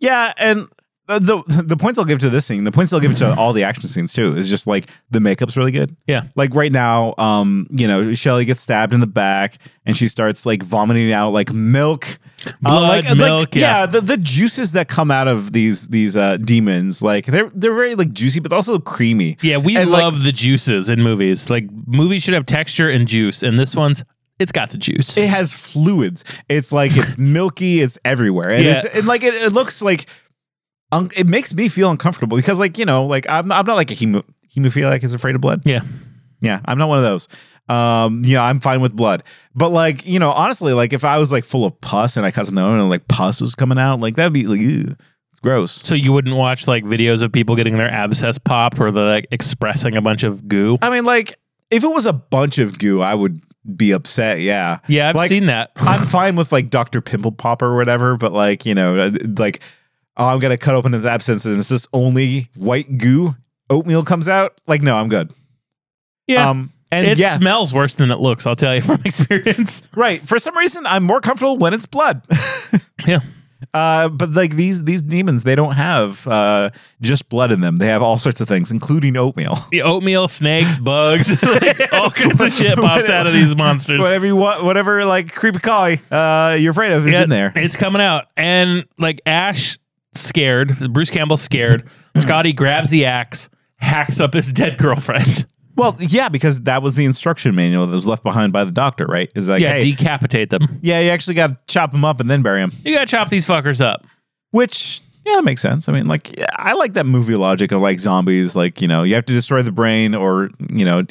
[SPEAKER 2] Yeah, and the the, the points I'll give to this scene, the points I'll give to all the action scenes too, is just like the makeup's really good.
[SPEAKER 1] Yeah.
[SPEAKER 2] Like right now, um, you know, Shelly gets stabbed in the back and she starts like vomiting out like milk.
[SPEAKER 1] Blood, milk, yeah.
[SPEAKER 2] the, the juices that come out of these these uh demons, like they're they're very like juicy, but also creamy.
[SPEAKER 1] Yeah, we
[SPEAKER 2] And, like,
[SPEAKER 1] love the juices in movies. Like movies should have texture and juice, and this one's it's got the juice.
[SPEAKER 2] it has fluids. It's like it's milky. It's everywhere, and
[SPEAKER 1] Yeah.
[SPEAKER 2] it's and like it, it looks like un- it makes me feel uncomfortable because like you know like I'm I'm not like a hemo- hemophiliac is afraid of blood.
[SPEAKER 1] Yeah,
[SPEAKER 2] yeah, I'm not one of those. Um, yeah, I'm fine with blood, but like you know, honestly, like if I was like full of pus and I cut something on and like pus was coming out, like that'd be like ew, it's gross.
[SPEAKER 1] So you wouldn't watch like videos of people getting their abscess popped or they're like expressing a bunch of goo?
[SPEAKER 2] I mean, like if it was a bunch of goo, I would be upset. Yeah,
[SPEAKER 1] Yeah, I've
[SPEAKER 2] Like, um,
[SPEAKER 1] seen that.
[SPEAKER 2] I'm fine with like Dr. Pimple Popper or whatever, but like, you know, uh, like, oh, I'm going to cut open his abscess and it's just only white goo. Oatmeal comes out. Like, no, I'm good.
[SPEAKER 1] Yeah.
[SPEAKER 2] Um, And
[SPEAKER 1] it
[SPEAKER 2] yeah.
[SPEAKER 1] smells worse than it looks. I'll tell you from experience.
[SPEAKER 2] Right. For some reason, I'm more comfortable when it's blood.
[SPEAKER 1] yeah.
[SPEAKER 2] Uh, but like these these demons, they don't have uh, just blood in them. They have all sorts of things, including oatmeal.
[SPEAKER 1] The oatmeal, snakes, bugs, like, all kinds of shit pops out of these monsters.
[SPEAKER 2] whatever you want, whatever like creepy collie uh, you're afraid of is
[SPEAKER 1] Yeah,
[SPEAKER 2] in there.
[SPEAKER 1] It's coming out. And like Ash scared, Bruce Campbell scared. Scotty grabs the axe, hacks up his dead girlfriend.
[SPEAKER 2] Well, yeah, because that was the instruction manual that was left behind by the doctor, right? Is like,
[SPEAKER 1] yeah,
[SPEAKER 2] hey,
[SPEAKER 1] decapitate them.
[SPEAKER 2] yeah, you actually got to chop them up and then bury them.
[SPEAKER 1] You gotta chop these fuckers up.
[SPEAKER 2] Which, yeah, that makes sense. I mean, like, yeah, I like that movie logic of like zombies, like you know, you have to destroy the brain or you know,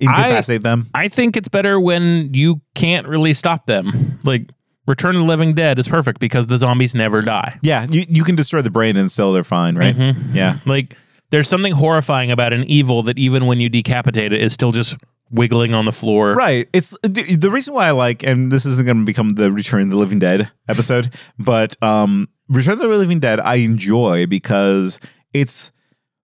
[SPEAKER 2] incapacitate them.
[SPEAKER 1] I think it's better when you can't really stop them. Like Return of the Living Dead is perfect because the zombies never die.
[SPEAKER 2] Yeah, you you can destroy the brain and still they're fine, right?
[SPEAKER 1] Mm-hmm.
[SPEAKER 2] Yeah.
[SPEAKER 1] Like there's something horrifying about an evil that even when you decapitate it is still just wiggling on the floor.
[SPEAKER 2] Right. It's d- the reason why I like, and this isn't going to become the Return of the Living Dead episode, but um, Return of the Living Dead I enjoy because it's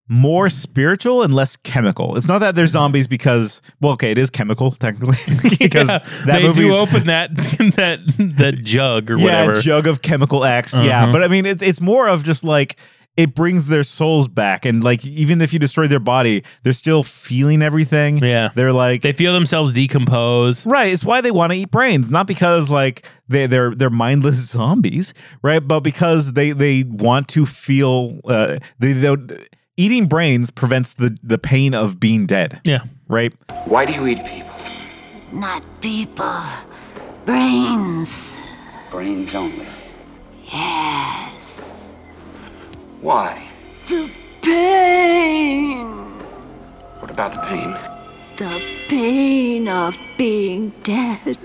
[SPEAKER 2] more spiritual and less chemical. It's not that they're zombies because, well, okay, it is chemical technically because
[SPEAKER 1] Yeah,
[SPEAKER 2] that
[SPEAKER 1] they
[SPEAKER 2] movie.
[SPEAKER 1] do open that that that jug or
[SPEAKER 2] yeah,
[SPEAKER 1] whatever.
[SPEAKER 2] jug of chemical X. Yeah,
[SPEAKER 1] Uh-huh.
[SPEAKER 2] but I mean, it's it's more of just like it brings their souls back, and like even if you destroy their body, they're still feeling everything.
[SPEAKER 1] Yeah.
[SPEAKER 2] they're like
[SPEAKER 1] They feel themselves decompose.
[SPEAKER 2] Right, it's why they want to eat brains, not because like they they're they're mindless zombies, right? But because they they want to feel uh, they, they eating brains prevents the the pain of being dead.
[SPEAKER 1] Yeah.
[SPEAKER 2] Right?
[SPEAKER 4] Why do you eat people?
[SPEAKER 6] Not people. Brains.
[SPEAKER 4] Brains only.
[SPEAKER 6] Yes.
[SPEAKER 4] Why?
[SPEAKER 6] The pain.
[SPEAKER 4] What about the pain?
[SPEAKER 6] The pain of being dead.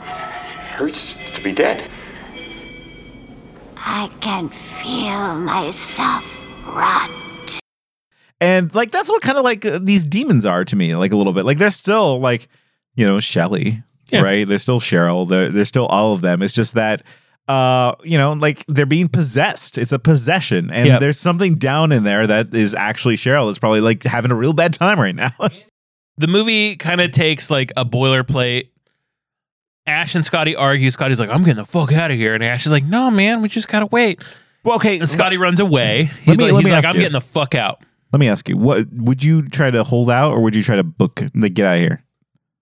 [SPEAKER 4] It hurts to be dead.
[SPEAKER 6] I can feel myself rot.
[SPEAKER 2] And like that's what kind of like uh, these demons are to me, like a little bit. Like they're still like, you know, Shelly,
[SPEAKER 1] Yeah.
[SPEAKER 2] right? They're still Cheryl, they're they're still all of them. It's just that uh, you know, like they're being possessed. It's a possession. And
[SPEAKER 1] Yep.
[SPEAKER 2] there's something down in there that is actually Cheryl. It's probably like having a real bad time right now.
[SPEAKER 1] The movie kind of takes like a boilerplate. Ash and Scotty argue. Scotty's like, "I'm getting the fuck out of here," and Ash is like, "No, man, we just gotta wait."
[SPEAKER 2] Well, okay.
[SPEAKER 1] And Scotty runs away. He-
[SPEAKER 2] Let me-
[SPEAKER 1] he's
[SPEAKER 2] let me
[SPEAKER 1] like,
[SPEAKER 2] ask
[SPEAKER 1] "I'm
[SPEAKER 2] you."
[SPEAKER 1] getting the fuck out."
[SPEAKER 2] Let me ask you, what would you try to hold out or would you try to book like get out of here?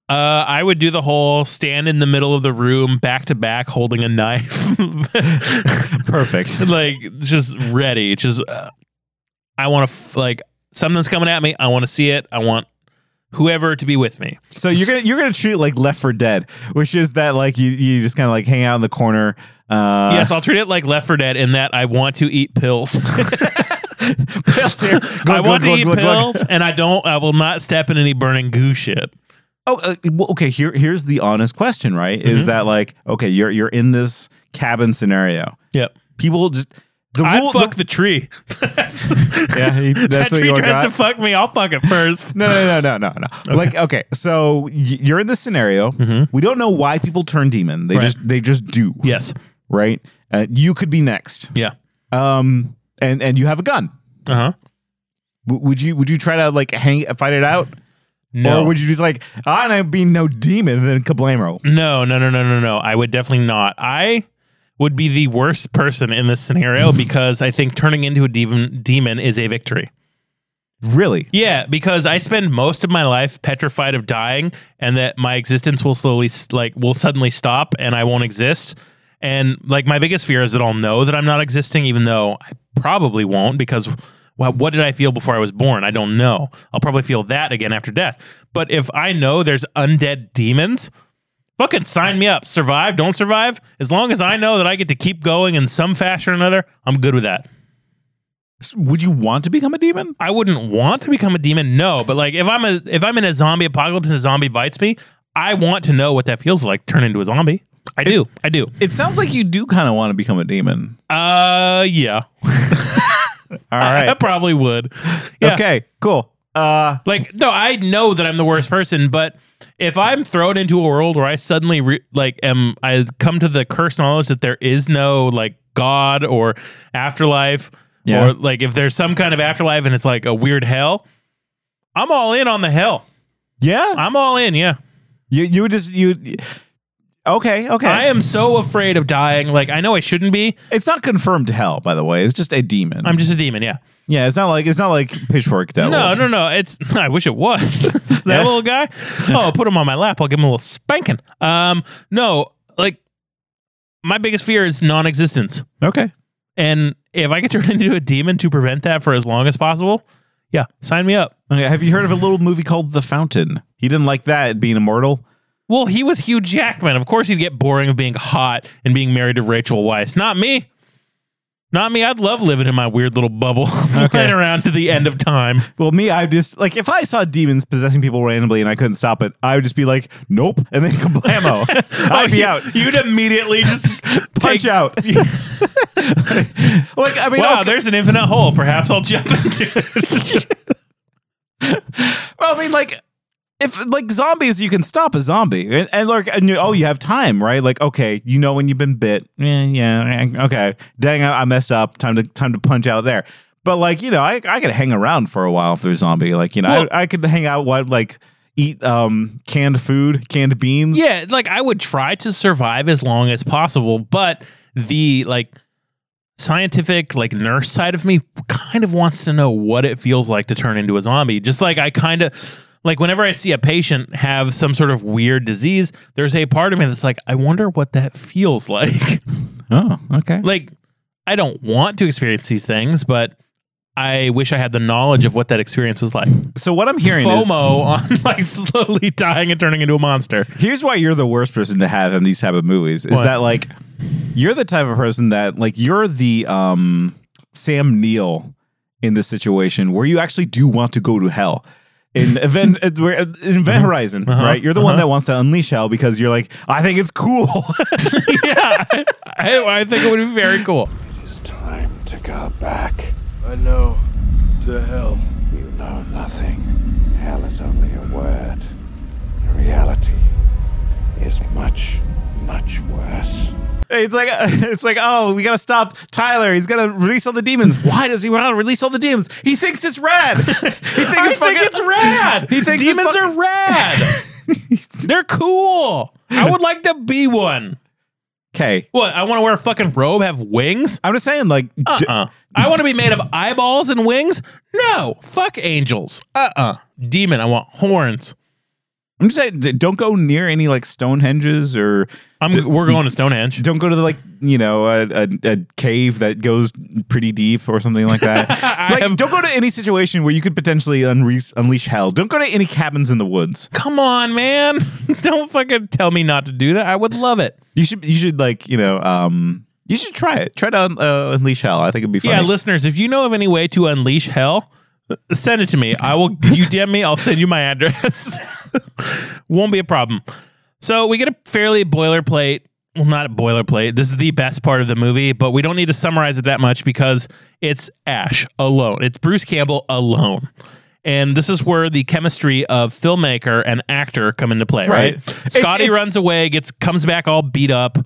[SPEAKER 1] Uh, I would do the whole stand in the middle of the room, back to back, holding a knife,
[SPEAKER 2] Perfect.
[SPEAKER 1] like just ready. Just uh, I want to f- like something's coming at me. I want to see it. I want whoever to be with me.
[SPEAKER 2] So you're gonna you're gonna treat it like Left for Dead, which is that like you, you just kind of like hang out in the corner. Uh,
[SPEAKER 1] yes, I'll treat it like Left 4 Dead in that I want to eat pills.
[SPEAKER 2] pills here.
[SPEAKER 1] I
[SPEAKER 2] Glug, glug,
[SPEAKER 1] want to
[SPEAKER 2] glug,
[SPEAKER 1] eat
[SPEAKER 2] glug, glug.
[SPEAKER 1] pills, and I don't. I will not step in any burning goo shit.
[SPEAKER 2] Oh, uh, well, okay. Here, here's the honest question, right?
[SPEAKER 1] Mm-hmm.
[SPEAKER 2] Is that like okay? You're you're in this cabin scenario.
[SPEAKER 1] Yep.
[SPEAKER 2] People just the
[SPEAKER 1] I
[SPEAKER 2] rule.
[SPEAKER 1] fuck the, tree. that's,
[SPEAKER 2] yeah, he- that's
[SPEAKER 1] that
[SPEAKER 2] what
[SPEAKER 1] tree
[SPEAKER 2] you
[SPEAKER 1] tries
[SPEAKER 2] got.
[SPEAKER 1] to fuck me. I'll fuck it first.
[SPEAKER 2] no, no, no, no, no, no. Like, okay, so y- you're in this scenario. We don't know why people turn demon. They
[SPEAKER 1] Mm-hmm. Right.
[SPEAKER 2] just they just do.
[SPEAKER 1] Yes.
[SPEAKER 2] Right. Uh, you could be next.
[SPEAKER 1] Yeah.
[SPEAKER 2] Um. And and you have a gun.
[SPEAKER 1] Uh huh.
[SPEAKER 2] W- would you would you try to like hang fight it out?
[SPEAKER 1] No.
[SPEAKER 2] Or would you just like "Ah, I'm not being no demon and then kablamo?
[SPEAKER 1] No, no, no, no, no, no. I would definitely not. I would be the worst person in this scenario because I think turning into a demon, demon is a victory.
[SPEAKER 2] Really?
[SPEAKER 1] Yeah, because I spend most of my life petrified of dying and that my existence will slowly s- like will suddenly stop and I won't exist. And like my biggest fear is that I'll know that I'm not existing even though I probably won't because well, what did I feel before I was born? I don't know. I'll probably feel that again after death. But if I know there's undead demons, fucking sign me up. Survive, don't survive, as long as I know that I get to keep going in some fashion or another, I'm good with that.
[SPEAKER 2] S- Would you want to become a demon?
[SPEAKER 1] I wouldn't want to become a demon, no. But like if I'm a if I'm in a zombie apocalypse and a zombie bites me, I want to know what that feels like. Turn into a zombie. I do. I do.
[SPEAKER 2] It sounds like you do kind of want to become a demon.
[SPEAKER 1] Uh, yeah.
[SPEAKER 2] All
[SPEAKER 1] I
[SPEAKER 2] right.
[SPEAKER 1] probably would. Yeah.
[SPEAKER 2] Okay. Cool. Uh,
[SPEAKER 1] Like no, I know that I'm the worst person, but if I'm thrown into a world where I suddenly re- like am I come to the cursed knowledge that there is no like God or afterlife
[SPEAKER 2] Yeah.
[SPEAKER 1] Or like if there's some kind of afterlife and it's like a weird hell, I'm all in on the hell.
[SPEAKER 2] Yeah.
[SPEAKER 1] I'm all in, yeah.
[SPEAKER 2] You you would just you Okay, okay.
[SPEAKER 1] I am so afraid of dying. Like I know I shouldn't be.
[SPEAKER 2] It's not confirmed hell, by the way. It's just a demon.
[SPEAKER 1] I'm just a demon, yeah.
[SPEAKER 2] yeah, it's not like it's not like pitchfork devil.
[SPEAKER 1] No, no, no. It's I wish it was that little guy. Oh, put him on my lap. I'll give him a little spanking. Um, no, like my biggest fear is non-existence,
[SPEAKER 2] Okay.
[SPEAKER 1] and if I could turn into a demon to prevent that for as long as possible, yeah, sign me up.
[SPEAKER 2] Okay, Have you heard of a little movie called The Fountain? He didn't like that being immortal.
[SPEAKER 1] Well, he was Hugh Jackman. Of course, he'd get boring of being hot and being married to Rachel Weisz. Not me. Not me. I'd love living in my weird little bubble, flying around to the end of time.
[SPEAKER 2] Well, me, I just like if I saw demons possessing people randomly and I couldn't stop it, I would just be like, nope, and then kablamo. I'd be
[SPEAKER 1] you,
[SPEAKER 2] out.
[SPEAKER 1] You'd immediately just
[SPEAKER 2] Punch
[SPEAKER 1] take-
[SPEAKER 2] out. like I mean,
[SPEAKER 1] wow,
[SPEAKER 2] okay-
[SPEAKER 1] there's an infinite hole. Perhaps I'll jump into it.
[SPEAKER 2] Well, I mean, like if like zombies, you can stop a zombie, and, and like and you, oh, you have time, right? Like okay, you know when you've been bit. Yeah, yeah. eh, Okay, dang, I, I messed up. Time to time to punch out there. But like you know, I I could hang around for a while if there's a zombie. Like you know,
[SPEAKER 1] Well-
[SPEAKER 2] I, I could hang out while like eat um canned food, canned beans.
[SPEAKER 1] yeah, like I would try to survive as long as possible, but the like scientific like nurse side of me kind of wants to know what it feels like to turn into a zombie. Just like I kind of like whenever I see a patient have some sort of weird disease, there's a part of me that's like, I wonder what that feels like.
[SPEAKER 2] Oh, okay.
[SPEAKER 1] like I don't want to experience these things, but I wish I had the knowledge of what that experience was like.
[SPEAKER 2] So what I'm hearing is
[SPEAKER 1] FOMO on like slowly dying and turning into a monster.
[SPEAKER 2] Here's why you're the worst person to have in these type of movies is
[SPEAKER 1] What?
[SPEAKER 2] that like you're the type of person that like you're the um Sam Neill in this situation where you actually do want to go to hell. In event, uh, where- in Event
[SPEAKER 1] Uh-huh.
[SPEAKER 2] Horizon, right? You're the one that wants to unleash hell because you're like, I think it's cool.
[SPEAKER 1] yeah, I, I think it would be very cool.
[SPEAKER 16] Time to go back.
[SPEAKER 19] I know. To hell.
[SPEAKER 16] You know nothing. Hell is only a word. The reality is much, much worse.
[SPEAKER 2] it's like, it's like, oh, we gotta stop Tyler. He's gonna release all the demons. Why does he want to release all the demons? He thinks it's rad. he thinks
[SPEAKER 1] I
[SPEAKER 2] it's
[SPEAKER 1] think
[SPEAKER 2] fucking-
[SPEAKER 1] it's rad.
[SPEAKER 2] He thinks it's
[SPEAKER 1] demons
[SPEAKER 2] fuck-
[SPEAKER 1] are rad. They're cool. I would like to be one.
[SPEAKER 2] Okay,
[SPEAKER 1] What? I want to wear a fucking robe, have wings.
[SPEAKER 2] I'm just saying, like, d-
[SPEAKER 1] Uh uh I want to be made of eyeballs and wings. No, fuck angels. Uh uh Demon. I want horns.
[SPEAKER 2] I'm just saying, d- don't go near any like Stonehenges or
[SPEAKER 1] I'm.
[SPEAKER 2] d-
[SPEAKER 1] we're going to Stonehenge.
[SPEAKER 2] don't go to the, like you know a, a, a cave that goes pretty deep or something like that. like,
[SPEAKER 1] have-
[SPEAKER 2] don't go to any situation where you could potentially unre- unleash hell. Don't go to any cabins in the woods.
[SPEAKER 1] Come on, man. Don't fucking tell me not to do that. I would love it.
[SPEAKER 2] You should you should like you know um you should try it. Try to un- uh, unleash hell. I think it'd be fun.
[SPEAKER 1] Yeah, listeners, if you know of any way to unleash hell, send it to me. I will. You DM me. I'll send you my address. Won't be a problem. So we get a fairly boilerplate. Well, not a boilerplate. This is the best part of the movie, but we don't need to summarize it that much because it's Ash alone. It's Bruce Campbell alone. And this is where the chemistry of filmmaker and actor come into play, right?
[SPEAKER 2] Right. It's-
[SPEAKER 1] Scotty
[SPEAKER 2] it's-
[SPEAKER 1] runs away, gets comes back all beat up.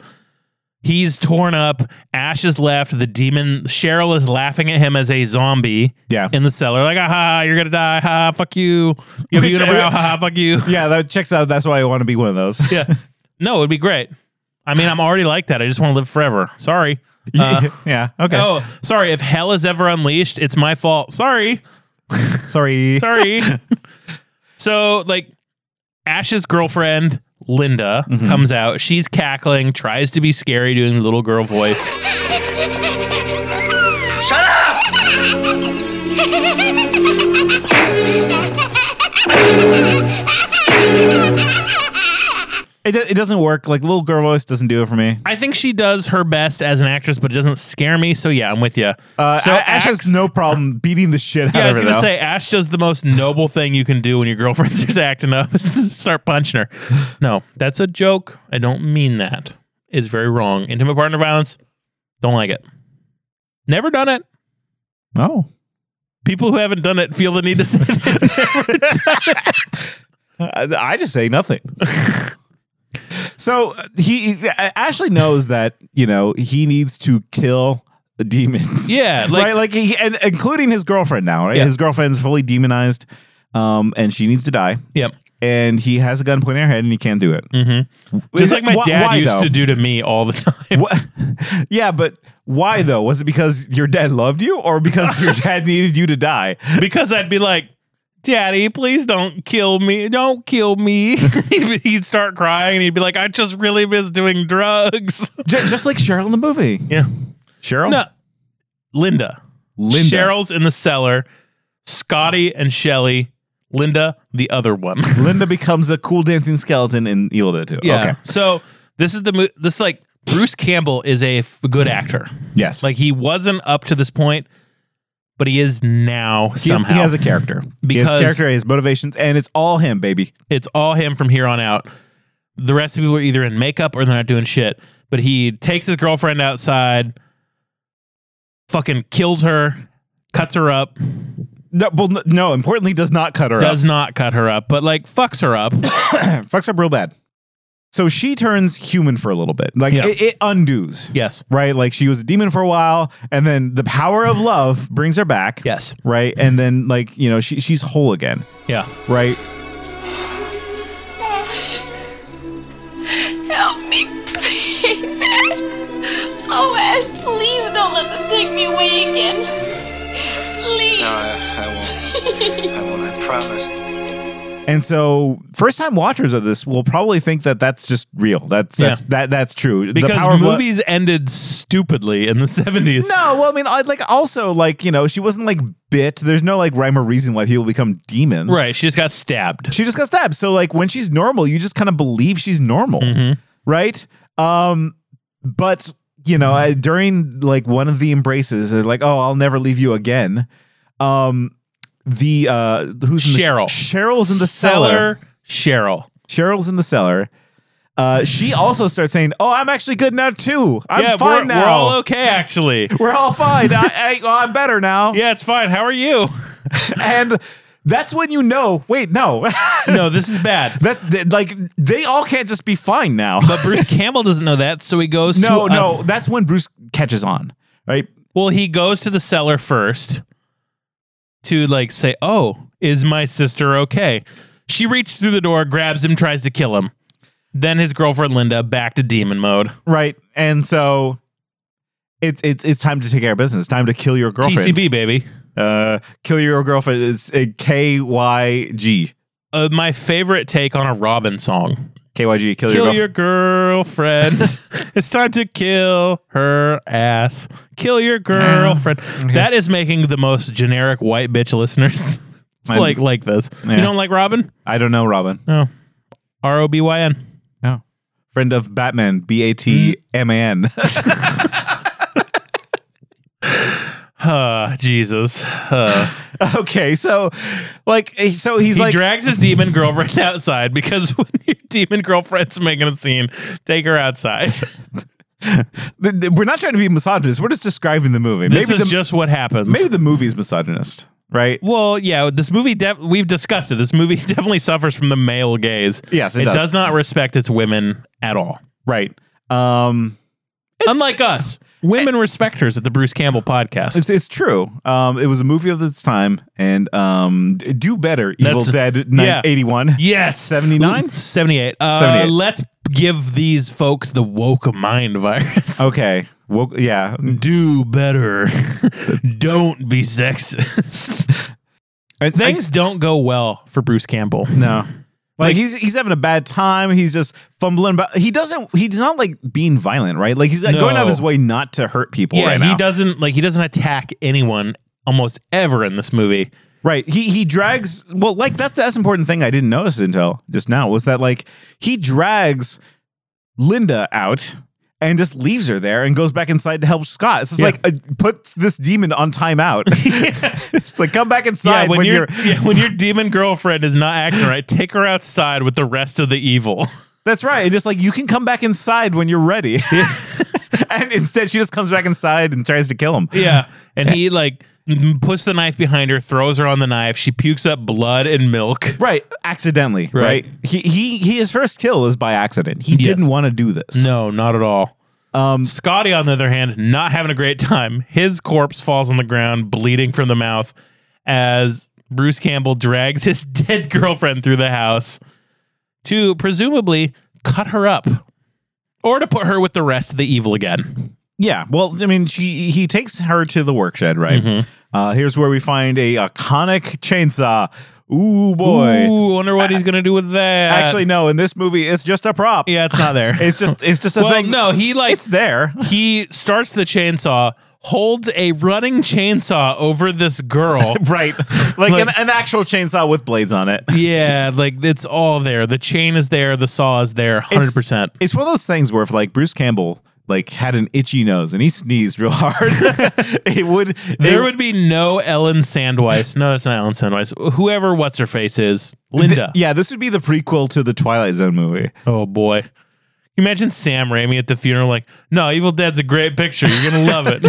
[SPEAKER 1] He's torn up. Ash is left. The demon Cheryl is laughing at him as a zombie.
[SPEAKER 2] Yeah.
[SPEAKER 1] in the cellar, like, aha, you're gonna die. Ha, fuck you. You have a
[SPEAKER 2] Which-
[SPEAKER 1] unibrow. Ha, fuck you.
[SPEAKER 2] yeah, that checks out. That's why I want to be one of those.
[SPEAKER 1] Yeah. No, it'd be great. I mean, I'm already like that. I just want to live forever. Sorry. Uh,
[SPEAKER 2] yeah. Okay.
[SPEAKER 1] Oh, sorry. If hell is ever unleashed, it's my fault. Sorry.
[SPEAKER 2] Sorry.
[SPEAKER 1] Sorry. so, like, Ash's girlfriend, Linda,
[SPEAKER 2] Mm-hmm.
[SPEAKER 1] comes out. She's cackling, tries to be scary, doing the little girl voice.
[SPEAKER 16] Shut up!
[SPEAKER 2] It, do- it doesn't work. Like little girl voice doesn't do it for me.
[SPEAKER 1] I think she does her best as an actress, but it doesn't scare me. So, yeah, I'm with you.
[SPEAKER 2] Uh,
[SPEAKER 1] so,
[SPEAKER 2] A- Ash has no problem beating the shit out
[SPEAKER 1] Yeah, I
[SPEAKER 2] of
[SPEAKER 1] was
[SPEAKER 2] her.
[SPEAKER 1] gonna
[SPEAKER 2] though.
[SPEAKER 1] say Ash does the most noble thing you can do when your girlfriend's just acting up. Start punching her. No, that's a joke. I don't mean that. It's very wrong. Intimate partner violence. Don't like it. Never done it.
[SPEAKER 2] no.
[SPEAKER 1] People who haven't done it feel the need to say they've never done it.
[SPEAKER 2] I I just say nothing. so uh, he, he- Ashley knows that you know he needs to kill the demons.
[SPEAKER 1] Yeah, like-
[SPEAKER 2] right. Like he, and including his girlfriend now. Right,
[SPEAKER 1] Yeah.
[SPEAKER 2] his girlfriend's fully demonized, um, and she needs to die.
[SPEAKER 1] Yep.
[SPEAKER 2] And he has a gun pointed at her head, and he can't do it.
[SPEAKER 1] Mm-hmm. Just like my dad used to do to me all the time.
[SPEAKER 2] Yeah, but why though? Was it because your dad loved you, or because your dad needed you to die?
[SPEAKER 1] because I'd be like, Daddy, please don't kill me. Don't kill me. He'd be- he'd start crying and he'd be like, I just really miss doing drugs.
[SPEAKER 2] Just, just like Cheryl in the movie.
[SPEAKER 1] Yeah.
[SPEAKER 2] Cheryl?
[SPEAKER 1] No. Linda.
[SPEAKER 2] Linda.
[SPEAKER 1] Cheryl's in the cellar. Scotty and Shelly. Linda, the other one.
[SPEAKER 2] Linda becomes a cool dancing skeleton in Evil Dead 2.
[SPEAKER 1] Yeah.
[SPEAKER 2] Okay.
[SPEAKER 1] So this is the mo- this like Bruce Campbell is a f- good actor.
[SPEAKER 2] Yes.
[SPEAKER 1] Like he wasn't up to this point, but he is now
[SPEAKER 2] He has,
[SPEAKER 1] somehow.
[SPEAKER 2] he has a character. he
[SPEAKER 1] Because-
[SPEAKER 2] has character, his motivations, and it's all him, baby.
[SPEAKER 1] It's all him from here on out. The rest of the people are either in makeup or they're not doing shit. But he takes his girlfriend outside, fucking kills her, cuts her up,
[SPEAKER 2] No, well, n- no. Importantly, does not cut her
[SPEAKER 1] does
[SPEAKER 2] up.
[SPEAKER 1] not cut her up, but like fucks her up.
[SPEAKER 2] Fucks up real bad. So she turns human for a little bit. Like
[SPEAKER 1] Yeah.
[SPEAKER 2] it, it undoes.
[SPEAKER 1] Yes.
[SPEAKER 2] Right. Like she was a demon for a while, and then the power of love brings her back.
[SPEAKER 1] Yes.
[SPEAKER 2] Right. And then like you know she she's whole again.
[SPEAKER 1] Yeah.
[SPEAKER 2] Right.
[SPEAKER 6] Ash. Help me, please, Ash. Oh, Ash, please don't let them take me away again. Please.
[SPEAKER 7] No, I, I won't. I won't. I promise.
[SPEAKER 2] And so first time watchers of this will probably think that that's just real. That's that's
[SPEAKER 1] Yeah.
[SPEAKER 2] that that's true. The power
[SPEAKER 1] Because
[SPEAKER 2] of lo-
[SPEAKER 1] movies ended stupidly in the 70s.
[SPEAKER 2] No, well, I mean, I- like also, like you know, she wasn't like bit. There's no like rhyme or reason why people become demons.
[SPEAKER 1] Right. She just got stabbed.
[SPEAKER 2] She just got stabbed. So like when she's normal, you just kind of believe she's normal,
[SPEAKER 1] Mm-hmm.
[SPEAKER 2] right? Um, but you know, I, during like one of the embraces, they're like, "Oh, I'll never leave you again." Um, the uh, who's in the
[SPEAKER 1] Cheryl.
[SPEAKER 2] Cheryl's in the cellar.
[SPEAKER 1] Cheryl.
[SPEAKER 2] Cheryl's in the cellar. Uh, she also starts saying, "Oh, I'm actually good now too. I'm
[SPEAKER 1] yeah,
[SPEAKER 2] fine
[SPEAKER 1] we're,
[SPEAKER 2] now.
[SPEAKER 1] we're all okay, actually.
[SPEAKER 2] We're all fine. I, I, well, I'm better now.
[SPEAKER 1] yeah, it's fine. How are you?
[SPEAKER 2] And that's when you know. Wait, no,
[SPEAKER 1] no, this is bad.
[SPEAKER 2] that, that- like they all can't just be fine now.
[SPEAKER 1] But Bruce Campbell doesn't know that, so he goes
[SPEAKER 2] no,
[SPEAKER 1] to a-
[SPEAKER 2] no, that's when Bruce catches on, right?
[SPEAKER 1] Well, he goes to the cellar first to like say, "Oh, is my sister okay?" She reaches through the door, grabs him, tries to kill him. Then his girlfriend Linda back to demon mode.
[SPEAKER 2] Right, and so it's it's it's time to take care of business. Time to kill your girlfriend.
[SPEAKER 1] TCB baby.
[SPEAKER 2] Uh, kill your girlfriend. It's a K Y G.
[SPEAKER 1] Uh, my favorite take on a Robin song.
[SPEAKER 2] KYG, kill,
[SPEAKER 1] Kill
[SPEAKER 2] your
[SPEAKER 1] your girlfriend. it's time to kill her ass. Kill your girlfriend. That is making the most generic white bitch listeners
[SPEAKER 2] I'm-
[SPEAKER 1] like like this.
[SPEAKER 2] Yeah.
[SPEAKER 1] You don't like Robin?
[SPEAKER 2] I don't know, Robin.
[SPEAKER 1] No. R O B Y N.
[SPEAKER 2] No. Friend of Batman, B A T M A N.
[SPEAKER 1] Ah, Jesus. Uh,
[SPEAKER 2] Okay, so like so he's
[SPEAKER 1] he
[SPEAKER 2] like
[SPEAKER 1] drags his demon girlfriend outside because when your demon girlfriend's making a scene, take her outside.
[SPEAKER 2] th- th- we're not trying to be misogynist. We're just describing the movie.
[SPEAKER 1] This
[SPEAKER 2] maybe
[SPEAKER 1] is
[SPEAKER 2] the,
[SPEAKER 1] just what happens.
[SPEAKER 2] maybe the movie's misogynist, right?
[SPEAKER 1] Well, yeah, this movie def- we've discussed it. This movie definitely suffers from the male gaze.
[SPEAKER 2] Yes, it does.
[SPEAKER 1] does. not respect its women at all.
[SPEAKER 2] Right. Um
[SPEAKER 1] Unlike us, women respecters at the Bruce Campbell podcast.
[SPEAKER 2] it's it's true. Um it was a movie of its time and um d- do better Evil
[SPEAKER 1] That's-
[SPEAKER 2] Dead 9,
[SPEAKER 1] yeah.
[SPEAKER 2] 81.
[SPEAKER 1] yes,
[SPEAKER 2] 79?
[SPEAKER 1] 78. Uh,
[SPEAKER 2] 78.
[SPEAKER 1] Let's give these folks the woke mind virus.
[SPEAKER 2] Okay. Well, yeah.
[SPEAKER 1] Do better. don't be sexist.
[SPEAKER 2] It's-
[SPEAKER 1] Things don't go well for Bruce Campbell.
[SPEAKER 2] I- no. Like, he's he's having a bad time. He's just fumbling about. He doesn't. He's not like being violent, right? Like he's like, going out of
[SPEAKER 1] No.
[SPEAKER 2] his way not to hurt people.
[SPEAKER 1] Yeah,
[SPEAKER 2] right
[SPEAKER 1] he
[SPEAKER 2] now.
[SPEAKER 1] doesn't like he doesn't attack anyone almost ever in this movie.
[SPEAKER 2] Right. He he drags well, like that's that's an important thing I didn't notice until just now was that like he drags Linda out and just leaves her there and goes back inside to help Scott. It's just
[SPEAKER 1] Yeah.
[SPEAKER 2] like uh, puts this demon on timeout. it's like come back inside
[SPEAKER 1] yeah, when,
[SPEAKER 2] when,
[SPEAKER 1] your
[SPEAKER 2] you're,
[SPEAKER 1] yeah, when your demon girlfriend is not acting right, take her outside with the rest of the evil.
[SPEAKER 2] That's right. And just like you can come back inside when you're ready. and instead she just comes back inside and tries to kill him.
[SPEAKER 1] Yeah, and he like m- puts the knife behind her, throws her on the knife. She pukes up blood and milk.
[SPEAKER 2] Right, accidentally, right?
[SPEAKER 1] Right.
[SPEAKER 2] He he he his first kill is by accident. He
[SPEAKER 1] Yes.
[SPEAKER 2] didn't want to do this.
[SPEAKER 1] No, not at all.
[SPEAKER 2] Um,
[SPEAKER 1] Scotty, on the other hand, not having a great time. His corpse falls on the ground, bleeding from the mouth, as Bruce Campbell drags his dead girlfriend through the house to presumably cut her up or to put her with the rest of the evil again.
[SPEAKER 2] Yeah, well, I mean, she he takes her to the work shed, right?
[SPEAKER 1] Mm-hmm.
[SPEAKER 2] Uh, here's where we find a iconic chainsaw. Ooh boy!
[SPEAKER 1] Ooh, uh, wonder what he's gonna do with that.
[SPEAKER 2] Actually, no. In this movie, it's just a prop.
[SPEAKER 1] Yeah, it's not there.
[SPEAKER 2] It's just it's just a
[SPEAKER 1] well,
[SPEAKER 2] thing.
[SPEAKER 1] no, he like
[SPEAKER 2] it's there.
[SPEAKER 1] he starts the chainsaw, holds a running chainsaw over this girl.
[SPEAKER 2] Right, like, an, an actual chainsaw with blades on it.
[SPEAKER 1] yeah, like it's all there. The chain is there, the saw is there, hundred percent.
[SPEAKER 2] It's one of those things where if like Bruce Campbell like had an itchy nose and he sneezed real hard, it would it
[SPEAKER 1] There would be no Ellen Sandweiss. No, that's not Ellen Sandweiss. Whoever what's her face is Linda.
[SPEAKER 2] yeah, this would be the prequel to the Twilight Zone movie.
[SPEAKER 1] Oh boy. Can you Imagine Sam Raimi at the funeral, like, no, Evil Dead's a great picture. You're gonna love it.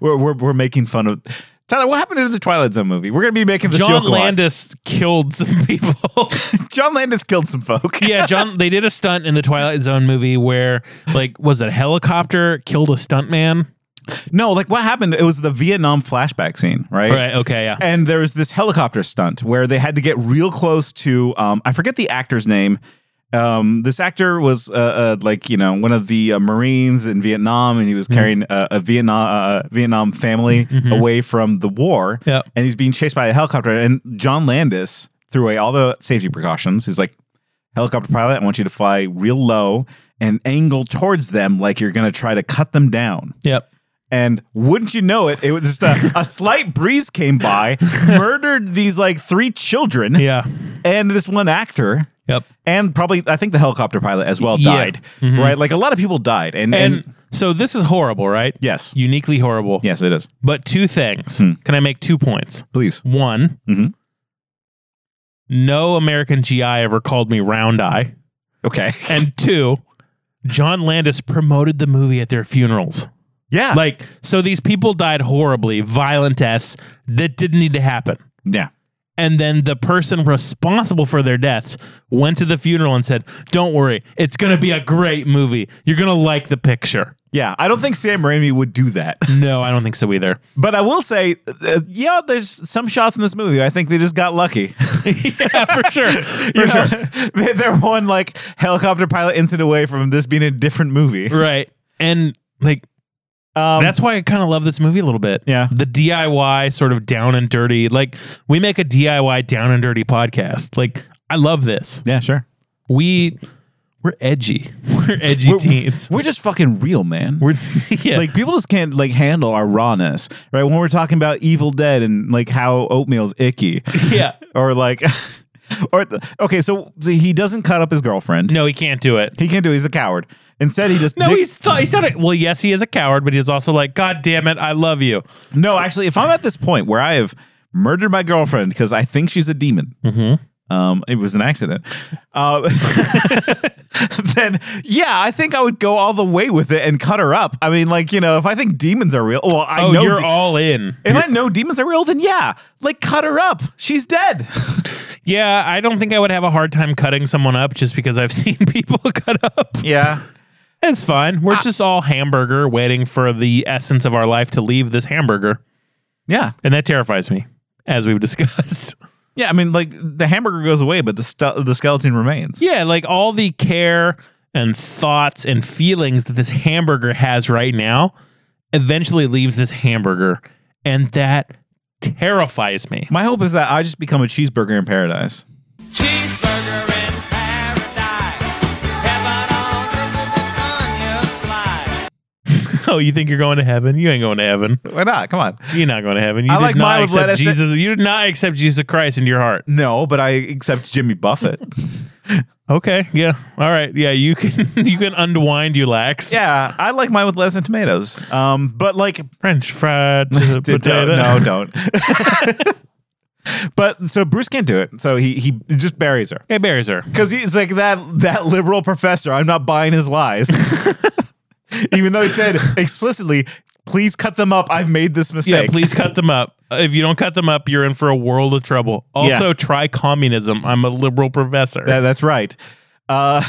[SPEAKER 2] We're we're, we're making fun of Tyler. What happened to the Twilight Zone movie? We're gonna be making the
[SPEAKER 1] John
[SPEAKER 2] joke a lot.
[SPEAKER 1] Landis killed some people.
[SPEAKER 2] John Landis killed some folk.
[SPEAKER 1] yeah, John. They did a stunt in the Twilight Zone movie where, like, was it a helicopter killed a stuntman?
[SPEAKER 2] No, like what happened? It was the Vietnam flashback scene, right?
[SPEAKER 1] Right. Okay. Yeah.
[SPEAKER 2] And there was this helicopter stunt where they had to get real close to um, I forget the actor's name. Um, this actor was uh, uh, like you know one of the uh, Marines in Vietnam, and he was carrying uh, a Vietnam uh, Vietnam family away from the war.
[SPEAKER 1] Yep.
[SPEAKER 2] And he's being chased by a helicopter. And John Landis threw away all the safety precautions. He's like, helicopter pilot, I want you to fly real low and angle towards them like you're going to try to cut them down.
[SPEAKER 1] Yep.
[SPEAKER 2] And wouldn't you know it, it was just a, a slight breeze came by, murdered these like three children
[SPEAKER 1] Yeah.
[SPEAKER 2] and this one actor.
[SPEAKER 1] Yep.
[SPEAKER 2] And probably, I think the helicopter pilot as well
[SPEAKER 1] Yeah. Mm-hmm.
[SPEAKER 2] died, right? Like a lot of people died. And, and,
[SPEAKER 1] And, so this is horrible, right?
[SPEAKER 2] Yes.
[SPEAKER 1] Uniquely horrible.
[SPEAKER 2] yes, it is.
[SPEAKER 1] But two things. Can I make two points?
[SPEAKER 2] Please.
[SPEAKER 1] One.
[SPEAKER 2] Mhm.
[SPEAKER 1] No American GI ever called me round eye.
[SPEAKER 2] Okay.
[SPEAKER 1] And two, John Landis promoted the movie at their funerals.
[SPEAKER 2] yeah.
[SPEAKER 1] Like, so these people died horribly, violent deaths that didn't need to happen.
[SPEAKER 2] yeah.
[SPEAKER 1] And then the person responsible for their deaths went to the funeral and said, Don't worry, it's going to be a great movie. You're going to like the picture.
[SPEAKER 2] Yeah. I don't think Sam Raimi would do that.
[SPEAKER 1] No, I don't think so either.
[SPEAKER 2] But I will say, uh, yeah, there's some shots in this movie. I think they just got lucky.
[SPEAKER 1] yeah, for sure. For
[SPEAKER 2] You know,
[SPEAKER 1] sure.
[SPEAKER 2] they- they're one like helicopter pilot incident away from this being a different movie.
[SPEAKER 1] Right. And like,
[SPEAKER 2] Um,
[SPEAKER 1] that's why I kind of love this movie a little bit.
[SPEAKER 2] Yeah.
[SPEAKER 1] The DIY sort of down and dirty. Like, we make a DIY down and dirty podcast. Like, I love this.
[SPEAKER 2] yeah, sure.
[SPEAKER 1] We. We're edgy. We're edgy
[SPEAKER 2] We're,
[SPEAKER 1] teens.
[SPEAKER 2] we're just fucking real, man.
[SPEAKER 1] We're yeah.
[SPEAKER 2] like people just can't like handle our rawness, right? When we're talking about Evil Dead and like how oatmeal's icky,
[SPEAKER 1] yeah.
[SPEAKER 2] or like, or okay, so, so he doesn't cut up his girlfriend.
[SPEAKER 1] No, he can't do it.
[SPEAKER 2] He can't do. it. He's a coward. Instead, he just
[SPEAKER 1] No,
[SPEAKER 2] dick-
[SPEAKER 1] he's th- he's not. A, well, yes, he is a coward, but he's also like, God damn it, I love you.
[SPEAKER 2] No, actually, if I'm at this point where I have murdered my girlfriend because I think she's a demon,
[SPEAKER 1] Mm-hmm.
[SPEAKER 2] um, it was an accident. Uh, then, yeah, I think I would go all the way with it and cut her up. I mean, like you know, if I think demons are real, well, I
[SPEAKER 1] Oh,
[SPEAKER 2] know
[SPEAKER 1] you're
[SPEAKER 2] de-
[SPEAKER 1] all in.
[SPEAKER 2] If I know demons are real, then yeah, like cut her up. She's dead.
[SPEAKER 1] Yeah, I don't think I would have a hard time cutting someone up just because I've seen people cut up.
[SPEAKER 2] Yeah.
[SPEAKER 1] It's fine. We're just all hamburger waiting for the essence of our life to leave this hamburger,
[SPEAKER 2] Yeah.
[SPEAKER 1] and that terrifies me, as we've discussed.
[SPEAKER 2] Yeah. I mean, like the hamburger goes away, but the stu- the skeleton remains.
[SPEAKER 1] yeah, like all the care and thoughts and feelings that this hamburger has right now eventually leaves this hamburger, and that terrifies me.
[SPEAKER 2] My hope is that I just become a cheeseburger in paradise.
[SPEAKER 20] Cheeseburger in paradise. Heaven on earth with an onion slice.
[SPEAKER 1] Oh, you think you're going to heaven? You ain't going to heaven.
[SPEAKER 2] Why not? Come on.
[SPEAKER 1] You're not going to heaven. You
[SPEAKER 2] I
[SPEAKER 1] did
[SPEAKER 2] like mine
[SPEAKER 1] not
[SPEAKER 2] with
[SPEAKER 1] accept
[SPEAKER 2] lettuce.
[SPEAKER 1] Jesus. You did not accept Jesus Christ into your heart.
[SPEAKER 2] No, but I accept Jimmy Buffett.
[SPEAKER 1] Okay. Yeah. All right. Yeah. You can you can unwind you lax.
[SPEAKER 2] Yeah, I like mine with lettuce and tomatoes. Um, but like
[SPEAKER 1] French fried to
[SPEAKER 2] d-
[SPEAKER 1] potato.
[SPEAKER 2] No, don't. but so Bruce can't do it. So he he just buries her
[SPEAKER 1] It buries her.
[SPEAKER 2] because he's like that that liberal professor. I'm not buying his lies, even though he said explicitly, "Please cut them up. I've made this
[SPEAKER 1] Yeah.
[SPEAKER 2] mistake."
[SPEAKER 1] Please cut them up. If you don't cut them up, you're in for a world of trouble. Also,
[SPEAKER 2] Yeah.
[SPEAKER 1] try communism. I'm a liberal professor.
[SPEAKER 2] That- that's right. Uh,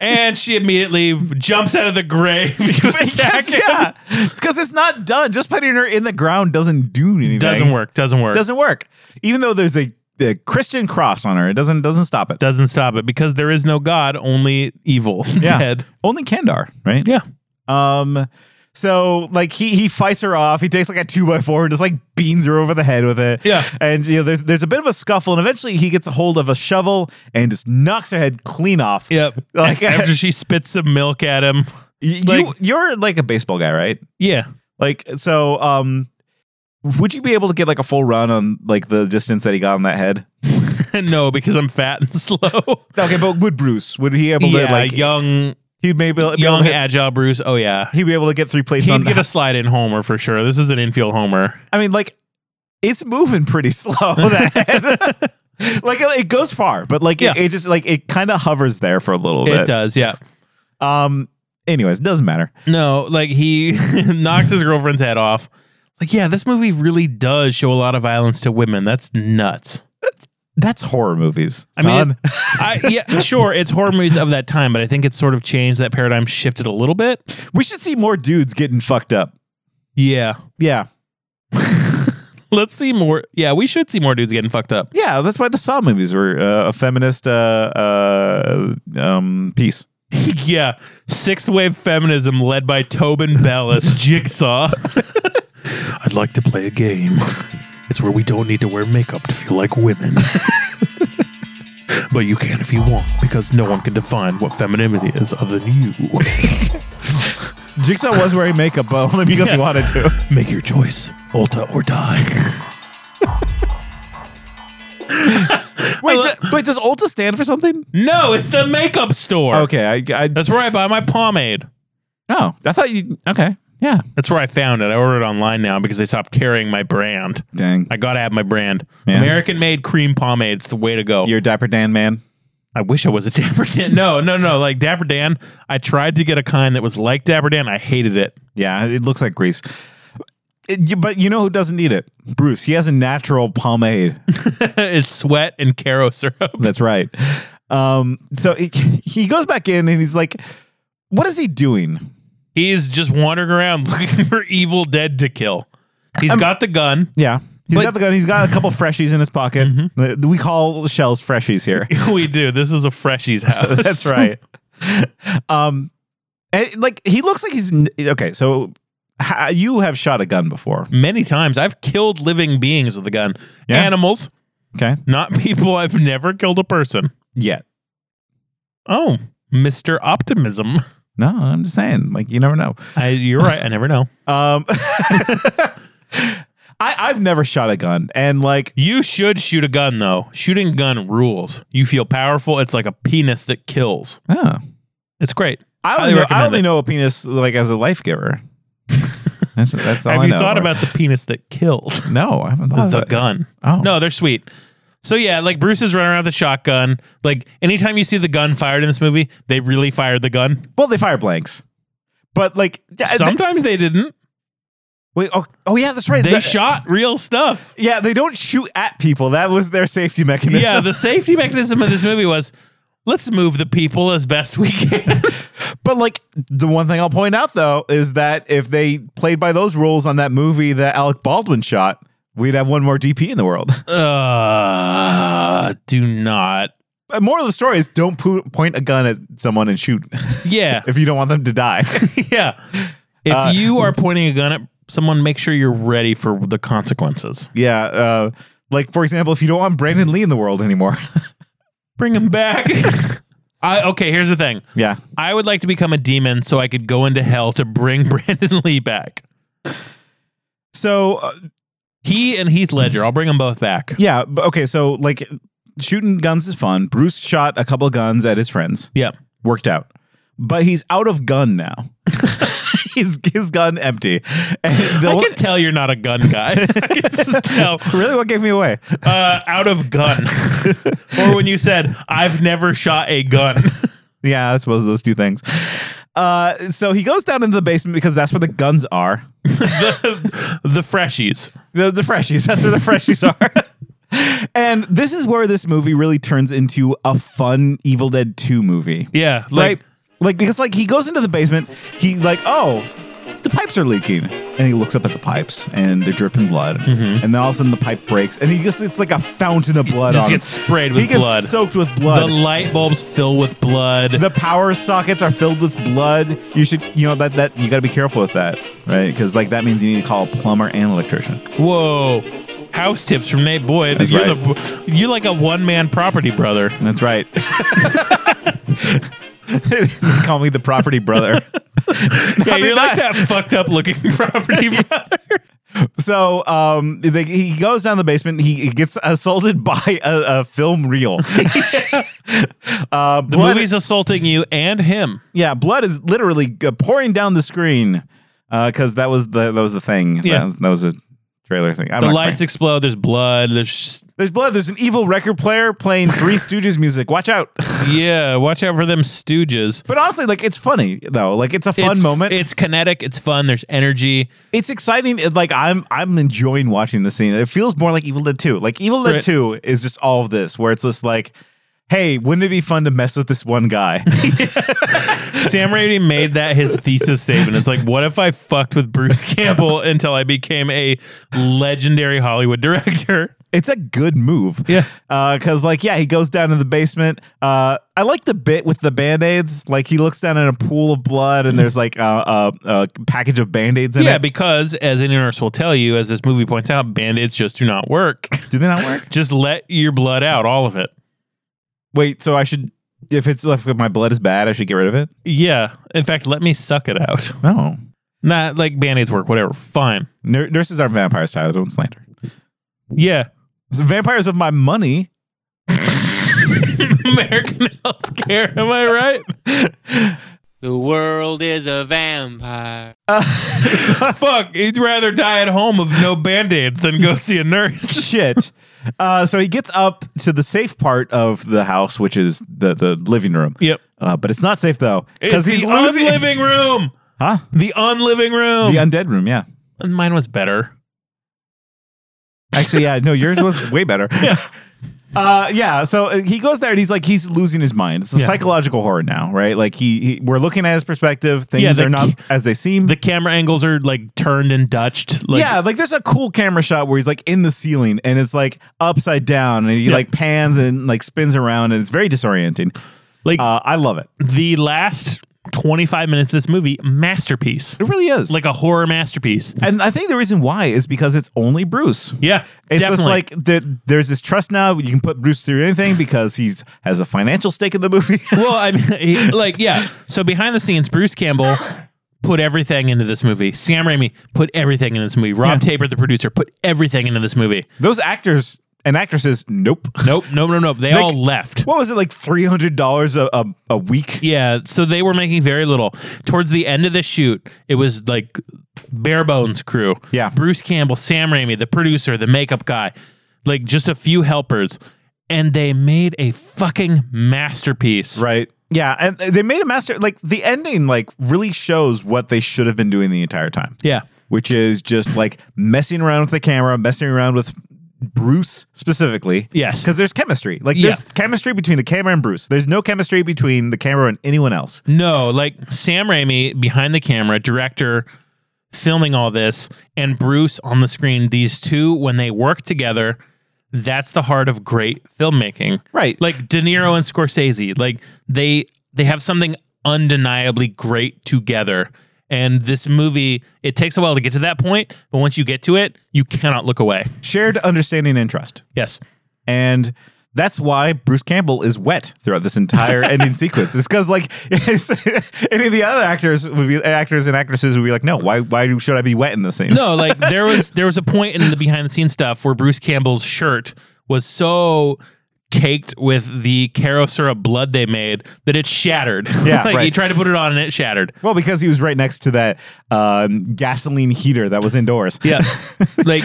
[SPEAKER 1] and she immediately jumps out of the grave. to attack
[SPEAKER 2] Yes,
[SPEAKER 1] him.
[SPEAKER 2] yeah, because it's not done. Just putting her in the ground doesn't do anything.
[SPEAKER 1] Doesn't work. Doesn't work.
[SPEAKER 2] Doesn't work. Even though there's a, a Christian cross on her, it doesn't doesn't stop it.
[SPEAKER 1] Doesn't stop it because there is no God, only evil.
[SPEAKER 2] Yeah.
[SPEAKER 1] Dead.
[SPEAKER 2] Only Kandar, right?
[SPEAKER 1] Yeah.
[SPEAKER 2] Um. So like he he fights her off. He takes like a two by four and just like beans her over the head with it.
[SPEAKER 1] Yeah.
[SPEAKER 2] And you know there's there's a bit of a scuffle and eventually he gets a hold of a shovel and just knocks her head clean off.
[SPEAKER 1] Yep.
[SPEAKER 2] Like
[SPEAKER 1] after she spits some milk at him.
[SPEAKER 2] you you're like a baseball guy, right?
[SPEAKER 1] Yeah.
[SPEAKER 2] Like so um would you be able to get like a full run on like the distance that he got on that head?
[SPEAKER 1] no, because I'm fat and slow.
[SPEAKER 2] Okay, but would Bruce? Would he able to
[SPEAKER 1] Yeah,
[SPEAKER 2] like
[SPEAKER 1] young
[SPEAKER 2] he'd maybe be able
[SPEAKER 1] young
[SPEAKER 2] to hit-
[SPEAKER 1] agile Bruce. Oh yeah.
[SPEAKER 2] he'd be able to get three plates on
[SPEAKER 1] He'd
[SPEAKER 2] the
[SPEAKER 1] get a slide in homer for sure. This is an infield homer.
[SPEAKER 2] I mean, like, it's moving pretty slow. That head. like, it, it goes far, but like, it, it just like it kind of hovers there for a little bit.
[SPEAKER 1] It does, yeah.
[SPEAKER 2] Um. Anyways, it doesn't matter.
[SPEAKER 1] No, like he knocks his girlfriend's head off. Like, yeah, this movie really does show a lot of violence to women. That's nuts.
[SPEAKER 2] That's horror movies.
[SPEAKER 1] I mean,
[SPEAKER 2] son.
[SPEAKER 1] it- I, yeah, sure, it's horror movies of that time, but I think it's sort of changed that paradigm, shifted a little bit.
[SPEAKER 2] we should see more dudes getting fucked up.
[SPEAKER 1] Yeah,
[SPEAKER 2] Yeah,
[SPEAKER 1] let's see more. Yeah, we should see more dudes getting fucked up.
[SPEAKER 2] yeah. That's why the Saw movies were uh, a feminist uh, uh, um, piece.
[SPEAKER 1] yeah, sixth wave feminism led by Tobin Bell as Jigsaw. I'd like to play a game. It's where we don't need to wear makeup to feel like women. but you can if you want, because no one can define what femininity is other than you.
[SPEAKER 2] Jigsaw was wearing makeup, but only because he
[SPEAKER 1] Yeah.
[SPEAKER 2] wanted to.
[SPEAKER 1] Make your choice, Ulta or die.
[SPEAKER 2] Wait, d- wait, does Ulta stand for something?
[SPEAKER 1] No, it's the makeup store.
[SPEAKER 2] Okay, I, I
[SPEAKER 1] That's where I buy my pomade.
[SPEAKER 2] no, I thought you. Okay, yeah,
[SPEAKER 1] That's where I found it. I ordered it online now because they stopped carrying my brand.
[SPEAKER 2] dang,
[SPEAKER 1] I gotta have my brand.
[SPEAKER 2] Yeah.
[SPEAKER 1] American made cream pomade's the way to go.
[SPEAKER 2] you're a Dapper Dan man.
[SPEAKER 1] I wish I was a Dapper Dan. No, no, no. Like Dapper Dan, I tried to get a kind that was like Dapper Dan. I hated it.
[SPEAKER 2] Yeah, it looks like grease. It- you- but you know who doesn't need it? Bruce. He has a natural pomade.
[SPEAKER 1] it's sweat and caro syrup.
[SPEAKER 2] That's right. Um, so he, he goes back in and he's like, "What is he doing?"
[SPEAKER 1] He's just wandering around looking for evil dead to kill. He's got the gun.
[SPEAKER 2] Yeah, he's
[SPEAKER 1] But-
[SPEAKER 2] got the gun. He's got a couple freshies in his pocket. Uh, We call shells freshies here.
[SPEAKER 1] we do. This is a freshie's house.
[SPEAKER 2] That's right. um, and like he looks like he's n- okay. So ha- you have shot a gun before,
[SPEAKER 1] Many times I've killed living beings with a gun.
[SPEAKER 2] Yeah.
[SPEAKER 1] Animals,
[SPEAKER 2] okay?
[SPEAKER 1] not people. I've never killed a person.
[SPEAKER 2] Yet,
[SPEAKER 1] Oh, Mr. Optimism.
[SPEAKER 2] no. I'm just saying, like you never know.
[SPEAKER 1] I, you're right. I never know.
[SPEAKER 2] Um, I, I've never shot a gun, and like,
[SPEAKER 1] You should shoot a gun though. Shooting gun rules. You feel powerful. It's like a penis that kills.
[SPEAKER 2] oh,
[SPEAKER 1] It's great.
[SPEAKER 2] I
[SPEAKER 1] Highly
[SPEAKER 2] only, know, I
[SPEAKER 1] recommend
[SPEAKER 2] only
[SPEAKER 1] it.
[SPEAKER 2] know a penis like as a life giver. that's that's all
[SPEAKER 1] Have
[SPEAKER 2] I
[SPEAKER 1] you
[SPEAKER 2] know.
[SPEAKER 1] thought about the penis that kills?
[SPEAKER 2] No, I haven't thought
[SPEAKER 1] the
[SPEAKER 2] about
[SPEAKER 1] gun.
[SPEAKER 2] Oh.
[SPEAKER 1] No, they're sweet. So yeah, like Bruce is running around with a shotgun. Like anytime you see the gun fired in this movie, they really fired the gun.
[SPEAKER 2] It. Well, they fire blanks, but like yeah, Uh, they-
[SPEAKER 1] Sometimes they didn't.
[SPEAKER 2] wait, oh, oh yeah, that's right.
[SPEAKER 1] They
[SPEAKER 2] The-
[SPEAKER 1] shot real stuff.
[SPEAKER 2] Yeah, they don't shoot at people. That was their safety mechanism.
[SPEAKER 1] Yeah, the safety mechanism of this movie was let's move the people as best we can.
[SPEAKER 2] but like the one thing I'll point out though is that if they played by those rules on that movie that Alec Baldwin shot, we'd have one more DP in the world.
[SPEAKER 1] uh, do not.
[SPEAKER 2] But moral of the story is don't po- point a gun at someone and shoot
[SPEAKER 1] Yeah.
[SPEAKER 2] if you don't want them to die.
[SPEAKER 1] yeah. If you are pointing a gun at someone, make sure you're ready for the consequences.
[SPEAKER 2] yeah, uh, like for example, if you don't want Brandon Lee in the world anymore.
[SPEAKER 1] Bring him back. I okay, here's the thing.
[SPEAKER 2] yeah.
[SPEAKER 1] I would like to become a demon so I could go into hell to bring Brandon Lee back.
[SPEAKER 2] So uh,
[SPEAKER 1] He and Heath Ledger, I'll bring them both back.
[SPEAKER 2] yeah, b- okay. So like shooting guns is fun. Bruce shot a couple of guns at his friends.
[SPEAKER 1] Yeah.
[SPEAKER 2] Worked out, but he's out of gun now. his his gun empty. And the
[SPEAKER 1] I
[SPEAKER 2] one-
[SPEAKER 1] can tell you're not a gun guy. I can just tell.
[SPEAKER 2] really, what gave me away?
[SPEAKER 1] Uh, out of gun. or when you said, I've never shot a gun.
[SPEAKER 2] Yeah, I suppose those two things. Uh, so he goes down into the basement because that's where the guns are.
[SPEAKER 1] the, the freshies.
[SPEAKER 2] The, the freshies. That's where the freshies are. and this is where this movie really turns into a fun Evil Dead 2 movie.
[SPEAKER 1] Yeah. Like
[SPEAKER 2] Right. Like because like he goes into the basement, he like oh, the pipes are leaking, and he looks up at the pipes and they're dripping blood,
[SPEAKER 1] Mm-hmm.
[SPEAKER 2] and then all of a sudden the pipe breaks, and he just it's like a fountain of blood.
[SPEAKER 1] just
[SPEAKER 2] on
[SPEAKER 1] gets
[SPEAKER 2] him.
[SPEAKER 1] sprayed with
[SPEAKER 2] he gets
[SPEAKER 1] blood.
[SPEAKER 2] soaked with blood.
[SPEAKER 1] The light bulbs fill with blood.
[SPEAKER 2] The power sockets are filled with blood. You should you know that that you got to be careful with that, right? Because like that means you need to call a plumber and electrician.
[SPEAKER 1] Whoa. House tips from Nate Boyd.
[SPEAKER 2] That's
[SPEAKER 1] you're,
[SPEAKER 2] right.
[SPEAKER 1] the, you're like a one man property brother.
[SPEAKER 2] That's right. Call me the property brother.
[SPEAKER 1] Yeah, you're like that fucked up looking property brother.
[SPEAKER 2] So um, they, he goes down the basement. He, he gets assaulted by a, a film reel. uh,
[SPEAKER 1] The
[SPEAKER 2] blood,
[SPEAKER 1] movie's assaulting you and him.
[SPEAKER 2] yeah, blood is literally uh, pouring down the screen because that was the that was the thing.
[SPEAKER 1] Yeah.
[SPEAKER 2] that, that was a trailer thing. I'm
[SPEAKER 1] the
[SPEAKER 2] not
[SPEAKER 1] lights explode. There's blood. There's just-
[SPEAKER 2] There's blood. There's an evil record player playing Three Stooges music. Watch out!
[SPEAKER 1] yeah. Watch out for them stooges.
[SPEAKER 2] But honestly, like it's funny though. Like it's a fun
[SPEAKER 1] It's-
[SPEAKER 2] moment.
[SPEAKER 1] It's kinetic. It's fun. There's energy.
[SPEAKER 2] It's exciting. It, like I'm, I'm enjoying watching the scene. It feels more like Evil Dead Two. Like Evil Dead
[SPEAKER 1] Right.
[SPEAKER 2] Two is just all of this, where it's just like, hey, wouldn't it be fun to mess with this one guy?
[SPEAKER 1] Sam Raimi made that his thesis statement. It's like, what if I fucked with Bruce Campbell until I became a legendary Hollywood director?
[SPEAKER 2] it's a good move.
[SPEAKER 1] Yeah.
[SPEAKER 2] Because, like, yeah, he goes down to the basement. Uh, I like the bit with the band aids. Like, he looks down at a pool of blood and there's like a, a, a package of band aids in
[SPEAKER 1] yeah,
[SPEAKER 2] it.
[SPEAKER 1] because as any nurse will tell you, as this movie points out, band-aids just do not work.
[SPEAKER 2] Do they not work?
[SPEAKER 1] Just let your blood out, all of it.
[SPEAKER 2] Wait, so I should, if it's if my blood is bad, I should get rid of it?
[SPEAKER 1] Yeah. In fact, let me suck it out.
[SPEAKER 2] No.
[SPEAKER 1] Not like band-aids work, whatever. Fine.
[SPEAKER 2] Nur- nurses aren't vampires, Tyler. Don't slander.
[SPEAKER 1] Yeah.
[SPEAKER 2] So vampires of my money.
[SPEAKER 1] American healthcare, am I right?
[SPEAKER 21] The world is a vampire.
[SPEAKER 1] Fuck, he'd rather die at home of no band-aids than go see a nurse.
[SPEAKER 2] Shit. Uh, so he gets up to the safe part of the house, which is the, the living room.
[SPEAKER 1] Yep.
[SPEAKER 2] Uh, but it's not safe though,
[SPEAKER 1] It's the unliving room.
[SPEAKER 2] Huh?
[SPEAKER 1] The unliving room.
[SPEAKER 2] The undead room, yeah.
[SPEAKER 1] And Mine was better.
[SPEAKER 2] Actually, yeah, no, yours was way better. Yeah. Uh, yeah, so uh, he goes there and he's like, he's losing his mind. It's a
[SPEAKER 1] Yeah.
[SPEAKER 2] psychological horror now, right? Like he, he, we're looking at his perspective. Things
[SPEAKER 1] Yeah, the
[SPEAKER 2] are not
[SPEAKER 1] ca-
[SPEAKER 2] as they seem.
[SPEAKER 1] The camera angles are like turned and Dutched. Like,
[SPEAKER 2] yeah, like there's a cool camera shot where he's like in the ceiling and it's like upside down and he
[SPEAKER 1] Yeah.
[SPEAKER 2] like pans and like spins around and it's very disorienting.
[SPEAKER 1] Like-
[SPEAKER 2] uh, I love it.
[SPEAKER 1] the last 25 minutes of this movie, masterpiece.
[SPEAKER 2] It really is.
[SPEAKER 1] Like a horror masterpiece.
[SPEAKER 2] and I think the reason why is because it's only Bruce.
[SPEAKER 1] Yeah.
[SPEAKER 2] It's
[SPEAKER 1] definitely.
[SPEAKER 2] just like there, there's this trust now. You can put Bruce through anything because he's has a financial stake in the movie.
[SPEAKER 1] well, I mean, he- like, yeah. So behind the scenes, Bruce Campbell put everything into this movie. Sam Raimi put everything into this movie. Rob Taper, the producer, put everything into this movie.
[SPEAKER 2] Those actors and actresses, nope.
[SPEAKER 1] Nope, nope, nope, nope. They
[SPEAKER 2] Like-
[SPEAKER 1] all left.
[SPEAKER 2] What was it like? Three hundred dollars a a a week.
[SPEAKER 1] Yeah, so they were making very little. Towards the end of the shoot, it was like bare bones crew.
[SPEAKER 2] Yeah.
[SPEAKER 1] Bruce Campbell, Sam Raimi, the producer, the makeup guy, like just a few helpers. And they made a fucking masterpiece.
[SPEAKER 2] Right. Yeah, and they made a master. Like the ending, like really shows what they should have been doing the entire time.
[SPEAKER 1] Yeah.
[SPEAKER 2] Which is just like messing around with the camera, messing around with Bruce specifically.
[SPEAKER 1] Yes.
[SPEAKER 2] Because there's chemistry. Like there's chemistry between the camera and Bruce. There's no chemistry between the camera and anyone else.
[SPEAKER 1] No, like Sam Raimi behind the camera, director filming all this, and Bruce on the screen. These two, when they work together, that's the heart of great filmmaking.
[SPEAKER 2] Right.
[SPEAKER 1] Like De Niro and Scorsese, like they they have something undeniably great together. And this movie, it takes a while to get to that point, but once you get to it, you cannot look away.
[SPEAKER 2] Shared understanding and trust.
[SPEAKER 1] Yes.
[SPEAKER 2] and that's why Bruce Campbell is wet throughout this entire ending sequence. It's because like it's, any of the other actors would be actors and actresses would be like, no, why why should I be wet in this scene?
[SPEAKER 1] No, like there was there was a point in the behind the scenes stuff where Bruce Campbell's shirt was so caked with the Caro Sura blood they made that it shattered.
[SPEAKER 2] Yeah,
[SPEAKER 1] like he
[SPEAKER 2] right.
[SPEAKER 1] tried to put it on and it shattered.
[SPEAKER 2] Well, because he was right next to that um, gasoline heater that was indoors.
[SPEAKER 1] Yeah. like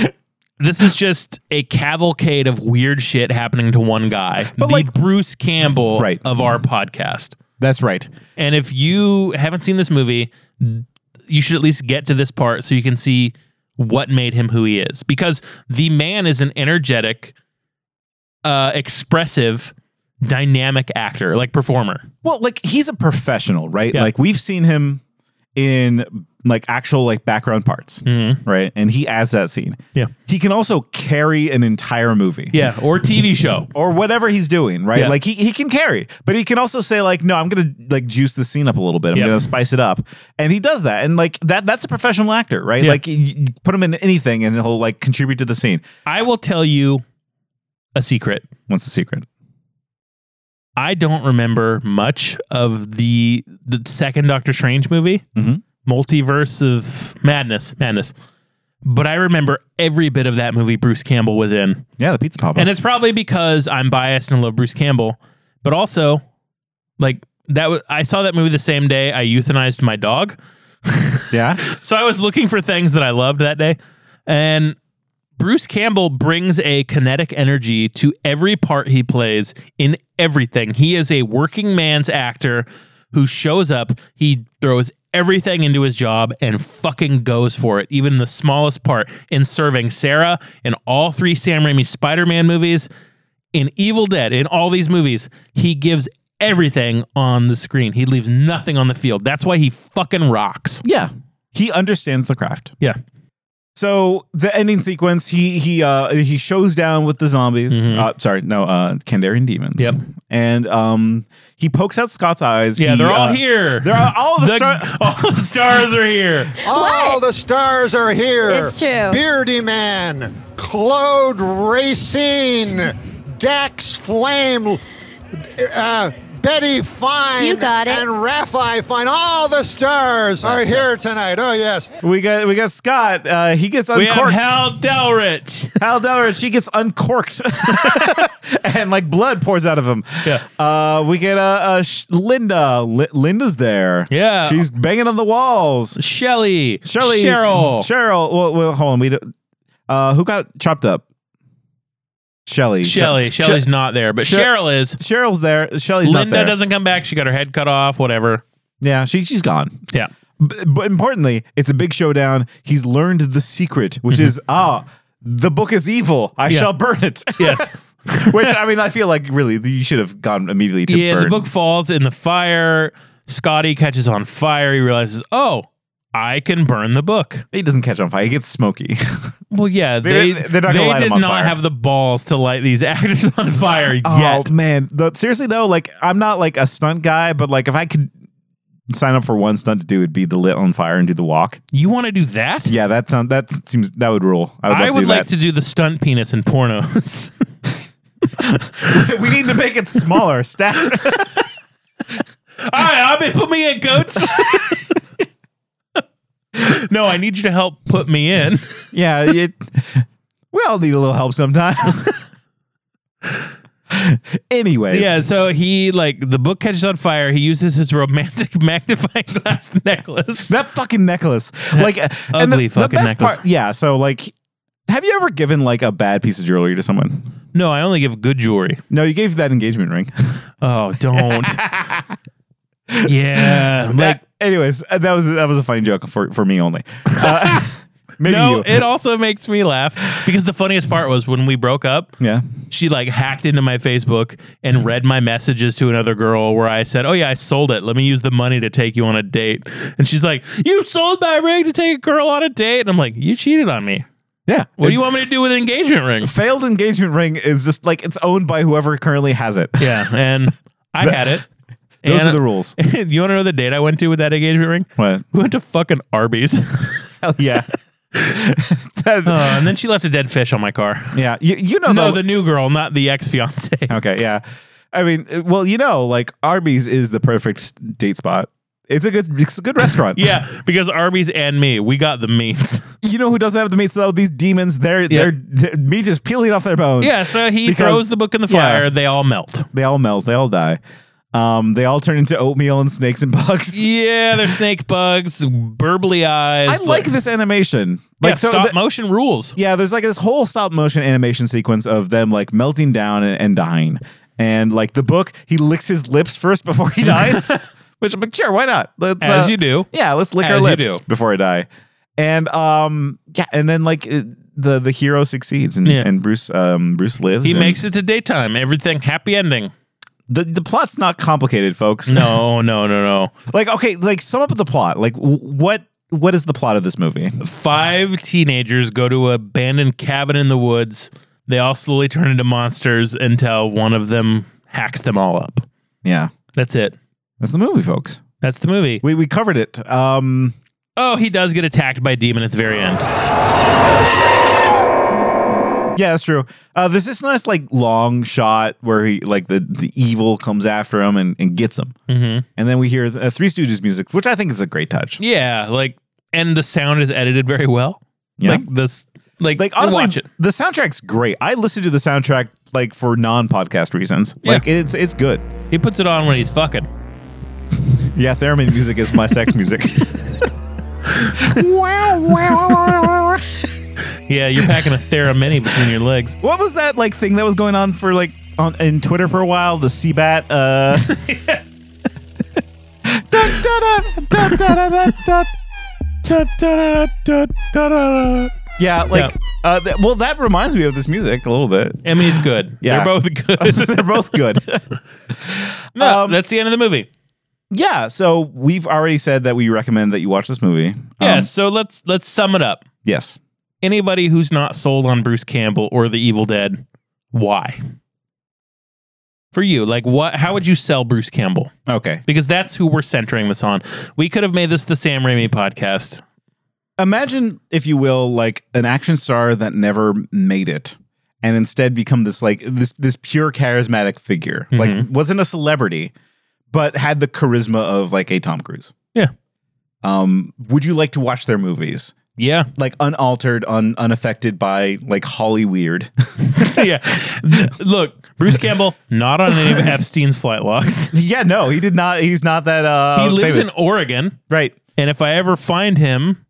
[SPEAKER 1] this is just a cavalcade of weird shit happening to one guy. the
[SPEAKER 2] But, like-
[SPEAKER 1] Bruce Campbell
[SPEAKER 2] Right.
[SPEAKER 1] of our podcast.
[SPEAKER 2] that's right.
[SPEAKER 1] And if you haven't seen this movie, you should at least get to this part so you can see what made him who he is. Because the man is an energetic, uh, expressive, dynamic actor, like performer.
[SPEAKER 2] Well, like he's a professional, right? Like we've seen him in like actual like background parts,
[SPEAKER 1] Mhm.
[SPEAKER 2] right? And he adds that scene.
[SPEAKER 1] Yeah.
[SPEAKER 2] He can also carry an entire movie.
[SPEAKER 1] Yeah, or TV show.
[SPEAKER 2] or whatever he's doing, right?
[SPEAKER 1] Yeah.
[SPEAKER 2] Like he, he can carry, but he can also say like, no, I'm gonna like juice the scene up a little bit. I'm
[SPEAKER 1] Yeah.
[SPEAKER 2] gonna spice it up, and he does that. And like that, that's a professional actor, right?
[SPEAKER 1] Yeah.
[SPEAKER 2] Like you, you put him in anything, and he'll like contribute to the scene.
[SPEAKER 1] I will tell you a secret.
[SPEAKER 2] What's the secret?
[SPEAKER 1] I don't remember much of the the second Doctor Strange movie, Multiverse of Madness, Madness. But I remember every bit of that movie Bruce Campbell was in.
[SPEAKER 2] Yeah, the pizza pop.
[SPEAKER 1] And it's probably because I'm biased and love Bruce Campbell, but also like that was I saw that movie the same day I euthanized my dog.
[SPEAKER 2] Yeah.
[SPEAKER 1] so I was looking for things that I loved that day. And Bruce Campbell brings a kinetic energy to every part he plays in everything. He is a working man's actor who shows up, he throws everything into his job and fucking goes for it, even the smallest part in serving Sarah in all three Sam Raimi Spider Man movies, in Evil Dead, in all these movies. He gives everything on the screen, he leaves nothing on the field. That's why he fucking rocks.
[SPEAKER 2] Yeah. He understands the craft.
[SPEAKER 1] Yeah.
[SPEAKER 2] So the ending sequence, he he uh he shows down with the zombies. Uh, sorry, no, uh Kandarian demons. Yep. And um he pokes out Scott's eyes.
[SPEAKER 1] Yeah,
[SPEAKER 2] He,
[SPEAKER 1] they're all
[SPEAKER 2] uh,
[SPEAKER 1] here.
[SPEAKER 2] They're all, all the, star-
[SPEAKER 1] all the stars are here.
[SPEAKER 12] All the stars are here.
[SPEAKER 22] It's true.
[SPEAKER 12] Beardy Man, Claude Racine, Dax Flame, uh, Betty Fine,
[SPEAKER 22] You got it.
[SPEAKER 12] and Raphael Fine. All the stars are here tonight. Oh yes.
[SPEAKER 2] We got we got Scott. Uh, he gets
[SPEAKER 12] We
[SPEAKER 2] uncorked.
[SPEAKER 12] have Hal
[SPEAKER 1] Delrich.
[SPEAKER 2] Hal Delrich. He gets uncorked, and like blood pours out of him. Yeah. Uh, we get uh, uh Sh- Linda. Li- Linda's there.
[SPEAKER 1] Yeah.
[SPEAKER 2] She's banging on the walls.
[SPEAKER 1] Shelly.
[SPEAKER 2] Shirley.
[SPEAKER 1] Cheryl.
[SPEAKER 2] Cheryl. Well, well hold on. We. don't- Uh, who got chopped up? Shelly.
[SPEAKER 1] Shelly.
[SPEAKER 2] She-
[SPEAKER 1] Shelly's
[SPEAKER 2] She-
[SPEAKER 1] not there, but
[SPEAKER 2] She-
[SPEAKER 1] Cheryl is.
[SPEAKER 2] Cheryl's there. Shelly's not
[SPEAKER 1] Linda
[SPEAKER 2] there.
[SPEAKER 1] doesn't come back. She got her head cut off. Whatever.
[SPEAKER 2] Yeah, she she's gone.
[SPEAKER 1] Yeah.
[SPEAKER 2] But, but importantly, it's a big showdown. He's learned the secret, which is ah, the book is evil. I
[SPEAKER 1] Mm-hmm. Yeah.
[SPEAKER 2] shall burn it.
[SPEAKER 1] Yes.
[SPEAKER 2] which I mean, I feel like really you should have gone immediately to
[SPEAKER 1] yeah,
[SPEAKER 2] burn.
[SPEAKER 1] the book falls in the fire. Scotty catches on fire. He realizes, oh, I can burn the book.
[SPEAKER 2] He doesn't catch on fire. He gets smoky.
[SPEAKER 1] Well, yeah,
[SPEAKER 2] They-
[SPEAKER 1] they
[SPEAKER 2] they're not gonna
[SPEAKER 1] they
[SPEAKER 2] light
[SPEAKER 1] did
[SPEAKER 2] him on
[SPEAKER 1] not
[SPEAKER 2] fire.
[SPEAKER 1] have the balls to light these actors on fire
[SPEAKER 2] oh
[SPEAKER 1] yet.
[SPEAKER 2] man, The- seriously though, like I'm not like a stunt guy, but like if I could sign up for one stunt to do, it'd be the lit on fire and do the walk.
[SPEAKER 1] You want to do that?
[SPEAKER 2] Yeah, that sound that seems that would rule. I would, love
[SPEAKER 1] I
[SPEAKER 2] to
[SPEAKER 1] would
[SPEAKER 2] do
[SPEAKER 1] like
[SPEAKER 2] that.
[SPEAKER 1] to do the stunt penis in pornos.
[SPEAKER 2] we need to make it smaller. Stacked.
[SPEAKER 1] All right, Abby, put me in, coach. no, I need you to help put me in.
[SPEAKER 2] Yeah, it, we all need a little help sometimes. Anyways,
[SPEAKER 1] Yeah, so he like the book catches on fire. He uses his romantic magnifying glass necklace.
[SPEAKER 2] that fucking necklace, like uh, and the-
[SPEAKER 1] Ugly
[SPEAKER 2] the
[SPEAKER 1] fucking
[SPEAKER 2] best
[SPEAKER 1] necklace.
[SPEAKER 2] part- yeah, so like, have you ever given like a bad piece of jewelry to someone?
[SPEAKER 1] No, I only give good jewelry.
[SPEAKER 2] No, you gave that engagement ring.
[SPEAKER 1] Oh, don't. yeah,
[SPEAKER 2] That- anyways, uh, that was that was a funny joke for for me only. Uh, maybe
[SPEAKER 1] no,
[SPEAKER 2] you.
[SPEAKER 1] it also makes me laugh because the funniest part was when we broke up.
[SPEAKER 2] Yeah.
[SPEAKER 1] She like hacked into my Facebook and read my messages to another girl where I said, "Oh yeah, I sold it. Let me use the money to take you on a date." And she's like, "You sold my ring to take a girl on a date?" And I'm like, "You cheated on me."
[SPEAKER 2] Yeah.
[SPEAKER 1] What do you want me to do with an engagement ring?
[SPEAKER 2] Failed engagement ring is just like it's owned by whoever currently has it.
[SPEAKER 1] Yeah, and I had it.
[SPEAKER 2] Those
[SPEAKER 1] And-
[SPEAKER 2] are the rules.
[SPEAKER 1] you want to know the date I went to with that engagement ring?
[SPEAKER 2] What?
[SPEAKER 1] We went to fucking Arby's.
[SPEAKER 2] Hell yeah.
[SPEAKER 1] Oh, and then she left a dead fish on my car.
[SPEAKER 2] Yeah, you, you know
[SPEAKER 1] no,
[SPEAKER 2] the-
[SPEAKER 1] the new girl, not the ex fiance.
[SPEAKER 2] Okay, yeah. I mean, uh, well, you know, like Arby's is the perfect date spot. It's a good, it's a good restaurant.
[SPEAKER 1] Yeah, because Arby's and me, we got the meats.
[SPEAKER 2] You know who doesn't have the meats though? These demons. Their
[SPEAKER 1] Yeah.
[SPEAKER 2] their, their meat is peeling off their bones.
[SPEAKER 1] Yeah, so he
[SPEAKER 2] Because-
[SPEAKER 1] throws the book in the
[SPEAKER 2] yeah.
[SPEAKER 1] fire. They all melt.
[SPEAKER 2] They all melt. They all die. Um, they all turn into oatmeal and snakes and bugs.
[SPEAKER 1] Yeah, they're snake bugs, burbly eyes.
[SPEAKER 2] I like this animation. Like
[SPEAKER 1] yeah, stop
[SPEAKER 2] the-
[SPEAKER 1] motion rules.
[SPEAKER 2] Yeah, there's like this whole stop motion animation sequence of them like melting down and, and dying. And like the book, he licks his lips first before he dies. Which I'm like, sure, why not? Let's, uh,
[SPEAKER 1] As you do.
[SPEAKER 2] Yeah, let's lick our
[SPEAKER 1] As you
[SPEAKER 2] lips
[SPEAKER 1] do.
[SPEAKER 2] before I die. And um, yeah, and then like it- the the hero succeeds and,
[SPEAKER 1] Yeah.
[SPEAKER 2] and Bruce um Bruce lives.
[SPEAKER 1] He
[SPEAKER 2] and-
[SPEAKER 1] makes it to daytime. Everything happy ending.
[SPEAKER 2] the the plot's not complicated, folks.
[SPEAKER 1] No, no, no, no.
[SPEAKER 2] like okay, like sum up the plot. Like w- what what is the plot of this movie?
[SPEAKER 1] Five teenagers go to an abandoned cabin in the woods. They all slowly turn into monsters until one of them hacks them all up.
[SPEAKER 2] Yeah,
[SPEAKER 1] That's it.
[SPEAKER 2] that's the movie, folks.
[SPEAKER 1] That's the movie.
[SPEAKER 2] We we covered it. Um,
[SPEAKER 1] Oh, he does get attacked by a demon at the very end.
[SPEAKER 2] yeah, that's true. Uh, there's this nice like long shot where he like the the evil comes after him and, and gets him,
[SPEAKER 1] Mm-hmm.
[SPEAKER 2] and then we hear uh, Three Stooges music, which I think is a great touch.
[SPEAKER 1] Yeah, like, and the sound is edited very well.
[SPEAKER 2] Yeah.
[SPEAKER 1] Like this, like,
[SPEAKER 2] Like honestly,
[SPEAKER 1] watch it.
[SPEAKER 2] the soundtrack's great. I listen to the soundtrack like for non podcast reasons.
[SPEAKER 1] Yeah.
[SPEAKER 2] Like it's it's good.
[SPEAKER 1] He puts it on when he's fucking.
[SPEAKER 2] Yeah, theremin music is my sex music.
[SPEAKER 1] Yeah, you're packing a theremin between your legs.
[SPEAKER 2] What was that like thing that was going on for like on in Twitter for a while? The Seabat. Uh... Dun, dun, dun, dun, dun, dun, dun, dun. Yeah, like Uh, th- well, that reminds me of this music a little bit.
[SPEAKER 1] I mean, it's good.
[SPEAKER 2] Yeah.
[SPEAKER 1] They're both good.
[SPEAKER 2] They're both Um, good.
[SPEAKER 1] no, that's the end of the movie.
[SPEAKER 2] yeah, so we've already said that we recommend that you watch this movie.
[SPEAKER 1] Yeah,
[SPEAKER 2] Um,
[SPEAKER 1] so let's let's sum it up.
[SPEAKER 2] yes.
[SPEAKER 1] Anybody who's not sold on Bruce Campbell or The Evil Dead, why? For you, like what how would you sell Bruce Campbell?
[SPEAKER 2] Okay.
[SPEAKER 1] Because that's who we're centering this on. We could have made this the Sam Raimi podcast.
[SPEAKER 2] imagine if you will like an action star that never made it and instead become this like this this pure charismatic figure like
[SPEAKER 1] Mm-hmm.
[SPEAKER 2] wasn't a celebrity but had the charisma of like a tom cruise
[SPEAKER 1] Yeah.
[SPEAKER 2] um would you like to watch their movies
[SPEAKER 1] Yeah.
[SPEAKER 2] like unaltered un, unaffected by like holly weird
[SPEAKER 1] yeah. Look, Bruce Campbell, not on any of Epstein's flight logs.
[SPEAKER 2] yeah no he did not he's not that uh
[SPEAKER 1] he lives
[SPEAKER 2] famous.
[SPEAKER 1] in Oregon,
[SPEAKER 2] right
[SPEAKER 1] and if I ever find him,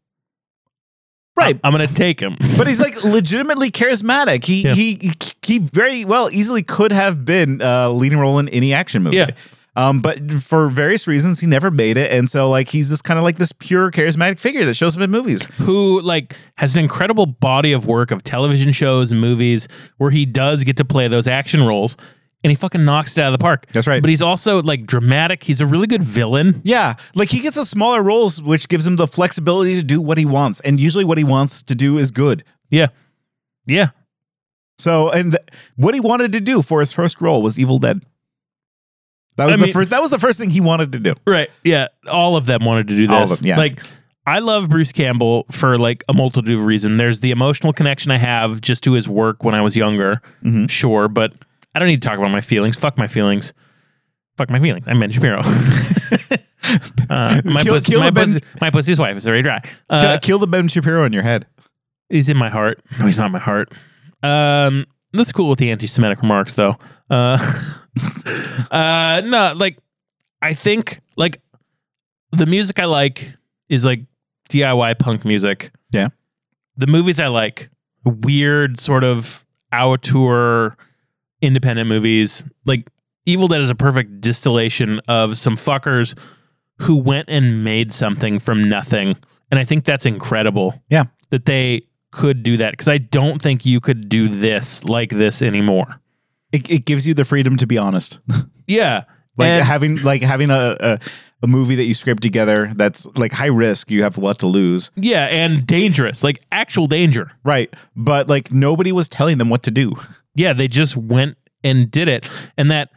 [SPEAKER 2] right
[SPEAKER 1] I'm gonna take him.
[SPEAKER 2] but he's like legitimately charismatic. He
[SPEAKER 1] Yeah.
[SPEAKER 2] he he very well easily could have been a leading role in any action movie.
[SPEAKER 1] Yeah.
[SPEAKER 2] Um, but for various reasons, he never made it, and so like he's this kind of like this pure charismatic figure that shows up in movies.
[SPEAKER 1] who like has an incredible body of work of television shows and movies where he does get to play those action roles and he fucking knocks it out of the park.
[SPEAKER 2] That's right.
[SPEAKER 1] But he's also like dramatic. He's a really good villain.
[SPEAKER 2] Yeah, like he gets a smaller roles, which gives him the flexibility to do what he wants, and usually what he wants to do is good.
[SPEAKER 1] Yeah. Yeah.
[SPEAKER 2] So, and th- what he wanted to do for his first role was Evil Dead. That was
[SPEAKER 1] I
[SPEAKER 2] the
[SPEAKER 1] mean-
[SPEAKER 2] first. That was the first thing he wanted to do.
[SPEAKER 1] Right. Yeah. All of them wanted to do this.
[SPEAKER 2] All of them, yeah.
[SPEAKER 1] Like I love Bruce Campbell for like a multitude of reasons. There's the emotional connection I have just to his work when I was younger.
[SPEAKER 2] Mm-hmm.
[SPEAKER 1] Sure, but I don't need to talk about my feelings. Fuck my feelings. Fuck my feelings. I'm Ben Shapiro. Uh, my,
[SPEAKER 2] Kill-
[SPEAKER 1] pussy,
[SPEAKER 2] kill
[SPEAKER 1] my,
[SPEAKER 2] the Ben-
[SPEAKER 1] pussy, my pussy's wife is already dry.
[SPEAKER 2] Kill-
[SPEAKER 1] Uh,
[SPEAKER 2] kill the Ben Shapiro in your head.
[SPEAKER 1] He's in my heart. No, he's not in my heart. Um, that's cool with the anti-Semitic remarks, though. Uh, uh, no, like I think like the music I like is like DIY punk music.
[SPEAKER 2] Yeah.
[SPEAKER 1] The movies I like, weird sort of auteur independent movies. Like Evil Dead is a perfect distillation of some fuckers who went and made something from nothing, and I think that's incredible
[SPEAKER 2] Yeah.
[SPEAKER 1] that they could do that because I don't think you could do this like this anymore.
[SPEAKER 2] It, it gives you the freedom to be honest.
[SPEAKER 1] Yeah,
[SPEAKER 2] like
[SPEAKER 1] And-
[SPEAKER 2] having like having a, a a movie that you script together that's like high risk you have a lot to lose
[SPEAKER 1] yeah, and dangerous, like actual danger.
[SPEAKER 2] right but like nobody was telling them what to do
[SPEAKER 1] Yeah, they just went and did it, and that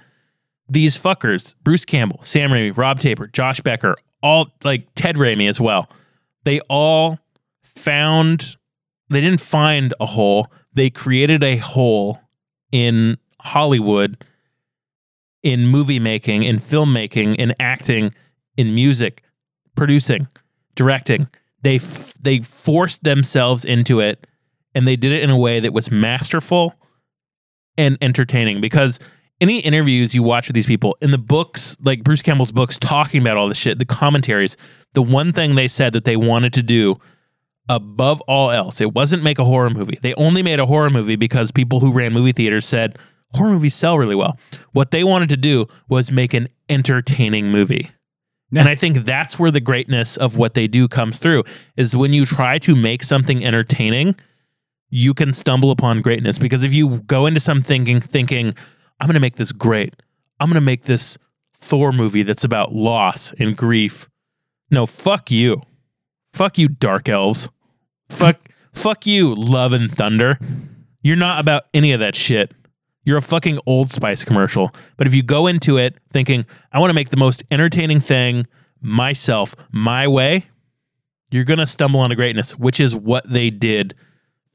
[SPEAKER 1] these fuckers, Bruce Campbell, Sam Raimi, Rob Taper, Josh Becker, all like Ted Raimi as well. They all found they didn't find a hole. They created a hole in Hollywood in movie making, in filmmaking, in acting, in music, producing, directing. They f- they forced themselves into it, and they did it in a way that was masterful and entertaining. Because any interviews you watch with these people in the books, like Bruce Campbell's books, talking about all this shit, the commentaries, the one thing they said that they wanted to do above all else, it wasn't make a horror movie. They only made a horror movie because people who ran movie theaters said horror movies sell really well. What they wanted to do was make an entertaining movie. And I think that's where the greatness of what they do comes through is when you try to make something entertaining, you can stumble upon greatness because if you go into some thinking thinking I'm going to make this great, I'm gonna make this Thor movie that's about loss and grief. No, fuck you. Fuck you, Dark Elves. Fuck fuck you, Love and Thunder. You're not about any of that shit. You're a fucking Old Spice commercial. But if you go into it thinking, I want to make the most entertaining thing myself, my way, you're going to stumble onto greatness, which is what they did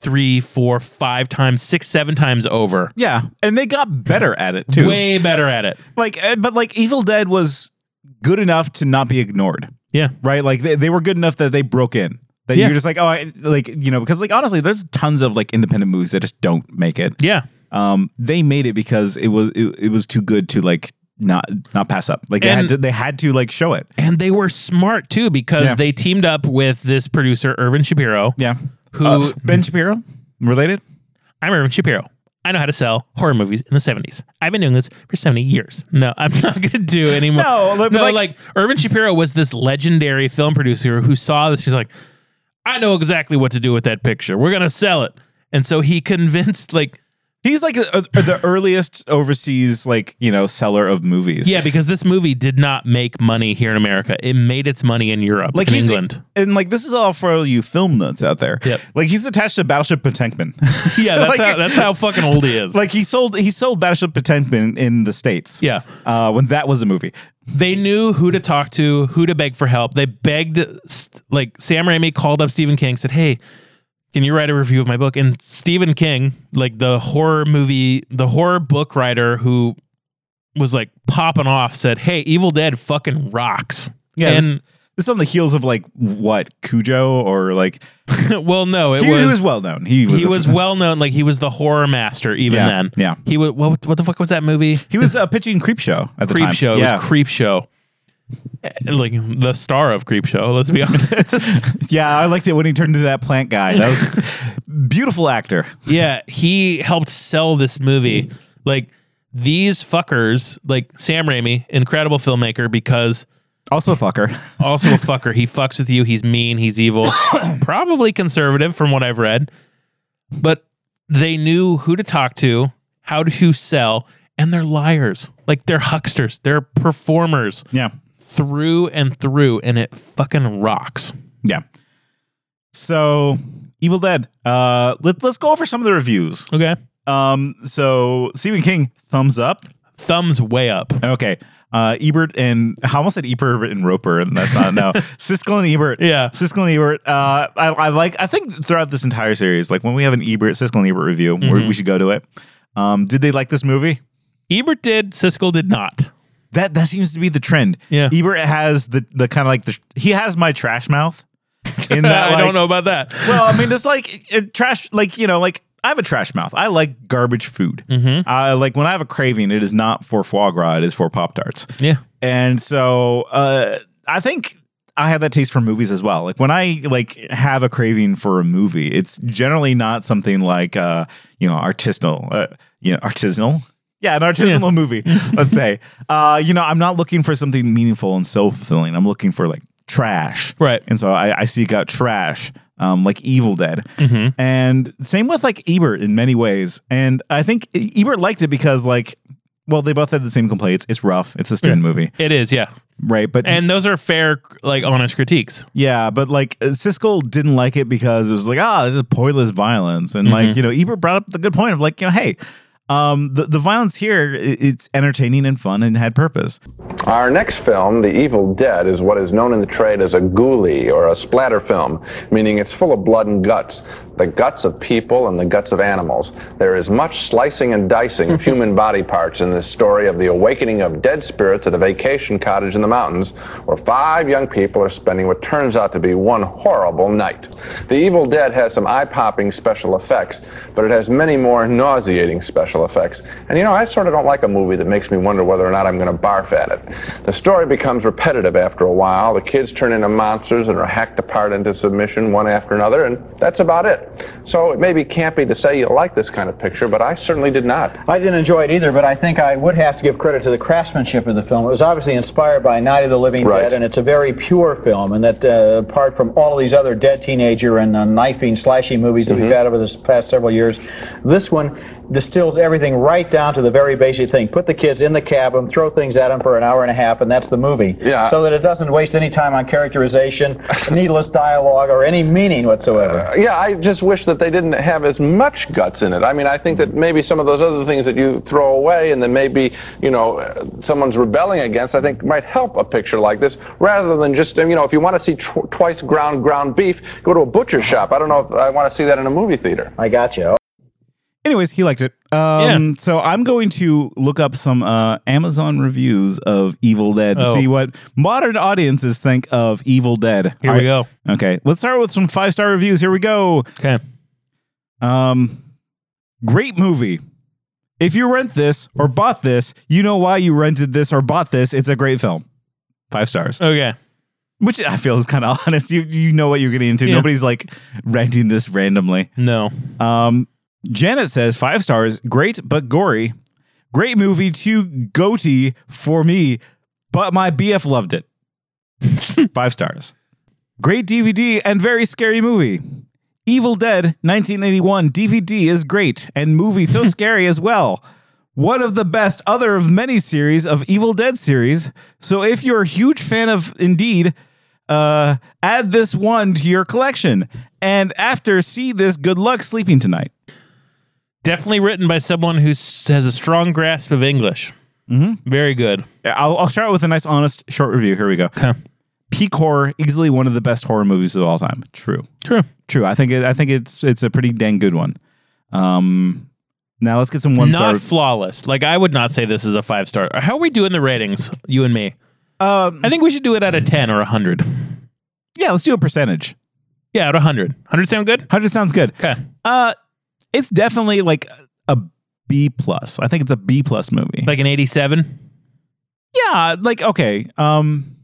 [SPEAKER 1] three, four, five times, six, seven times over.
[SPEAKER 2] Yeah, and they got better at it too.
[SPEAKER 1] Way better at it.
[SPEAKER 2] Like, uh, but like Evil Dead was good enough to not be ignored.
[SPEAKER 1] Yeah.
[SPEAKER 2] Right. Like they, they were good enough that they broke in. That
[SPEAKER 1] Yeah.
[SPEAKER 2] you're just like, oh, I, like you know, because like honestly, there's tons of like independent movies that just don't make it.
[SPEAKER 1] Yeah.
[SPEAKER 2] Um, they made it because it was it, it was too good to like not not pass up. Like they
[SPEAKER 1] And-
[SPEAKER 2] had to they had to like show it.
[SPEAKER 1] And they were smart too because
[SPEAKER 2] Yeah.
[SPEAKER 1] they teamed up with this producer, Irvin Shapiro.
[SPEAKER 2] Yeah.
[SPEAKER 1] Who
[SPEAKER 2] Uh, Ben Shapiro related?
[SPEAKER 1] I'm Irvin Shapiro. I know how to sell horror movies in the 70s. I've been doing this for 70 years. No, I'm not going to do anymore.
[SPEAKER 2] No, but
[SPEAKER 1] no,
[SPEAKER 2] like-
[SPEAKER 1] like, Irvin Shapiro was this legendary film producer who saw this. He's like, I know exactly what to do with that picture. We're going to sell it. And so he convinced, like,
[SPEAKER 2] He's like a, a- the earliest overseas like you know seller of movies.
[SPEAKER 1] yeah, because this movie did not make money here in America. It made its money in Europe,
[SPEAKER 2] Like
[SPEAKER 1] in
[SPEAKER 2] he's-
[SPEAKER 1] England.
[SPEAKER 2] and like this is all for you film nuts out there.
[SPEAKER 1] Yep.
[SPEAKER 2] Like he's attached to Battleship Potemkin.
[SPEAKER 1] yeah, that's,
[SPEAKER 2] Like-
[SPEAKER 1] how, that's how fucking old he is.
[SPEAKER 2] like he sold he sold Battleship Potemkin in the states.
[SPEAKER 1] Yeah.
[SPEAKER 2] uh, when that was a movie.
[SPEAKER 1] they knew who to talk to, who to beg for help. They begged, st- like Sam Raimi called up Stephen King, said, "Hey, can you write a review of my book?" And Stephen King, like the horror movie, the horror book writer who was like popping off, said, "Hey, Evil Dead fucking rocks."
[SPEAKER 2] Yeah, this-
[SPEAKER 1] and
[SPEAKER 2] this is on the heels of like what Cujo or like
[SPEAKER 1] well, no, it
[SPEAKER 2] he was,
[SPEAKER 1] was,
[SPEAKER 2] well known. He was
[SPEAKER 1] he was well known, like he was the horror master even
[SPEAKER 2] Yeah,
[SPEAKER 1] then.
[SPEAKER 2] yeah.
[SPEAKER 1] he was what, what the fuck was that movie?
[SPEAKER 2] he was uh, pitching Creep Show at the
[SPEAKER 1] Creep
[SPEAKER 2] time.
[SPEAKER 1] Show. It
[SPEAKER 2] yeah,
[SPEAKER 1] was Creep Show. Eh, Like the star of Creep Show, let's be honest.
[SPEAKER 2] yeah, I liked it when he turned into that plant guy. That was beautiful actor.
[SPEAKER 1] Yeah, he helped sell this movie. Like these fuckers, like Sam Raimi, incredible filmmaker because
[SPEAKER 2] Also a fucker.
[SPEAKER 1] also a fucker. He fucks with you. He's mean. He's evil. Probably conservative from what I've read. But they knew who to talk to, how to sell, and they're liars. Like they're hucksters. They're performers
[SPEAKER 2] Yeah,
[SPEAKER 1] through and through, and it fucking rocks.
[SPEAKER 2] yeah. So Evil Dead. Uh, let, let's go over some of the reviews.
[SPEAKER 1] Okay.
[SPEAKER 2] Um, so Stephen King, thumbs up.
[SPEAKER 1] Thumbs way up.
[SPEAKER 2] Okay. Uh, Ebert and I almost said Ebert and Roper, and that's not no Siskel and Ebert.
[SPEAKER 1] Yeah.
[SPEAKER 2] Siskel and Ebert. Uh, I, I like. I think throughout this entire series, like when we have an Ebert Siskel and Ebert review,
[SPEAKER 1] Mm-hmm.
[SPEAKER 2] we we should go to it. Um, did they like this movie?
[SPEAKER 1] Ebert did, Siskel did not.
[SPEAKER 2] That that seems to be the trend.
[SPEAKER 1] Yeah.
[SPEAKER 2] Ebert has the the kind of like the he has my trash mouth. In that,
[SPEAKER 1] I
[SPEAKER 2] like-
[SPEAKER 1] don't know about that.
[SPEAKER 2] well, I mean, it's like it, trash, like, you know, like I have a trash mouth. I like garbage food.
[SPEAKER 1] Mhm.
[SPEAKER 2] I like when I have a craving, it is not for foie gras, it is for Pop Tarts.
[SPEAKER 1] Yeah.
[SPEAKER 2] And so uh, I think I have that taste for movies as well. Like when I like have a craving for a movie, it's generally not something like, uh, you know, artisanal, uh, you know, artisanal. Yeah, an artisanal movie, let's say. Uh, you know, I'm not looking for something meaningful and soul fulfilling. I'm looking for like trash.
[SPEAKER 1] Right.
[SPEAKER 2] And so I, I seek out trash, um, like Evil Dead.
[SPEAKER 1] Mhm.
[SPEAKER 2] And same with like Ebert in many ways. And I think E, Ebert liked it because like, well, they both had the same complaints. It's rough. It's a student movie,
[SPEAKER 1] It is, yeah.
[SPEAKER 2] right? But
[SPEAKER 1] And those are fair, like honest critiques.
[SPEAKER 2] yeah, but like uh, Siskel didn't like it because it was like, ah, this is pointless violence. And
[SPEAKER 1] Mm-hmm.
[SPEAKER 2] like, you know, Ebert brought up the good point of like, you know, hey, um, the, the violence here, i- it's entertaining and fun and had purpose.
[SPEAKER 3] Our next film, The Evil Dead, is what is known in the trade as a ghoulie or a splatter film, meaning it's full of blood and guts. The guts of people and the guts of animals. There is much slicing and dicing of human body parts in this story of the awakening of dead spirits at a vacation cottage in the mountains where five young people are spending what turns out to be one horrible night. The Evil Dead has some eye popping special effects, but it has many more nauseating special effects. And you know, I sort of don't like a movie that makes me wonder whether or not I'm going to barf at it. The story becomes repetitive after a while. The kids turn into monsters and are hacked apart into submission one after another, and that's about it. So it maybe can't be to say you like this kind of picture, but I certainly did not.
[SPEAKER 7] I didn't enjoy it either, but I think I would have to give credit to the craftsmanship of the film. It was obviously inspired by Night of the Living
[SPEAKER 3] Right.
[SPEAKER 7] Dead, and it's a very pure film. And that, uh, apart from all these other dead teenager and uh, knifing, slashing movies that we've
[SPEAKER 3] Mhm.
[SPEAKER 7] had over the past several years, this one distills everything right down to the very basic thing. Put the kids in the cabin, throw things at them for an hour and a half, and that's the movie.
[SPEAKER 3] Yeah.
[SPEAKER 7] So that it doesn't waste any time on characterization, needless dialogue, or any meaning whatsoever.
[SPEAKER 3] Yeah, I just wish that they didn't have as much guts in it. I mean, I think that maybe some of those other things that you throw away and then maybe, you know, uh, someone's rebelling against, I think might help a picture like this rather than just, um, you know, if you want to see tw- twice ground ground beef, go to a butcher shop. I don't know if I want to see that in a movie theater.
[SPEAKER 7] I got you.
[SPEAKER 2] Anyways, he liked it. Um, So I'm going to look up some uh, Amazon reviews of Evil Dead to
[SPEAKER 1] Oh.
[SPEAKER 2] see what modern audiences think of Evil Dead.
[SPEAKER 1] Here we go.
[SPEAKER 2] Okay, let's start with some five star reviews. Here we go.
[SPEAKER 1] Okay.
[SPEAKER 2] Um, great movie. If you rent this or bought this, you know why you rented this or bought this. It's a great film. Five stars.
[SPEAKER 1] Okay.
[SPEAKER 2] Which I feel is kind of honest. You you know what you're getting into.
[SPEAKER 1] Yeah.
[SPEAKER 2] Nobody's like renting this randomly.
[SPEAKER 1] No.
[SPEAKER 2] Um, Janet says five stars. Great but gory. Great movie. Too goatee for me, but my BF loved it. five stars. Great DVD and very scary movie. Evil Dead 1981 DVD is great and movie so scary as well. One of the best other of many series of Evil Dead series. So if you're a huge fan of Indeed, uh, add this one to your collection. And after see this, good luck sleeping tonight.
[SPEAKER 1] Definitely written by someone who s- has a strong grasp of English.
[SPEAKER 2] Mm-hmm.
[SPEAKER 1] Very good.
[SPEAKER 2] I'll, I'll start with a nice, honest, short review. Here we go. Peak horror, easily one of the best horror movies of all time. True.
[SPEAKER 1] True.
[SPEAKER 2] True. I think it, I think it's it's a pretty dang good one. Um, now let's get some one
[SPEAKER 1] Not
[SPEAKER 2] star.
[SPEAKER 1] flawless. Like I would not say this is a five star. How are we doing the ratings, you and me?
[SPEAKER 2] Um,
[SPEAKER 1] I think we should do it at a ten or a hundred.
[SPEAKER 2] yeah, let's do a percentage.
[SPEAKER 1] Yeah, at a hundred. Hundred sound good.
[SPEAKER 2] Hundred sounds good.
[SPEAKER 1] Okay.
[SPEAKER 2] Uh, it's definitely like a B plus. I think it's a B plus movie.
[SPEAKER 1] Like an eighty-seven.
[SPEAKER 2] Yeah, like okay. Um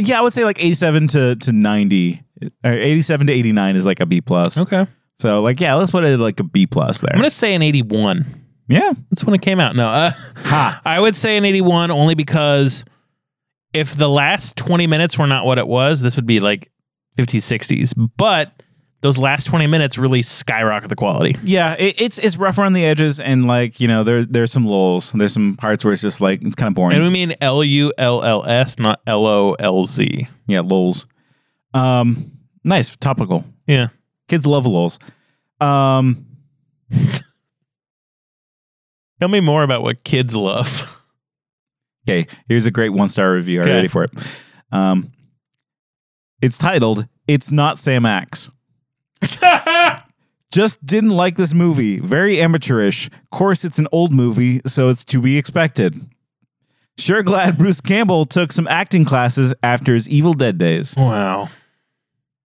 [SPEAKER 2] yeah, I would say like 87 to to 90 or 87 to 89 is like a B plus.
[SPEAKER 1] Okay.
[SPEAKER 2] So like yeah, let's put it like a B plus there.
[SPEAKER 1] I'm gonna say an eighty-one.
[SPEAKER 2] Yeah,
[SPEAKER 1] that's when it came out. No, uh, I would say an eighty-one only because if the last twenty minutes were not what it was, this would be like 50s, 60s. But those last twenty minutes really skyrocket the quality.
[SPEAKER 2] yeah, it, it's it's rough around the edges and like, you know, there there's some lulls. There's some parts where it's just like it's kind of boring.
[SPEAKER 1] And we mean L U L L S, not L O L Z.
[SPEAKER 2] Yeah, lulls. Um nice, topical.
[SPEAKER 1] Yeah.
[SPEAKER 2] Kids love lulls. Um
[SPEAKER 1] Tell me more about what kids love.
[SPEAKER 2] Okay, here's a great one star review. Are you
[SPEAKER 1] Okay.
[SPEAKER 2] ready for it? Um, it's titled "It's Not Sam Axe." Just didn't like this movie. Very amateurish. Of course, it's an old movie, so it's to be expected. Sure, glad Bruce Campbell took some acting classes after his Evil Dead days.
[SPEAKER 1] Wow,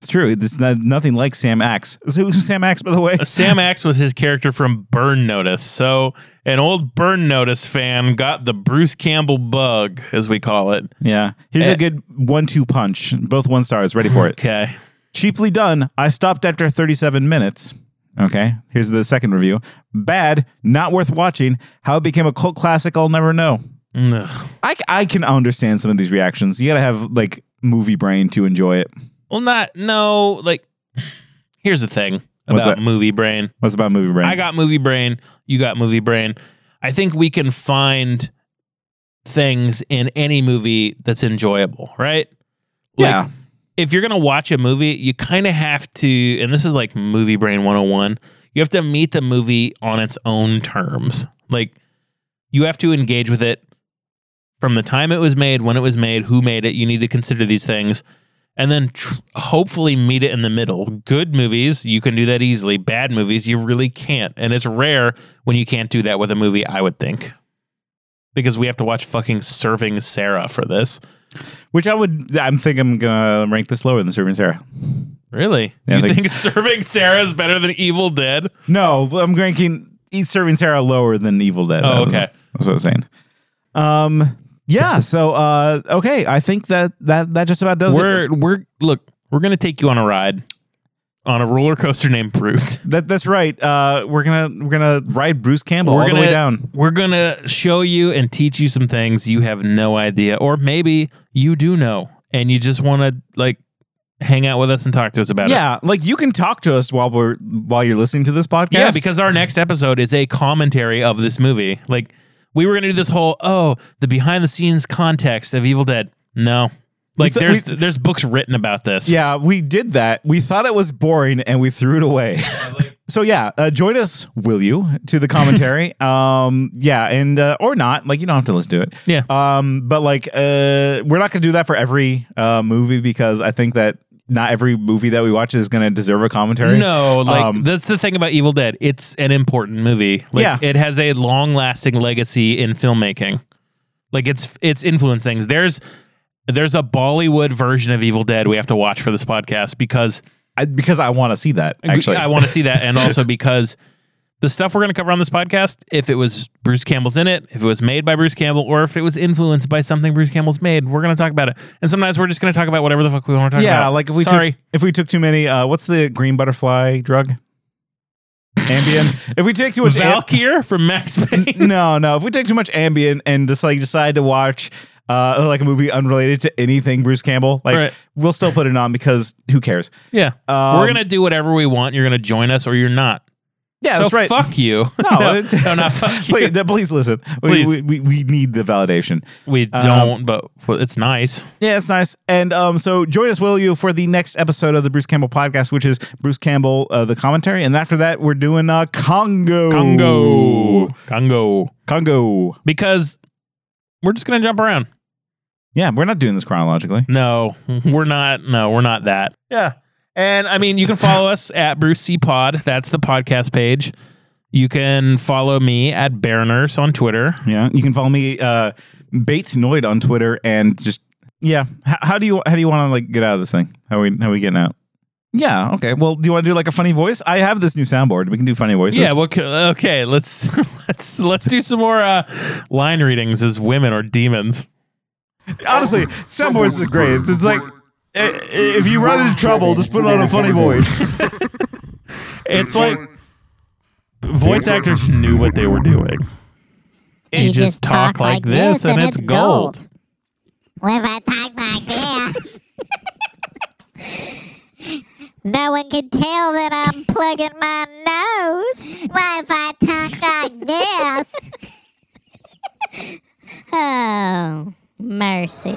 [SPEAKER 2] it's true. It's not, nothing like Sam Axe. So who's Sam Axe, by the way?
[SPEAKER 1] Uh, Sam Axe was his character from Burn Notice. So, an old Burn Notice fan got the Bruce Campbell bug, as we call it.
[SPEAKER 2] Yeah. Here's
[SPEAKER 1] Eh.
[SPEAKER 2] a good one two punch. Both one stars. Ready for it.
[SPEAKER 1] Okay.
[SPEAKER 2] Cheaply done. I stopped after 37 minutes. Okay. Here's the second review. Bad. Not worth watching. How it became a cult classic, I'll never know. I, I can understand some of these reactions. You got to have like movie brain to enjoy it.
[SPEAKER 1] Well, not, no, like, here's the thing
[SPEAKER 2] What's
[SPEAKER 1] about
[SPEAKER 2] that?
[SPEAKER 1] movie brain.
[SPEAKER 2] What's about movie brain?
[SPEAKER 1] I got movie brain. You got movie brain. I think we can find things in any movie that's enjoyable, right?
[SPEAKER 2] Yeah.
[SPEAKER 1] If you're going to watch a movie, you kind of have to, and this is like movie brain 101, you have to meet the movie on its own terms. Like, you have to engage with it from the time it was made, when it was made, who made it. You need to consider these things and then tr- hopefully meet it in the middle. Good movies, you can do that easily. Bad movies, you really can't. And it's rare when you can't do that with a movie, I would think. Because we have to watch fucking Serving Sarah for this.
[SPEAKER 2] Which I would, I'm think I'm going to rank this lower than Serving Sarah.
[SPEAKER 1] Really?
[SPEAKER 2] Yeah, I
[SPEAKER 1] you
[SPEAKER 2] think-
[SPEAKER 1] think, Serving Sarah is better than Evil Dead?
[SPEAKER 2] No, but I'm ranking Eat Serving Sarah lower than Evil Dead.
[SPEAKER 1] Oh, okay.
[SPEAKER 2] That's what I was saying. Um, yeah. So, uh, okay. I think that, that, that just about does it.
[SPEAKER 1] We're, we're, look, we're going to take you on a ride. on a roller coaster named Bruce.
[SPEAKER 2] That that's right. Uh, we're gonna we're gonna ride Bruce Campbell all
[SPEAKER 1] gonna,
[SPEAKER 2] the way down.
[SPEAKER 1] We're gonna show you and teach you some things you have no idea, or maybe you do know and you just want to like hang out with us and talk to us about it.
[SPEAKER 2] Yeah, like you can talk to us while we're while you're listening to this podcast.
[SPEAKER 1] Yeah, because our next episode is a commentary of this movie. Like we were gonna do this whole oh the behind the scenes context of Evil Dead. No, like
[SPEAKER 2] We th-
[SPEAKER 1] there's
[SPEAKER 2] we-
[SPEAKER 1] there's books written about this.
[SPEAKER 2] Yeah, we did that. We thought it was boring and we threw it away. so yeah, uh, join us, will you, to the commentary? um, yeah, and uh, or not. Like you don't have to listen to it.
[SPEAKER 1] Yeah.
[SPEAKER 2] Um, but like, uh, we're not gonna do that for every uh movie because I think that not every movie that we watch is gonna deserve a commentary.
[SPEAKER 1] No, like
[SPEAKER 2] Um,
[SPEAKER 1] that's the thing about Evil Dead. It's an important movie. Like,
[SPEAKER 2] Yeah.
[SPEAKER 1] it has a long-lasting legacy in filmmaking. Like it's it's influenced things. There's there's a Bollywood version of Evil Dead we have to watch for this podcast because
[SPEAKER 2] I, because I want to see that. Actually,
[SPEAKER 1] I want to see that, and also because the stuff we're going to cover on this podcast, if it was Bruce Campbell's in it, if it was made by Bruce Campbell, or if it was influenced by something Bruce Campbell's made, we're going to talk about it. And sometimes we're just going to talk about whatever the fuck we want to talk
[SPEAKER 2] yeah,
[SPEAKER 1] about.
[SPEAKER 2] like if we
[SPEAKER 1] sorry,
[SPEAKER 2] took if we took too many, uh, what's the green butterfly drug? Ambien. if we take too much Am-
[SPEAKER 1] Valkyr from Max Payne.
[SPEAKER 2] no, no. If we take too much Ambien and just like decide to watch uh, like a movie unrelated to anything Bruce Campbell, like
[SPEAKER 1] Right.
[SPEAKER 2] we'll still put it on because who cares?
[SPEAKER 1] Yeah.
[SPEAKER 2] Um,
[SPEAKER 1] We're going to do whatever we want. You're going to join us or you're not.
[SPEAKER 2] Yeah,
[SPEAKER 1] so
[SPEAKER 2] that's right.
[SPEAKER 1] Fuck you.
[SPEAKER 2] No,
[SPEAKER 1] no,
[SPEAKER 2] it's-
[SPEAKER 1] no, not fuck you.
[SPEAKER 2] Please, please listen. We,
[SPEAKER 1] Please.
[SPEAKER 2] We, we, we need the validation.
[SPEAKER 1] we
[SPEAKER 2] Um,
[SPEAKER 1] don't, but but it's nice.
[SPEAKER 2] Yeah, it's nice. And um, so join us, will you, for the next episode of the Bruce Campbell podcast, which is Bruce Campbell, uh, the commentary. And after that, we're doing uh, Congo.
[SPEAKER 1] Congo. Congo.
[SPEAKER 2] Congo.
[SPEAKER 1] Because we're just going to jump around.
[SPEAKER 2] Yeah, we're not doing this chronologically.
[SPEAKER 1] No, we're not. No, we're not that. Yeah. And I mean, you can follow us at Bruce C Pod. That's the podcast page. You can follow me at Bear Nurse on Twitter.
[SPEAKER 2] Yeah, you can follow me, uh, Bates Noid on Twitter, and just yeah. How, how do you how do you want to like get out of this thing? How we how we getting out? Yeah, okay. Well, do you want to do like a funny voice? I have this new soundboard. We can do funny voices.
[SPEAKER 1] Yeah. Well, c- okay. Let's let's let's do some more uh, line readings as women or demons.
[SPEAKER 2] honestly, soundboards is great. It's, it's like i- Eh, if you run into trouble, just put on a funny voice.
[SPEAKER 1] It's like voice actors knew what they were doing. You just talk like this and it's gold.
[SPEAKER 18] Well, if I talk like this, no one can tell that I'm plugging my nose. Well, if I talk like this, oh mercy.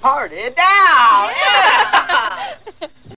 [SPEAKER 23] Party down!